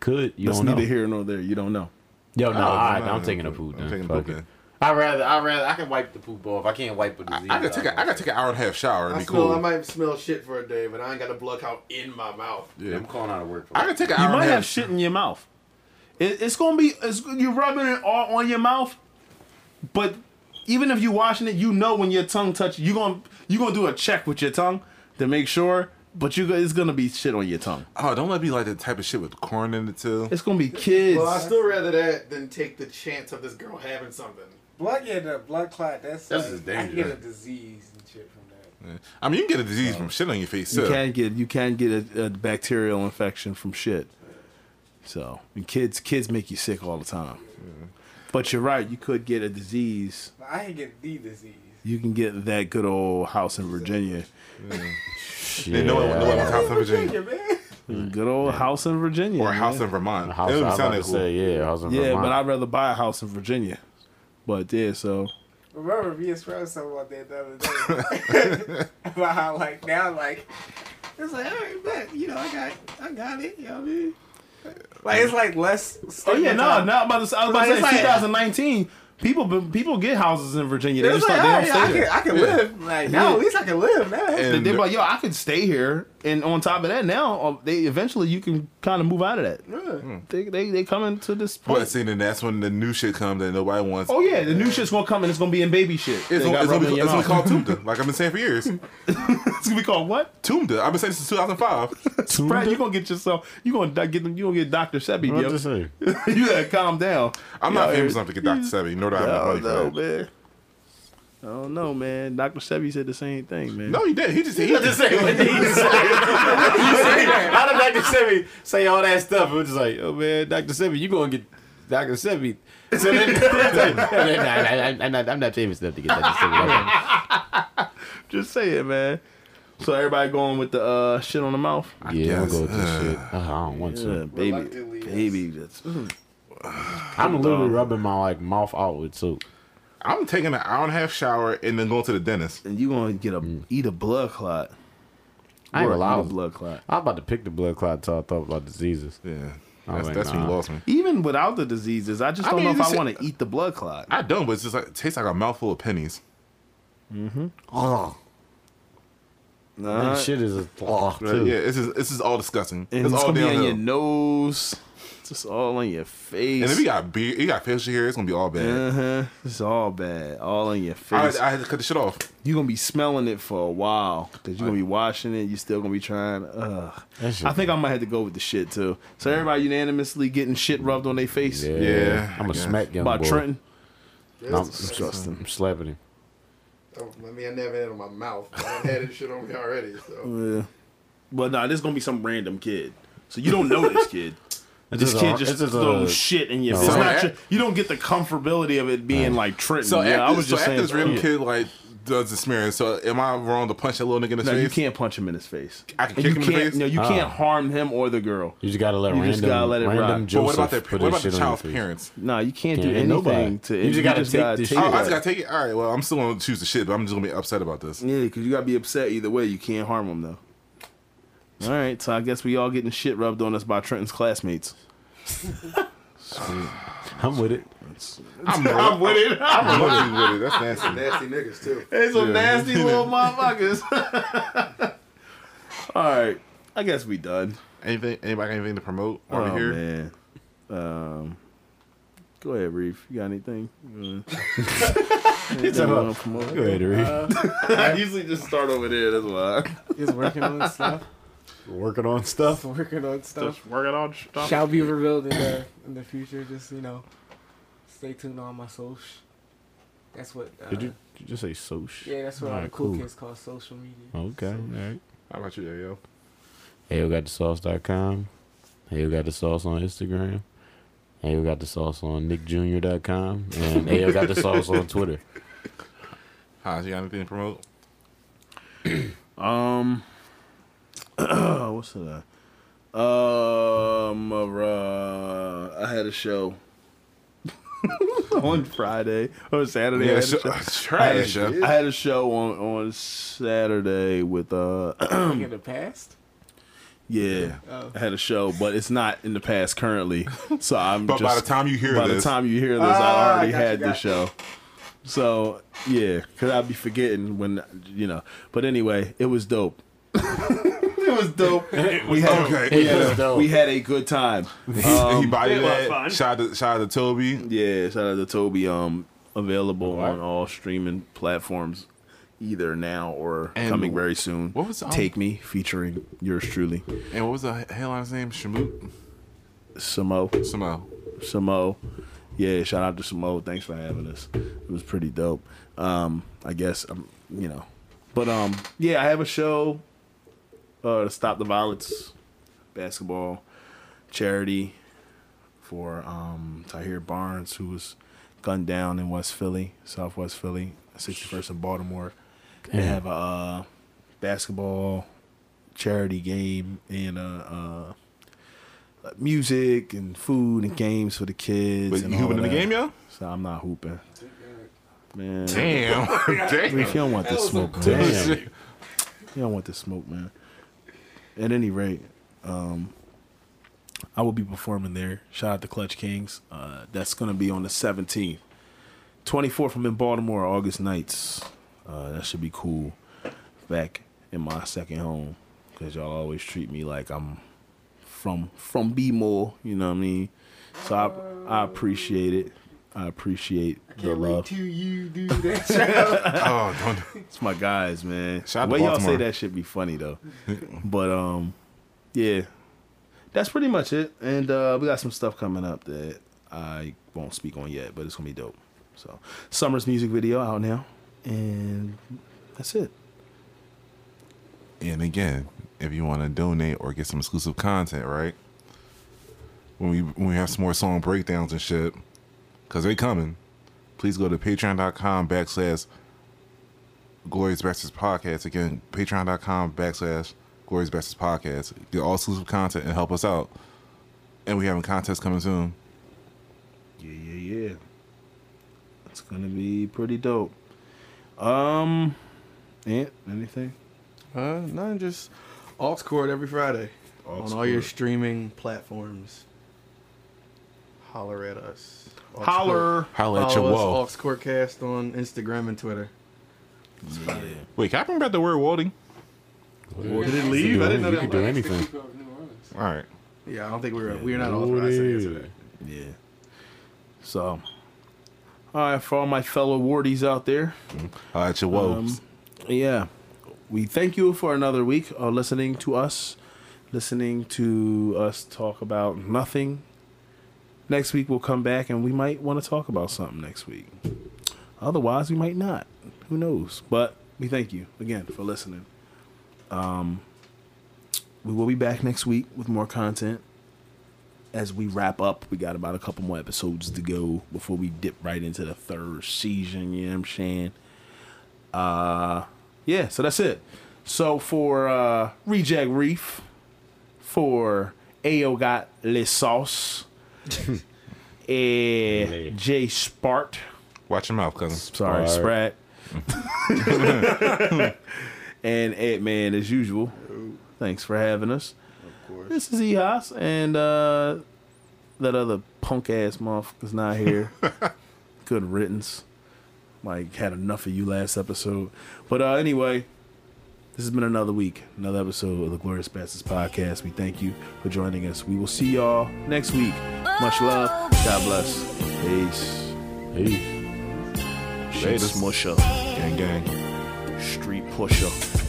Speaker 2: Could you
Speaker 4: That's
Speaker 2: don't know?
Speaker 4: neither here nor there. You don't know.
Speaker 2: Yo, no,
Speaker 1: Oh,
Speaker 2: all right,
Speaker 1: no,
Speaker 2: I'm
Speaker 1: no,
Speaker 2: taking
Speaker 1: no,
Speaker 2: a poop.
Speaker 1: I'm
Speaker 2: Then.
Speaker 1: taking a
Speaker 2: Fuck
Speaker 1: poop
Speaker 2: it.
Speaker 1: then.
Speaker 2: I rather, I rather, I can wipe the poop off. I can't wipe with disease.
Speaker 1: I gotta take a, I gotta take an hour and a half shower and
Speaker 3: I
Speaker 1: be
Speaker 3: smell,
Speaker 1: cool.
Speaker 3: Oh, I might smell shit for a day, but I ain't got a blood count in my mouth.
Speaker 1: Yeah.
Speaker 2: I'm calling out of work. For
Speaker 1: I gotta take an
Speaker 4: You
Speaker 1: hour
Speaker 4: might
Speaker 1: and a
Speaker 4: have
Speaker 1: half.
Speaker 4: shit in your mouth. It, it's gonna be. It's, you're rubbing it all on your mouth, but even if you're washing it, you know when your tongue touches, you gonna you gonna do a check with your tongue to make sure. But you go- it's gonna be shit on your tongue.
Speaker 1: Oh, don't let me like that type of shit with corn in it too.
Speaker 4: It's gonna be kids.
Speaker 3: Well, I still rather that than take the chance of this girl having something.
Speaker 7: Blood, yeah, the blood clot. That's
Speaker 2: That's
Speaker 7: like,
Speaker 2: just
Speaker 7: I can get a
Speaker 2: dangerous.
Speaker 7: disease and shit from that.
Speaker 1: I mean, you can get a disease from shit on your face
Speaker 4: you
Speaker 1: too.
Speaker 4: can get you can get a, a bacterial infection from shit. So and kids kids make you sick all the time. But you're right. You could get a disease.
Speaker 7: But I can get the disease.
Speaker 4: You can get that good old house in Virginia.
Speaker 1: They know it- know it was House in
Speaker 7: Yeah,
Speaker 1: Virginia
Speaker 7: man.
Speaker 4: Good old house in Virginia.
Speaker 1: or a house
Speaker 4: man.
Speaker 1: in Vermont.
Speaker 2: House,
Speaker 1: it
Speaker 2: I
Speaker 1: would
Speaker 2: was about
Speaker 1: sound
Speaker 2: to
Speaker 1: that cool.
Speaker 2: say, yeah, house in
Speaker 4: Yeah,
Speaker 2: Vermont.
Speaker 4: but I'd rather buy a house in Virginia. But yeah, so
Speaker 7: Remember, me and Sprout something about that the other day. about how, like, now, like, it's like, all right, bet, you know, I got, I got it, you know what I mean? Like, it's like less.
Speaker 4: oh yeah, no,
Speaker 7: stigmatized.
Speaker 4: no, about to, I was about to
Speaker 7: Like,
Speaker 4: say
Speaker 7: it's like-
Speaker 4: 2019. People been- people get houses in Virginia. They
Speaker 7: It's
Speaker 4: just
Speaker 7: like,
Speaker 4: like they don't
Speaker 7: hey, I
Speaker 4: stay
Speaker 7: can,
Speaker 4: there.
Speaker 7: I can live. Like, no, at least I can live now.
Speaker 1: And
Speaker 4: They're like, yo, I could stay here, and on top of that, now uh, they eventually you can kind of move out of that. They they they coming to this point.
Speaker 1: But see, then that's when the new shit comes that nobody wants.
Speaker 4: oh yeah, the new shit's gonna come and it's gonna be in baby shit.
Speaker 1: It's
Speaker 4: They
Speaker 1: gonna,
Speaker 4: got
Speaker 1: it's, gonna
Speaker 4: rubber in
Speaker 1: be,
Speaker 4: your
Speaker 1: it's gonna be
Speaker 4: mouth.
Speaker 1: called Tumda, like I've been saying for years.
Speaker 4: It's gonna be called what?
Speaker 1: Tumda. I've been saying this since 2005.
Speaker 4: Brad, you gonna get yourself. You gonna di- get them. You gonna get Doctor Sebi.
Speaker 2: What
Speaker 4: yo.
Speaker 2: to say?
Speaker 4: you gotta calm down.
Speaker 1: I'm not famous enough to get Dr. Sebi, nor do I have
Speaker 4: I
Speaker 1: money
Speaker 4: don't
Speaker 1: for
Speaker 4: know,
Speaker 1: that.
Speaker 4: man. I don't know, man. Doctor Sebi said the same thing, man.
Speaker 1: No, he did. He just he just
Speaker 2: say what did he say? How did Dr. Sebi say all that stuff? It was just like, oh man, Dr. Sebi, you gonna get Dr. Sebi. So then, I'm, not, I'm not famous enough to get Dr. Sebi.
Speaker 4: Just say it, man. So everybody going with the uh, shit on the mouth.
Speaker 2: Yeah, I'm
Speaker 1: guess,
Speaker 2: going with this shit. Uh, I don't want to.
Speaker 7: Reluctantly,
Speaker 4: baby,
Speaker 7: yes.
Speaker 4: baby, that's mm,
Speaker 2: I'm literally rubbing my like mouth out with soap.
Speaker 1: I'm taking an hour and a half shower and then going to the dentist.
Speaker 4: and you gonna get a eat a blood clot.
Speaker 2: I ain't
Speaker 4: Or
Speaker 2: allowed.
Speaker 4: eat a blood clot.
Speaker 2: I'm about to pick the blood clot until I thought about diseases.
Speaker 1: Yeah.
Speaker 2: Oh,
Speaker 1: That's,
Speaker 2: wait,
Speaker 1: that's when you
Speaker 2: nah.
Speaker 1: lost me.
Speaker 4: Even without the diseases, I just
Speaker 1: I
Speaker 4: don't
Speaker 1: mean,
Speaker 4: know if
Speaker 1: this-
Speaker 4: I want to eat the blood clot.
Speaker 1: I don't, but it's just like it tastes like a mouthful of pennies.
Speaker 2: Oh,
Speaker 4: Nah.
Speaker 2: that shit is a oh,
Speaker 1: Right?
Speaker 2: too.
Speaker 1: Yeah, this is this is all disgusting.
Speaker 4: and
Speaker 1: it's
Speaker 4: it's,
Speaker 1: all
Speaker 4: gonna be on
Speaker 1: downhill.
Speaker 4: your
Speaker 1: And
Speaker 4: nose. It's just all on your face.
Speaker 1: if you got beard, you got facial hair, it's gonna be all bad.
Speaker 4: Uh huh. It's all bad. All on your
Speaker 1: I,
Speaker 4: face.
Speaker 1: I had to cut the shit off.
Speaker 4: you gonna be smelling it for a while because you're gonna be washing it. you still gonna be trying. Ugh.
Speaker 2: That shit-
Speaker 4: I think I might have to go with the shit too. So everybody unanimously getting shit rubbed on their face
Speaker 2: Yeah,
Speaker 1: Yeah,
Speaker 2: I'm
Speaker 1: I
Speaker 2: a
Speaker 1: guess.
Speaker 2: smack young
Speaker 4: by
Speaker 2: boy.
Speaker 4: Trenton.
Speaker 2: I'm, I'm, I'm slapping him.
Speaker 8: Don't let me. I never had it on my mouth. but I had this shit on me already. So
Speaker 4: Yeah. But nah, this gonna be some random kid. So you don't know this kid. This
Speaker 2: just
Speaker 4: kid
Speaker 2: a-
Speaker 4: just
Speaker 2: it's just a-
Speaker 4: throws shit in your
Speaker 2: No,
Speaker 4: face. It's
Speaker 1: so
Speaker 4: not
Speaker 1: at-
Speaker 4: your- you don't get the comfortability of it being like Trenton.
Speaker 1: So
Speaker 4: yeah,
Speaker 1: after,
Speaker 4: I was just
Speaker 1: so
Speaker 4: saying.
Speaker 1: after this random
Speaker 4: yeah.
Speaker 1: kid like does the smearing. So am I wrong to punch that little nigga in the
Speaker 4: No,
Speaker 1: face?
Speaker 4: you can't punch him in his face.
Speaker 1: I can kick
Speaker 4: And you
Speaker 1: him in the
Speaker 4: can't-
Speaker 1: face?
Speaker 4: No, you
Speaker 2: Ah.
Speaker 4: can't harm him or the girl.
Speaker 2: You just gotta let
Speaker 4: You
Speaker 2: random,
Speaker 4: just gotta let it
Speaker 2: random
Speaker 4: ride.
Speaker 1: But
Speaker 2: Joseph
Speaker 1: what about that?
Speaker 2: put
Speaker 1: What about
Speaker 2: his
Speaker 1: the
Speaker 2: shit on your
Speaker 1: child's
Speaker 2: face.
Speaker 1: parents?
Speaker 4: No, you can't do
Speaker 2: Can't hit
Speaker 4: anything
Speaker 2: nobody.
Speaker 4: to.
Speaker 2: You just gotta take the shit.
Speaker 1: Oh, I
Speaker 4: it.
Speaker 1: just gotta take it. All right. Well, I'm still gonna choose the shit, but I'm just gonna be upset about this.
Speaker 4: Yeah, because you gotta be upset either way. You can't harm them though. All right, so I guess we all getting shit rubbed on us by Trenton's classmates.
Speaker 2: I'm with it.
Speaker 1: I'm, I'm with it. I'm really with it. That's nasty.
Speaker 8: nasty niggas too.
Speaker 4: Hey, some nasty little motherfuckers. all right, I guess we done.
Speaker 1: Anything? Anybody got anything to promote while
Speaker 4: oh
Speaker 1: we're here?
Speaker 4: man, um, go ahead, Reef. You got anything? Anything you wanna promote?
Speaker 2: Go ahead, Reed.
Speaker 4: I usually just start over there. That's why.
Speaker 7: Just working on stuff.
Speaker 2: Working on stuff.
Speaker 7: Working on stuff.
Speaker 4: working on stuff.
Speaker 7: Shall be revealed in the in the future. Just you know, stay tuned on my social. That's what. Uh,
Speaker 2: Did you, did you just say social?
Speaker 7: Yeah, that's what all
Speaker 2: Alright,
Speaker 7: the cool,
Speaker 2: cool. Hmm.
Speaker 7: kids call social media.
Speaker 2: Okay, all right.
Speaker 1: How about you, Ayo?
Speaker 2: Hail got the sauce.com. Hail got the sauce on Instagram. Hail got the sauce on nickjr.com. And Hail got the sauce on Twitter.
Speaker 1: Hans, you got anything to promote?
Speaker 4: Um, what's that? Um, uh, I had a show on Friday or Saturday. I, had a show.
Speaker 1: trash. yeah.
Speaker 4: I had a show on on Saturday with uh,
Speaker 7: Like in the past.
Speaker 4: yeah,
Speaker 7: Oh.
Speaker 4: I had a show, but it's not in the past currently. So I'm
Speaker 1: But
Speaker 4: just,
Speaker 1: by the time you hear
Speaker 4: by
Speaker 1: this,
Speaker 4: the time you hear this, I
Speaker 7: Ah,
Speaker 4: already
Speaker 7: gotcha,
Speaker 4: had the
Speaker 7: gotcha.
Speaker 4: show. So yeah, because I'd be forgetting when you know. But anyway, it was dope. it was dope. we had
Speaker 1: okay.
Speaker 4: we had,
Speaker 2: was dope.
Speaker 4: we had a good time.
Speaker 1: He, he body
Speaker 3: it was fun.
Speaker 1: that. Shout out to, shout out to Toby.
Speaker 4: Yeah, shout out to Toby. Um, available on all streaming platforms, either now or
Speaker 1: And
Speaker 4: coming very soon.
Speaker 1: what was the- um,
Speaker 4: Take Me featuring yours truly,
Speaker 1: And what was the headline's name? Shamoot?
Speaker 4: Samo.
Speaker 1: Somehow.
Speaker 4: Samo. Yeah, shout out to Samo. Thanks for having us. It was pretty dope. Um, I guess um, you know, but um, yeah, I have a show. Uh, to stop the violence, basketball charity for um Tahir Barnes, who was gunned down in West Philly, Southwest Philly, 61st and Baltimore. They have a uh, basketball charity game and uh, uh, music and food and games for the kids.
Speaker 1: But
Speaker 4: and
Speaker 1: you
Speaker 4: all
Speaker 1: hooping in
Speaker 4: of
Speaker 1: the
Speaker 4: that.
Speaker 1: game, yo?
Speaker 4: So I'm not hooping. Man,
Speaker 1: Damn. Damn.
Speaker 4: Reef, you don't want this smoke. man.
Speaker 2: Damn.
Speaker 4: You don't want this smoke, man. At any rate, um, I will be performing there. Shout out to Clutch Kings. Uh, that's going to be on the 17th. 24th, I'm in Baltimore, August nights. Uh, that should be cool. Back in my second home, because y'all always treat me like I'm from from B-more, you know what I mean? So I, I appreciate it. I appreciate the
Speaker 7: Can't wait
Speaker 4: love.
Speaker 7: till you do that, child.
Speaker 1: Oh, don't.
Speaker 4: It's my guys, man.
Speaker 1: Shout out
Speaker 4: the way
Speaker 1: to
Speaker 4: y'all say
Speaker 1: Baltimore.
Speaker 4: that should be funny though. but um, yeah, that's pretty much it. And uh, we got some stuff coming up that I won't speak on yet, but it's gonna be dope. So summer's music video out now, and that's it.
Speaker 1: And again, if you want to donate or get some exclusive content, right? When we when we have some more song breakdowns and shit, because they coming, please go to patreon.com backslash Glorious Bastards Podcast. Again, patreon.com backslash Glorious Bastards Podcast. Get all exclusive content and help us out. And we having contests coming soon.
Speaker 4: Yeah, yeah, yeah. It's gonna be pretty dope. Um, Ant, anything?
Speaker 8: Uh, none, just aux cord every Friday on all your streaming platforms. Holler at us. Aux
Speaker 4: Holler.
Speaker 8: Court.
Speaker 1: Holler at
Speaker 8: Follow
Speaker 1: your
Speaker 8: us,
Speaker 1: wall.
Speaker 8: Aux Court Cast on Instagram and Twitter.
Speaker 1: Wait, can I bring back the word Walding?
Speaker 8: did it
Speaker 2: You
Speaker 8: leave?
Speaker 2: can
Speaker 8: I
Speaker 2: do
Speaker 8: didn't know
Speaker 2: any- you
Speaker 8: that.
Speaker 2: can do anything.
Speaker 7: People of New Orleans.
Speaker 1: All right.
Speaker 8: Yeah, I don't think we were we were not authorized to answer that.
Speaker 4: Yeah. So, all right, for all my fellow wardies out there.
Speaker 1: Holler at your woes.
Speaker 4: Um, yeah. We thank you for another week of listening to us, listening to us talk about nothing. Next week, we'll come back and we might want to talk about something next week. Otherwise, we might not. Who knows? But we thank you again for listening. Um, we will be back next week with more content. As we wrap up, we got about a couple more episodes to go before we dip right into the third season. You know what I'm saying? Uh, yeah, so that's it. So for uh, Reject Reef, for Ayo Got Le Sauce, eh, J Spart,
Speaker 1: Watch your mouth, cousin.
Speaker 4: sorry,
Speaker 2: Spart.
Speaker 4: Sprat, and Ed Man, as usual, thanks for having us. Of
Speaker 8: course.
Speaker 4: This is Ehas, and uh, that other punk ass motherfucker's not here. Good riddance like had enough of you last episode. But uh anyway, this has been another week, another episode of the Glorious Bastards podcast. We thank you for joining us. We will see y'all next week. Much love. God bless. Peace.
Speaker 2: Hey.
Speaker 4: Shit
Speaker 1: Laters.
Speaker 4: smusher,
Speaker 1: Gang, gang.
Speaker 4: street pusher.